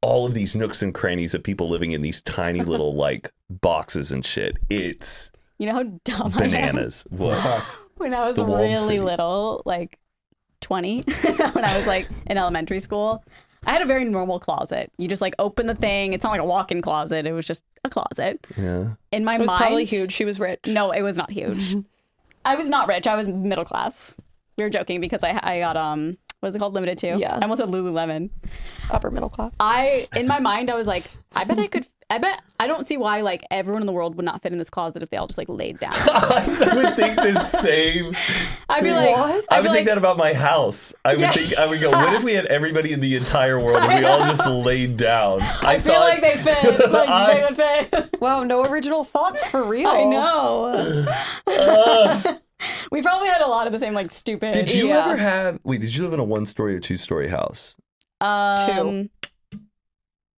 Speaker 4: all of these nooks and crannies of people living in these tiny little, like, boxes and shit. It's
Speaker 2: you know how dumb I am.
Speaker 4: bananas. What?
Speaker 2: When I was
Speaker 4: The walled
Speaker 2: really
Speaker 4: city.
Speaker 2: little, like 20, when I was like in elementary school, I had a very normal closet. You just like open the thing. It's not like a walk-in closet. It was just a closet.
Speaker 4: Yeah.
Speaker 2: In my
Speaker 3: it was
Speaker 2: mind,
Speaker 3: probably huge. She was rich.
Speaker 2: No, it was not huge. I was not rich. I was middle class. We were joking because I I got um what is it called limited to?
Speaker 3: Yeah.
Speaker 2: I almost said Lululemon.
Speaker 3: Upper middle class.
Speaker 2: I in my mind I was like I bet I could I bet I don't see why like everyone in the world would not fit in this closet if they all just like laid down.
Speaker 4: I would think the same.
Speaker 2: I'd be like
Speaker 4: I
Speaker 2: I'd
Speaker 4: would
Speaker 2: be
Speaker 4: think
Speaker 2: like,
Speaker 4: that about my house. I would
Speaker 2: Yeah.
Speaker 4: think I would go, what if we had everybody in the entire world and we all just laid down? I,
Speaker 2: I feel like they fit. Like
Speaker 4: I- Oh.
Speaker 2: they would fit.
Speaker 3: Wow, no original thoughts for real.
Speaker 2: I know. we probably had a lot of the same like stupid.
Speaker 4: Did you
Speaker 2: yeah.
Speaker 4: ever have wait, did you live in a one story or two story house?
Speaker 2: um,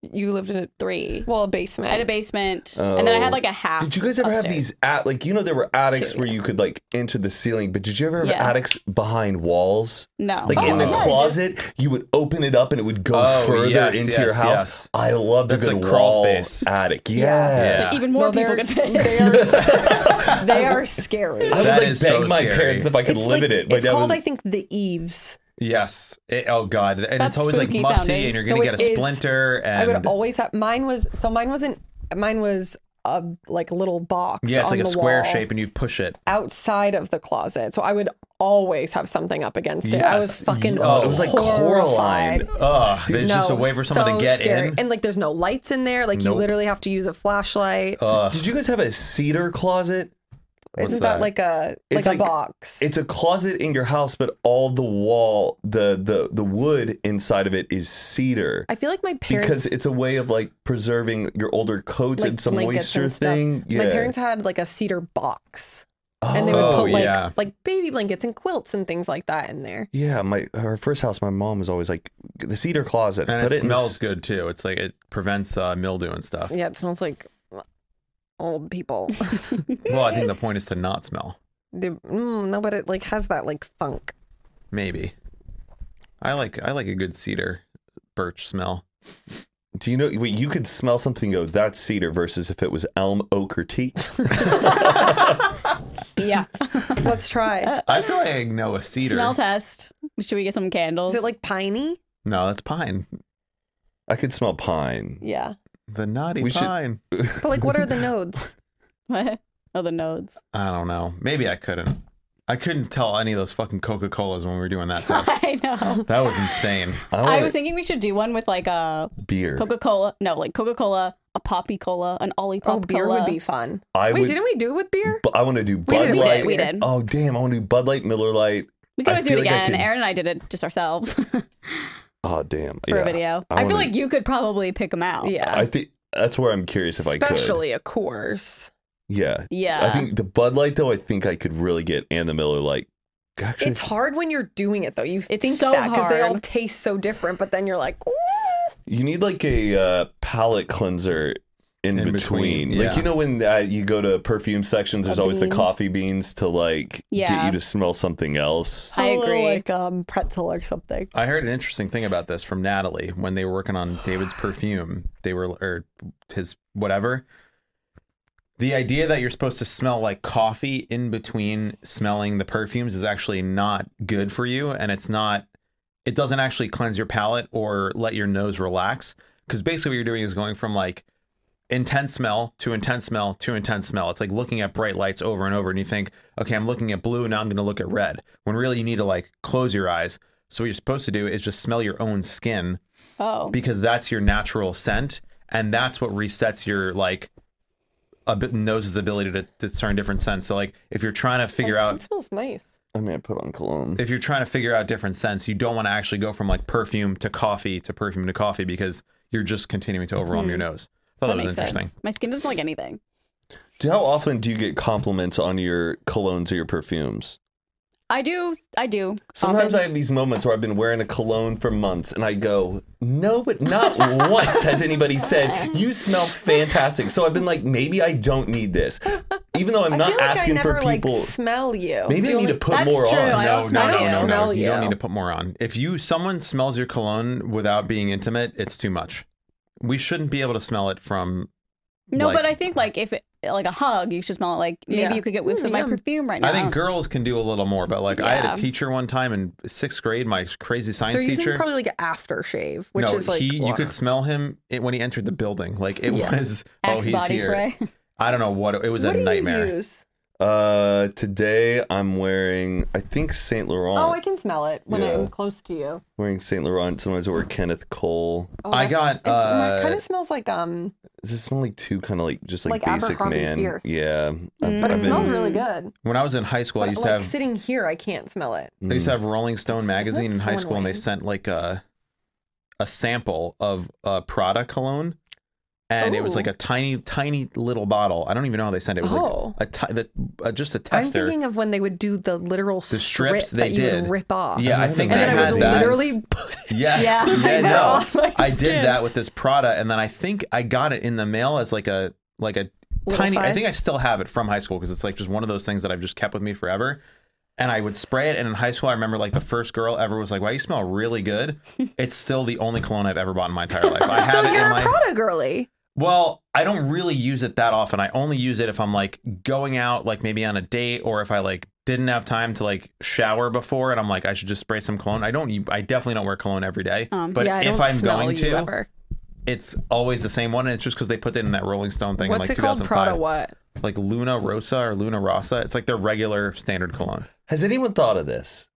Speaker 3: You lived in a
Speaker 2: three?
Speaker 3: well, a basement.
Speaker 2: I had a basement, and then I
Speaker 4: Oh.
Speaker 2: had like a half.
Speaker 4: Did you guys ever have
Speaker 2: upstairs.
Speaker 4: these at like you know there were attics
Speaker 2: Two,
Speaker 4: where
Speaker 2: yeah.
Speaker 4: you could like enter the ceiling, but did you ever have
Speaker 2: Yeah.
Speaker 4: attics behind walls?
Speaker 2: No.
Speaker 4: Like in the
Speaker 8: Oh, yeah, I did.
Speaker 4: closet, you would open it up and it would go
Speaker 8: Oh,
Speaker 4: further
Speaker 8: yes,
Speaker 4: into
Speaker 8: yes,
Speaker 4: your house.
Speaker 8: yes.
Speaker 4: I love the
Speaker 8: That's
Speaker 4: good
Speaker 8: a crawl
Speaker 4: wall
Speaker 8: space.
Speaker 4: attic. Yeah.
Speaker 8: Yeah.
Speaker 2: Even
Speaker 3: No,
Speaker 2: more people
Speaker 3: they're,
Speaker 2: could
Speaker 3: s-
Speaker 2: fit.
Speaker 3: they are, s- they are scary.
Speaker 4: I would
Speaker 8: That
Speaker 4: like beg
Speaker 8: is so
Speaker 4: my
Speaker 8: scary.
Speaker 4: parents if I could
Speaker 3: It's
Speaker 4: live
Speaker 3: like-
Speaker 4: in it. My
Speaker 3: it's
Speaker 4: dad
Speaker 3: called,
Speaker 4: was-
Speaker 3: I think, the eaves.
Speaker 8: Yes. It- oh god. And
Speaker 2: That's
Speaker 8: it's always like
Speaker 2: spooky
Speaker 8: musty
Speaker 2: sounding.
Speaker 8: and you're gonna
Speaker 3: No,
Speaker 8: get
Speaker 3: it
Speaker 8: a
Speaker 3: is.
Speaker 8: splinter
Speaker 3: I
Speaker 8: and
Speaker 3: would always have mine was so mine wasn't mine was a like a little box.
Speaker 8: Yeah, it's
Speaker 3: on
Speaker 8: like a
Speaker 3: the
Speaker 8: square
Speaker 3: wall
Speaker 8: shape and you push it.
Speaker 3: outside of the closet. So I would always have something up against it. I was
Speaker 8: Yes.
Speaker 3: fucking
Speaker 8: Oh, it
Speaker 4: was like
Speaker 3: horrified.
Speaker 4: Coraline.
Speaker 8: Ugh. There's just a
Speaker 3: No,
Speaker 8: way for someone
Speaker 3: so
Speaker 8: to get
Speaker 3: scary.
Speaker 8: in.
Speaker 3: And like there's no lights in there. Like you
Speaker 8: Nope. Oh,
Speaker 3: literally have to use a flashlight.
Speaker 4: Did you guys have a cedar closet?
Speaker 3: Isn't
Speaker 8: what's
Speaker 3: that,
Speaker 8: that?
Speaker 3: like a like
Speaker 4: It's
Speaker 3: a
Speaker 4: like-
Speaker 3: box?
Speaker 4: It's a closet in your house, but all the wall, the the the wood inside of it is cedar.
Speaker 3: I feel like my parents
Speaker 4: Because it's a way of like preserving your older coats
Speaker 3: like
Speaker 4: and some
Speaker 3: blankets
Speaker 4: moisture
Speaker 3: and stuff.
Speaker 4: thing.
Speaker 3: My
Speaker 4: Yeah.
Speaker 3: parents had like a cedar box.
Speaker 4: oh,
Speaker 3: And they would put like
Speaker 8: yeah.
Speaker 3: like baby blankets and quilts and things like that in there.
Speaker 4: yeah, my her first house, my mom was always like the cedar closet.
Speaker 8: And
Speaker 4: put
Speaker 8: it
Speaker 4: in the
Speaker 8: smells
Speaker 4: c-"
Speaker 8: good too. It's like it prevents uh, mildew and stuff.
Speaker 3: Yeah, it smells like old people.
Speaker 8: Well, I think the point is to not smell.
Speaker 3: The- mm, no, but it like has that like funk.
Speaker 8: Maybe. I like I like a good cedar birch smell.
Speaker 4: Do you know? Wait, you could smell something. and Go, that's cedar. Versus if it was elm, oak, or teak.
Speaker 2: Yeah.
Speaker 3: Let's try.
Speaker 8: I feel like I know a cedar.
Speaker 2: Smell test. Should we get some candles?
Speaker 3: Is it like piney?
Speaker 8: no, that's pine.
Speaker 4: I could smell pine.
Speaker 3: Yeah.
Speaker 8: The naughty
Speaker 4: We should-
Speaker 8: pine.
Speaker 3: But like, what are the nodes?
Speaker 2: what? Oh, the nodes.
Speaker 8: I don't know. Maybe I couldn't. I couldn't tell any of those fucking Coca Colas when we were doing that test.
Speaker 2: I know.
Speaker 8: that was insane.
Speaker 4: I,
Speaker 2: I
Speaker 4: want
Speaker 2: was thinking we should do one with like a
Speaker 4: beer.
Speaker 2: Coca Cola. No, like Coca Cola, a Poppy Cola, an Ollie Pop
Speaker 3: Oh, beer
Speaker 2: Cola.
Speaker 3: would be fun.
Speaker 4: I
Speaker 3: Wait,
Speaker 4: would.
Speaker 3: didn't we do it with beer?
Speaker 4: bu- I want to do Bud
Speaker 3: did, we did,
Speaker 4: Light.
Speaker 2: we did.
Speaker 4: Oh damn! I want to do Bud Light, Miller Light.
Speaker 2: We could
Speaker 4: I
Speaker 2: always do it
Speaker 4: feel like I
Speaker 2: again.
Speaker 4: could-
Speaker 2: Aaron and I did it just ourselves for
Speaker 4: Oh damn!
Speaker 2: a video.
Speaker 4: I
Speaker 2: I, feel
Speaker 4: wanna-
Speaker 2: like you could probably pick them out.
Speaker 3: Yeah.
Speaker 4: Oh, I think that's where I'm curious if
Speaker 3: Especially a course.
Speaker 4: I could. Yeah.
Speaker 2: Yeah.
Speaker 4: I think the Bud Light though. I think I could really get and the Miller Light. Actually,
Speaker 3: It's hard when you're doing it though. You think
Speaker 2: so
Speaker 3: that because they all
Speaker 2: hard.
Speaker 3: taste so different, but then you're like,
Speaker 4: You need like a uh, palate cleanser in,
Speaker 8: In
Speaker 4: between.
Speaker 8: between,
Speaker 4: Like
Speaker 8: yeah.
Speaker 4: you know when uh, you go to perfume sections, there's always
Speaker 3: bean.
Speaker 4: the coffee beans to like get
Speaker 2: Yeah.
Speaker 4: you to smell something else.
Speaker 2: I agree.
Speaker 3: like um pretzel or something.
Speaker 8: I heard an interesting thing about this from Natalie when they were working on David's perfume. They were or his whatever. The idea that you're supposed to smell like coffee in between smelling the perfumes is actually not good for you and it's not it doesn't actually cleanse your palate or let your nose relax cuz basically what you're doing is going from like intense smell to intense smell to intense smell. It's like looking at bright lights over and over, and you think, okay, I'm looking at blue, now I'm going to look at red. When really you need to like close your eyes. So what you're supposed to do is just smell your own skin
Speaker 2: Oh.
Speaker 8: because that's your natural scent, and that's what resets your like a bit nose's ability to discern different scents. So like if you're trying to figure out
Speaker 3: It smells nice.
Speaker 4: I mean, I put on cologne.
Speaker 8: if you're trying to figure out different scents, you don't want to actually go from like perfume to coffee to perfume to coffee because you're just continuing to overwhelm
Speaker 2: Mm-hmm.
Speaker 8: your nose. I thought that, was interesting.
Speaker 2: sense. My skin doesn't like anything.
Speaker 4: Do- How often do you get compliments on your colognes or your perfumes?
Speaker 2: I do. I do.
Speaker 4: Sometimes I
Speaker 2: often.
Speaker 4: have these moments where I've been wearing a cologne for months and I go, no, but not once has anybody said, you smell fantastic. So I've been like, maybe I don't need this. Even though I'm
Speaker 3: I
Speaker 4: not
Speaker 3: feel like I
Speaker 4: asking
Speaker 3: never
Speaker 4: for
Speaker 3: like
Speaker 4: people.
Speaker 3: smell you.
Speaker 4: maybe
Speaker 3: Do
Speaker 4: I
Speaker 3: you
Speaker 4: need to
Speaker 3: only-
Speaker 4: put
Speaker 2: That's
Speaker 4: more
Speaker 2: true,
Speaker 4: on.
Speaker 2: I don't smell
Speaker 3: you. smell
Speaker 8: You don't
Speaker 3: you.
Speaker 8: need to put more on. If you someone smells your cologne without being intimate, it's too much. We shouldn't be able to smell it from.
Speaker 2: No,
Speaker 8: like-
Speaker 2: but I think like if it, like a hug, you should smell it. Like maybe
Speaker 3: Yeah.
Speaker 2: you could get whiffs
Speaker 3: Mm,
Speaker 2: of my
Speaker 3: yum.
Speaker 2: perfume right now.
Speaker 8: I think girls can do a little more, but like I had
Speaker 2: Yeah.
Speaker 8: a teacher one time in sixth grade, my crazy
Speaker 3: They're
Speaker 8: science
Speaker 3: using
Speaker 8: teacher.
Speaker 3: probably like aftershave, which
Speaker 8: no,
Speaker 3: is like
Speaker 8: he, you
Speaker 3: ugh.
Speaker 8: could smell him it, when he entered the building. Like it
Speaker 3: Yeah.
Speaker 8: was, oh,
Speaker 2: Axe
Speaker 8: he's
Speaker 2: body
Speaker 8: here.
Speaker 2: spray.
Speaker 8: I don't know what it, it was
Speaker 3: What
Speaker 8: a
Speaker 3: do you
Speaker 8: nightmare.
Speaker 3: use?
Speaker 4: Uh, today I'm wearing, I think Saint Laurent.
Speaker 3: Oh, I can smell it when
Speaker 4: Yeah.
Speaker 3: I'm close to you.
Speaker 4: wearing Saint Laurent. Sometimes I wear Kenneth Cole.
Speaker 3: Oh,
Speaker 8: I
Speaker 3: that's-
Speaker 8: got,
Speaker 3: it's-
Speaker 8: uh,
Speaker 3: it kind of smells like um,
Speaker 4: Does this smell like too kind of like just like,
Speaker 3: Like
Speaker 4: basic
Speaker 3: Abercrombie
Speaker 4: man?
Speaker 3: Fierce. Mm.
Speaker 4: Yeah, I've,
Speaker 3: but
Speaker 4: I've
Speaker 3: it smells
Speaker 4: been-
Speaker 3: really good.
Speaker 8: When I was in high school, I
Speaker 3: But
Speaker 8: used
Speaker 3: like Mm.
Speaker 8: to have
Speaker 3: sitting here, I can't smell it.
Speaker 8: They used to have Rolling Stone
Speaker 3: That's-
Speaker 8: magazine in
Speaker 3: that's
Speaker 8: high
Speaker 3: so
Speaker 8: school, and they
Speaker 3: annoying.
Speaker 8: sent like a a sample of a Prada cologne, and it was
Speaker 3: Ooh.
Speaker 8: like a tiny, tiny little bottle. I don't even know how they sent it. It was
Speaker 3: Oh.
Speaker 8: like a ti- the, uh, just a
Speaker 3: I'm
Speaker 8: tester.
Speaker 3: thinking of when they would do the literal
Speaker 8: The
Speaker 3: strip
Speaker 8: strips they
Speaker 3: that you would
Speaker 8: did.
Speaker 3: rip off.
Speaker 8: yeah, I
Speaker 4: And
Speaker 8: think
Speaker 3: and
Speaker 8: they
Speaker 3: then I
Speaker 8: had
Speaker 3: would
Speaker 8: that.
Speaker 3: literally
Speaker 2: Yeah,
Speaker 8: Yes. Yeah.
Speaker 2: I know.
Speaker 8: no.
Speaker 3: My
Speaker 8: I did
Speaker 3: skin.
Speaker 8: that with this Prada, and then I think I got it in the mail as like a like a
Speaker 3: Little
Speaker 8: tiny. I
Speaker 3: size?
Speaker 8: think I still have it from high school because it's like just one of those things that I've just kept with me forever. And I would spray it. And in high school, I remember like the first girl ever was like, "Wow, you smell really good." It's still the only cologne I've ever bought in my entire life. I
Speaker 3: so
Speaker 8: have it
Speaker 3: you're
Speaker 8: in
Speaker 3: a
Speaker 8: my.
Speaker 3: Prada girly.
Speaker 8: Well, I don't really use it that often. I only use it if I'm like going out, like maybe on a date, or if I like didn't have time to like shower before, and I'm like, I should just spray some cologne. I don't. I definitely don't wear cologne every day.
Speaker 2: Um,
Speaker 8: but
Speaker 3: yeah, I
Speaker 8: if
Speaker 3: don't
Speaker 8: I'm
Speaker 3: smell
Speaker 8: going
Speaker 3: you
Speaker 8: to,
Speaker 3: ever.
Speaker 8: it's always the same one, and it's just because they put it in that Rolling Stone thing
Speaker 3: What's
Speaker 8: in like
Speaker 3: it called?
Speaker 8: 2005,
Speaker 3: Prada what?
Speaker 8: like Luna Rosa or Luna Rosa. It's like their regular standard cologne.
Speaker 4: Has anyone thought of this?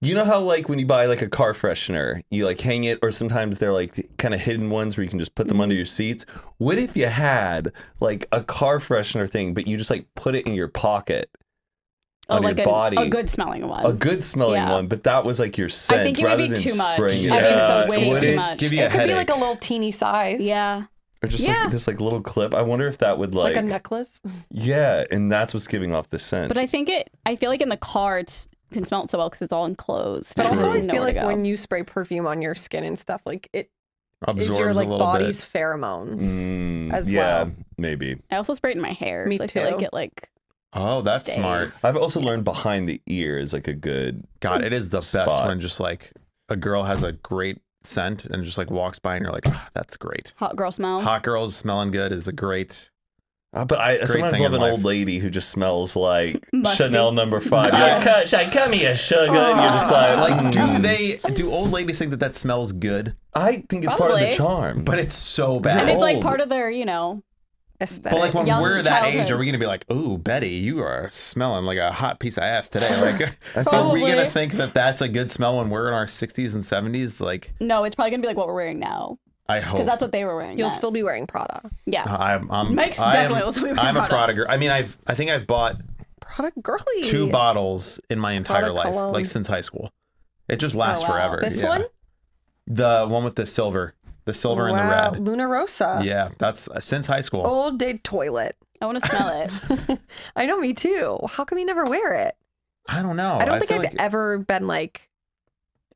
Speaker 4: You know how like when you buy like a car freshener, you like hang it, or sometimes they're like kind of hidden ones where you can just put them
Speaker 2: Mm-hmm.
Speaker 4: under your seats. What if you had like a car freshener thing, but you just like put it in your pocket
Speaker 2: oh,
Speaker 4: on
Speaker 2: like
Speaker 4: your
Speaker 2: a,
Speaker 4: body?
Speaker 2: a good smelling one.
Speaker 4: a good smelling
Speaker 2: Um, Yeah.
Speaker 4: one, but that was like your scent.
Speaker 2: think it would
Speaker 4: rather
Speaker 2: be
Speaker 4: than
Speaker 2: too much.
Speaker 4: spraying It.
Speaker 2: I think so,
Speaker 4: out.
Speaker 2: way too
Speaker 4: Would it-
Speaker 2: much.
Speaker 8: Give you a
Speaker 3: It could
Speaker 8: headache.
Speaker 3: be like a little teeny size.
Speaker 2: yeah.
Speaker 4: Or just
Speaker 2: Yeah.
Speaker 4: like this like little clip. I wonder if that would like,
Speaker 3: Like, a necklace.
Speaker 4: yeah, and that's what's giving off the scent.
Speaker 2: But I think it. I feel like in the car, it's, you can smell it so well because it's all enclosed.
Speaker 3: But
Speaker 2: It
Speaker 3: also,
Speaker 2: doesn't
Speaker 3: I
Speaker 2: know
Speaker 3: feel
Speaker 2: where
Speaker 3: like
Speaker 2: to go.
Speaker 3: when you spray perfume on your skin and stuff, like it is
Speaker 8: Absorbs
Speaker 3: your like
Speaker 8: a little
Speaker 3: body's
Speaker 8: bit.
Speaker 3: pheromones.
Speaker 4: Mm,
Speaker 3: as
Speaker 4: yeah,
Speaker 3: well.
Speaker 4: maybe.
Speaker 2: I also sprayed in my hair.
Speaker 3: Me
Speaker 2: so I feel like
Speaker 3: too.
Speaker 2: it like.
Speaker 8: Oh, that's smart.
Speaker 2: stays.
Speaker 4: I've also learned behind the ear is like a good
Speaker 8: God, it is the
Speaker 4: Spot.
Speaker 8: best when just like a girl has a great scent and just like walks by and you're like, "Ah, that's great.
Speaker 2: Hot girl
Speaker 3: Um.
Speaker 2: smell.
Speaker 8: Hot girls smelling good is a great.
Speaker 4: Uh, but I sometimes
Speaker 8: thing
Speaker 4: love
Speaker 8: in
Speaker 4: an
Speaker 8: life.
Speaker 4: old lady who just smells like
Speaker 2: Musty.
Speaker 4: Chanel number five. You're like, "Cut, shy, come here, sugar. and you're just like,
Speaker 8: Like, do
Speaker 4: "Mm."
Speaker 8: they? Do old ladies think that that smells good?
Speaker 4: I think it's part of
Speaker 2: Probably.
Speaker 4: the charm.
Speaker 8: But it's so bad.
Speaker 2: and it's like
Speaker 4: old.
Speaker 2: part of their, you know,
Speaker 3: aesthetic.
Speaker 8: But like when
Speaker 2: young
Speaker 8: we're that age,
Speaker 2: childhood.
Speaker 8: are we gonna be like, "Ooh, Betty, you are smelling like a hot piece of ass today"? Like, are we
Speaker 2: Probably.
Speaker 8: gonna think that that's a good smell when we're in our 60s and 70s? Like,
Speaker 2: no, it's probably gonna be like what we're wearing now
Speaker 8: I hope. Uh-huh.
Speaker 2: because that's what they were wearing.
Speaker 3: You'll
Speaker 2: then.
Speaker 3: still be wearing Prada.
Speaker 2: yeah.
Speaker 8: I'm, um, I'm,
Speaker 2: Mike's
Speaker 8: I am-
Speaker 2: definitely also wearing
Speaker 8: I'm a
Speaker 2: Prada.
Speaker 8: Prada girl. I mean, I've I think I've bought
Speaker 3: Prada girly.
Speaker 8: two bottles in my entire
Speaker 3: Prada
Speaker 8: life,
Speaker 3: cologne. Oh,
Speaker 8: like since high school. It just lasts
Speaker 2: wow.
Speaker 8: forever.
Speaker 3: This
Speaker 8: yeah.
Speaker 3: one?
Speaker 8: the one with the silver, the silver
Speaker 3: wow. Oh.
Speaker 8: and the
Speaker 3: Luna Rosa.
Speaker 8: red. Yeah, that's uh, since high school.
Speaker 3: Old day toilet.
Speaker 2: I want to smell it.
Speaker 3: I know, me too. How come you never wear it?
Speaker 8: Oh, I don't know.
Speaker 3: I don't think
Speaker 8: feel
Speaker 3: I've
Speaker 8: like-
Speaker 3: ever been like,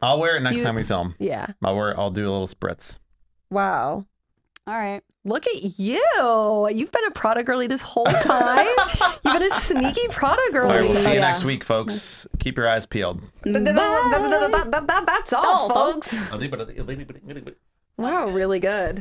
Speaker 8: I'll wear it next
Speaker 3: You-
Speaker 8: time we film.
Speaker 3: yeah,
Speaker 8: I'll wear. I'll do a little spritz.
Speaker 3: wow.
Speaker 2: All right.
Speaker 3: Look at you. You've been a Prada girly this whole time. You've been a sneaky Prada
Speaker 8: All right,
Speaker 3: girly.
Speaker 8: we'll see you
Speaker 2: Oh, Yeah.
Speaker 8: next week, folks. Keep your eyes peeled.
Speaker 3: That's all,
Speaker 2: All,
Speaker 3: folks. Wow, really good.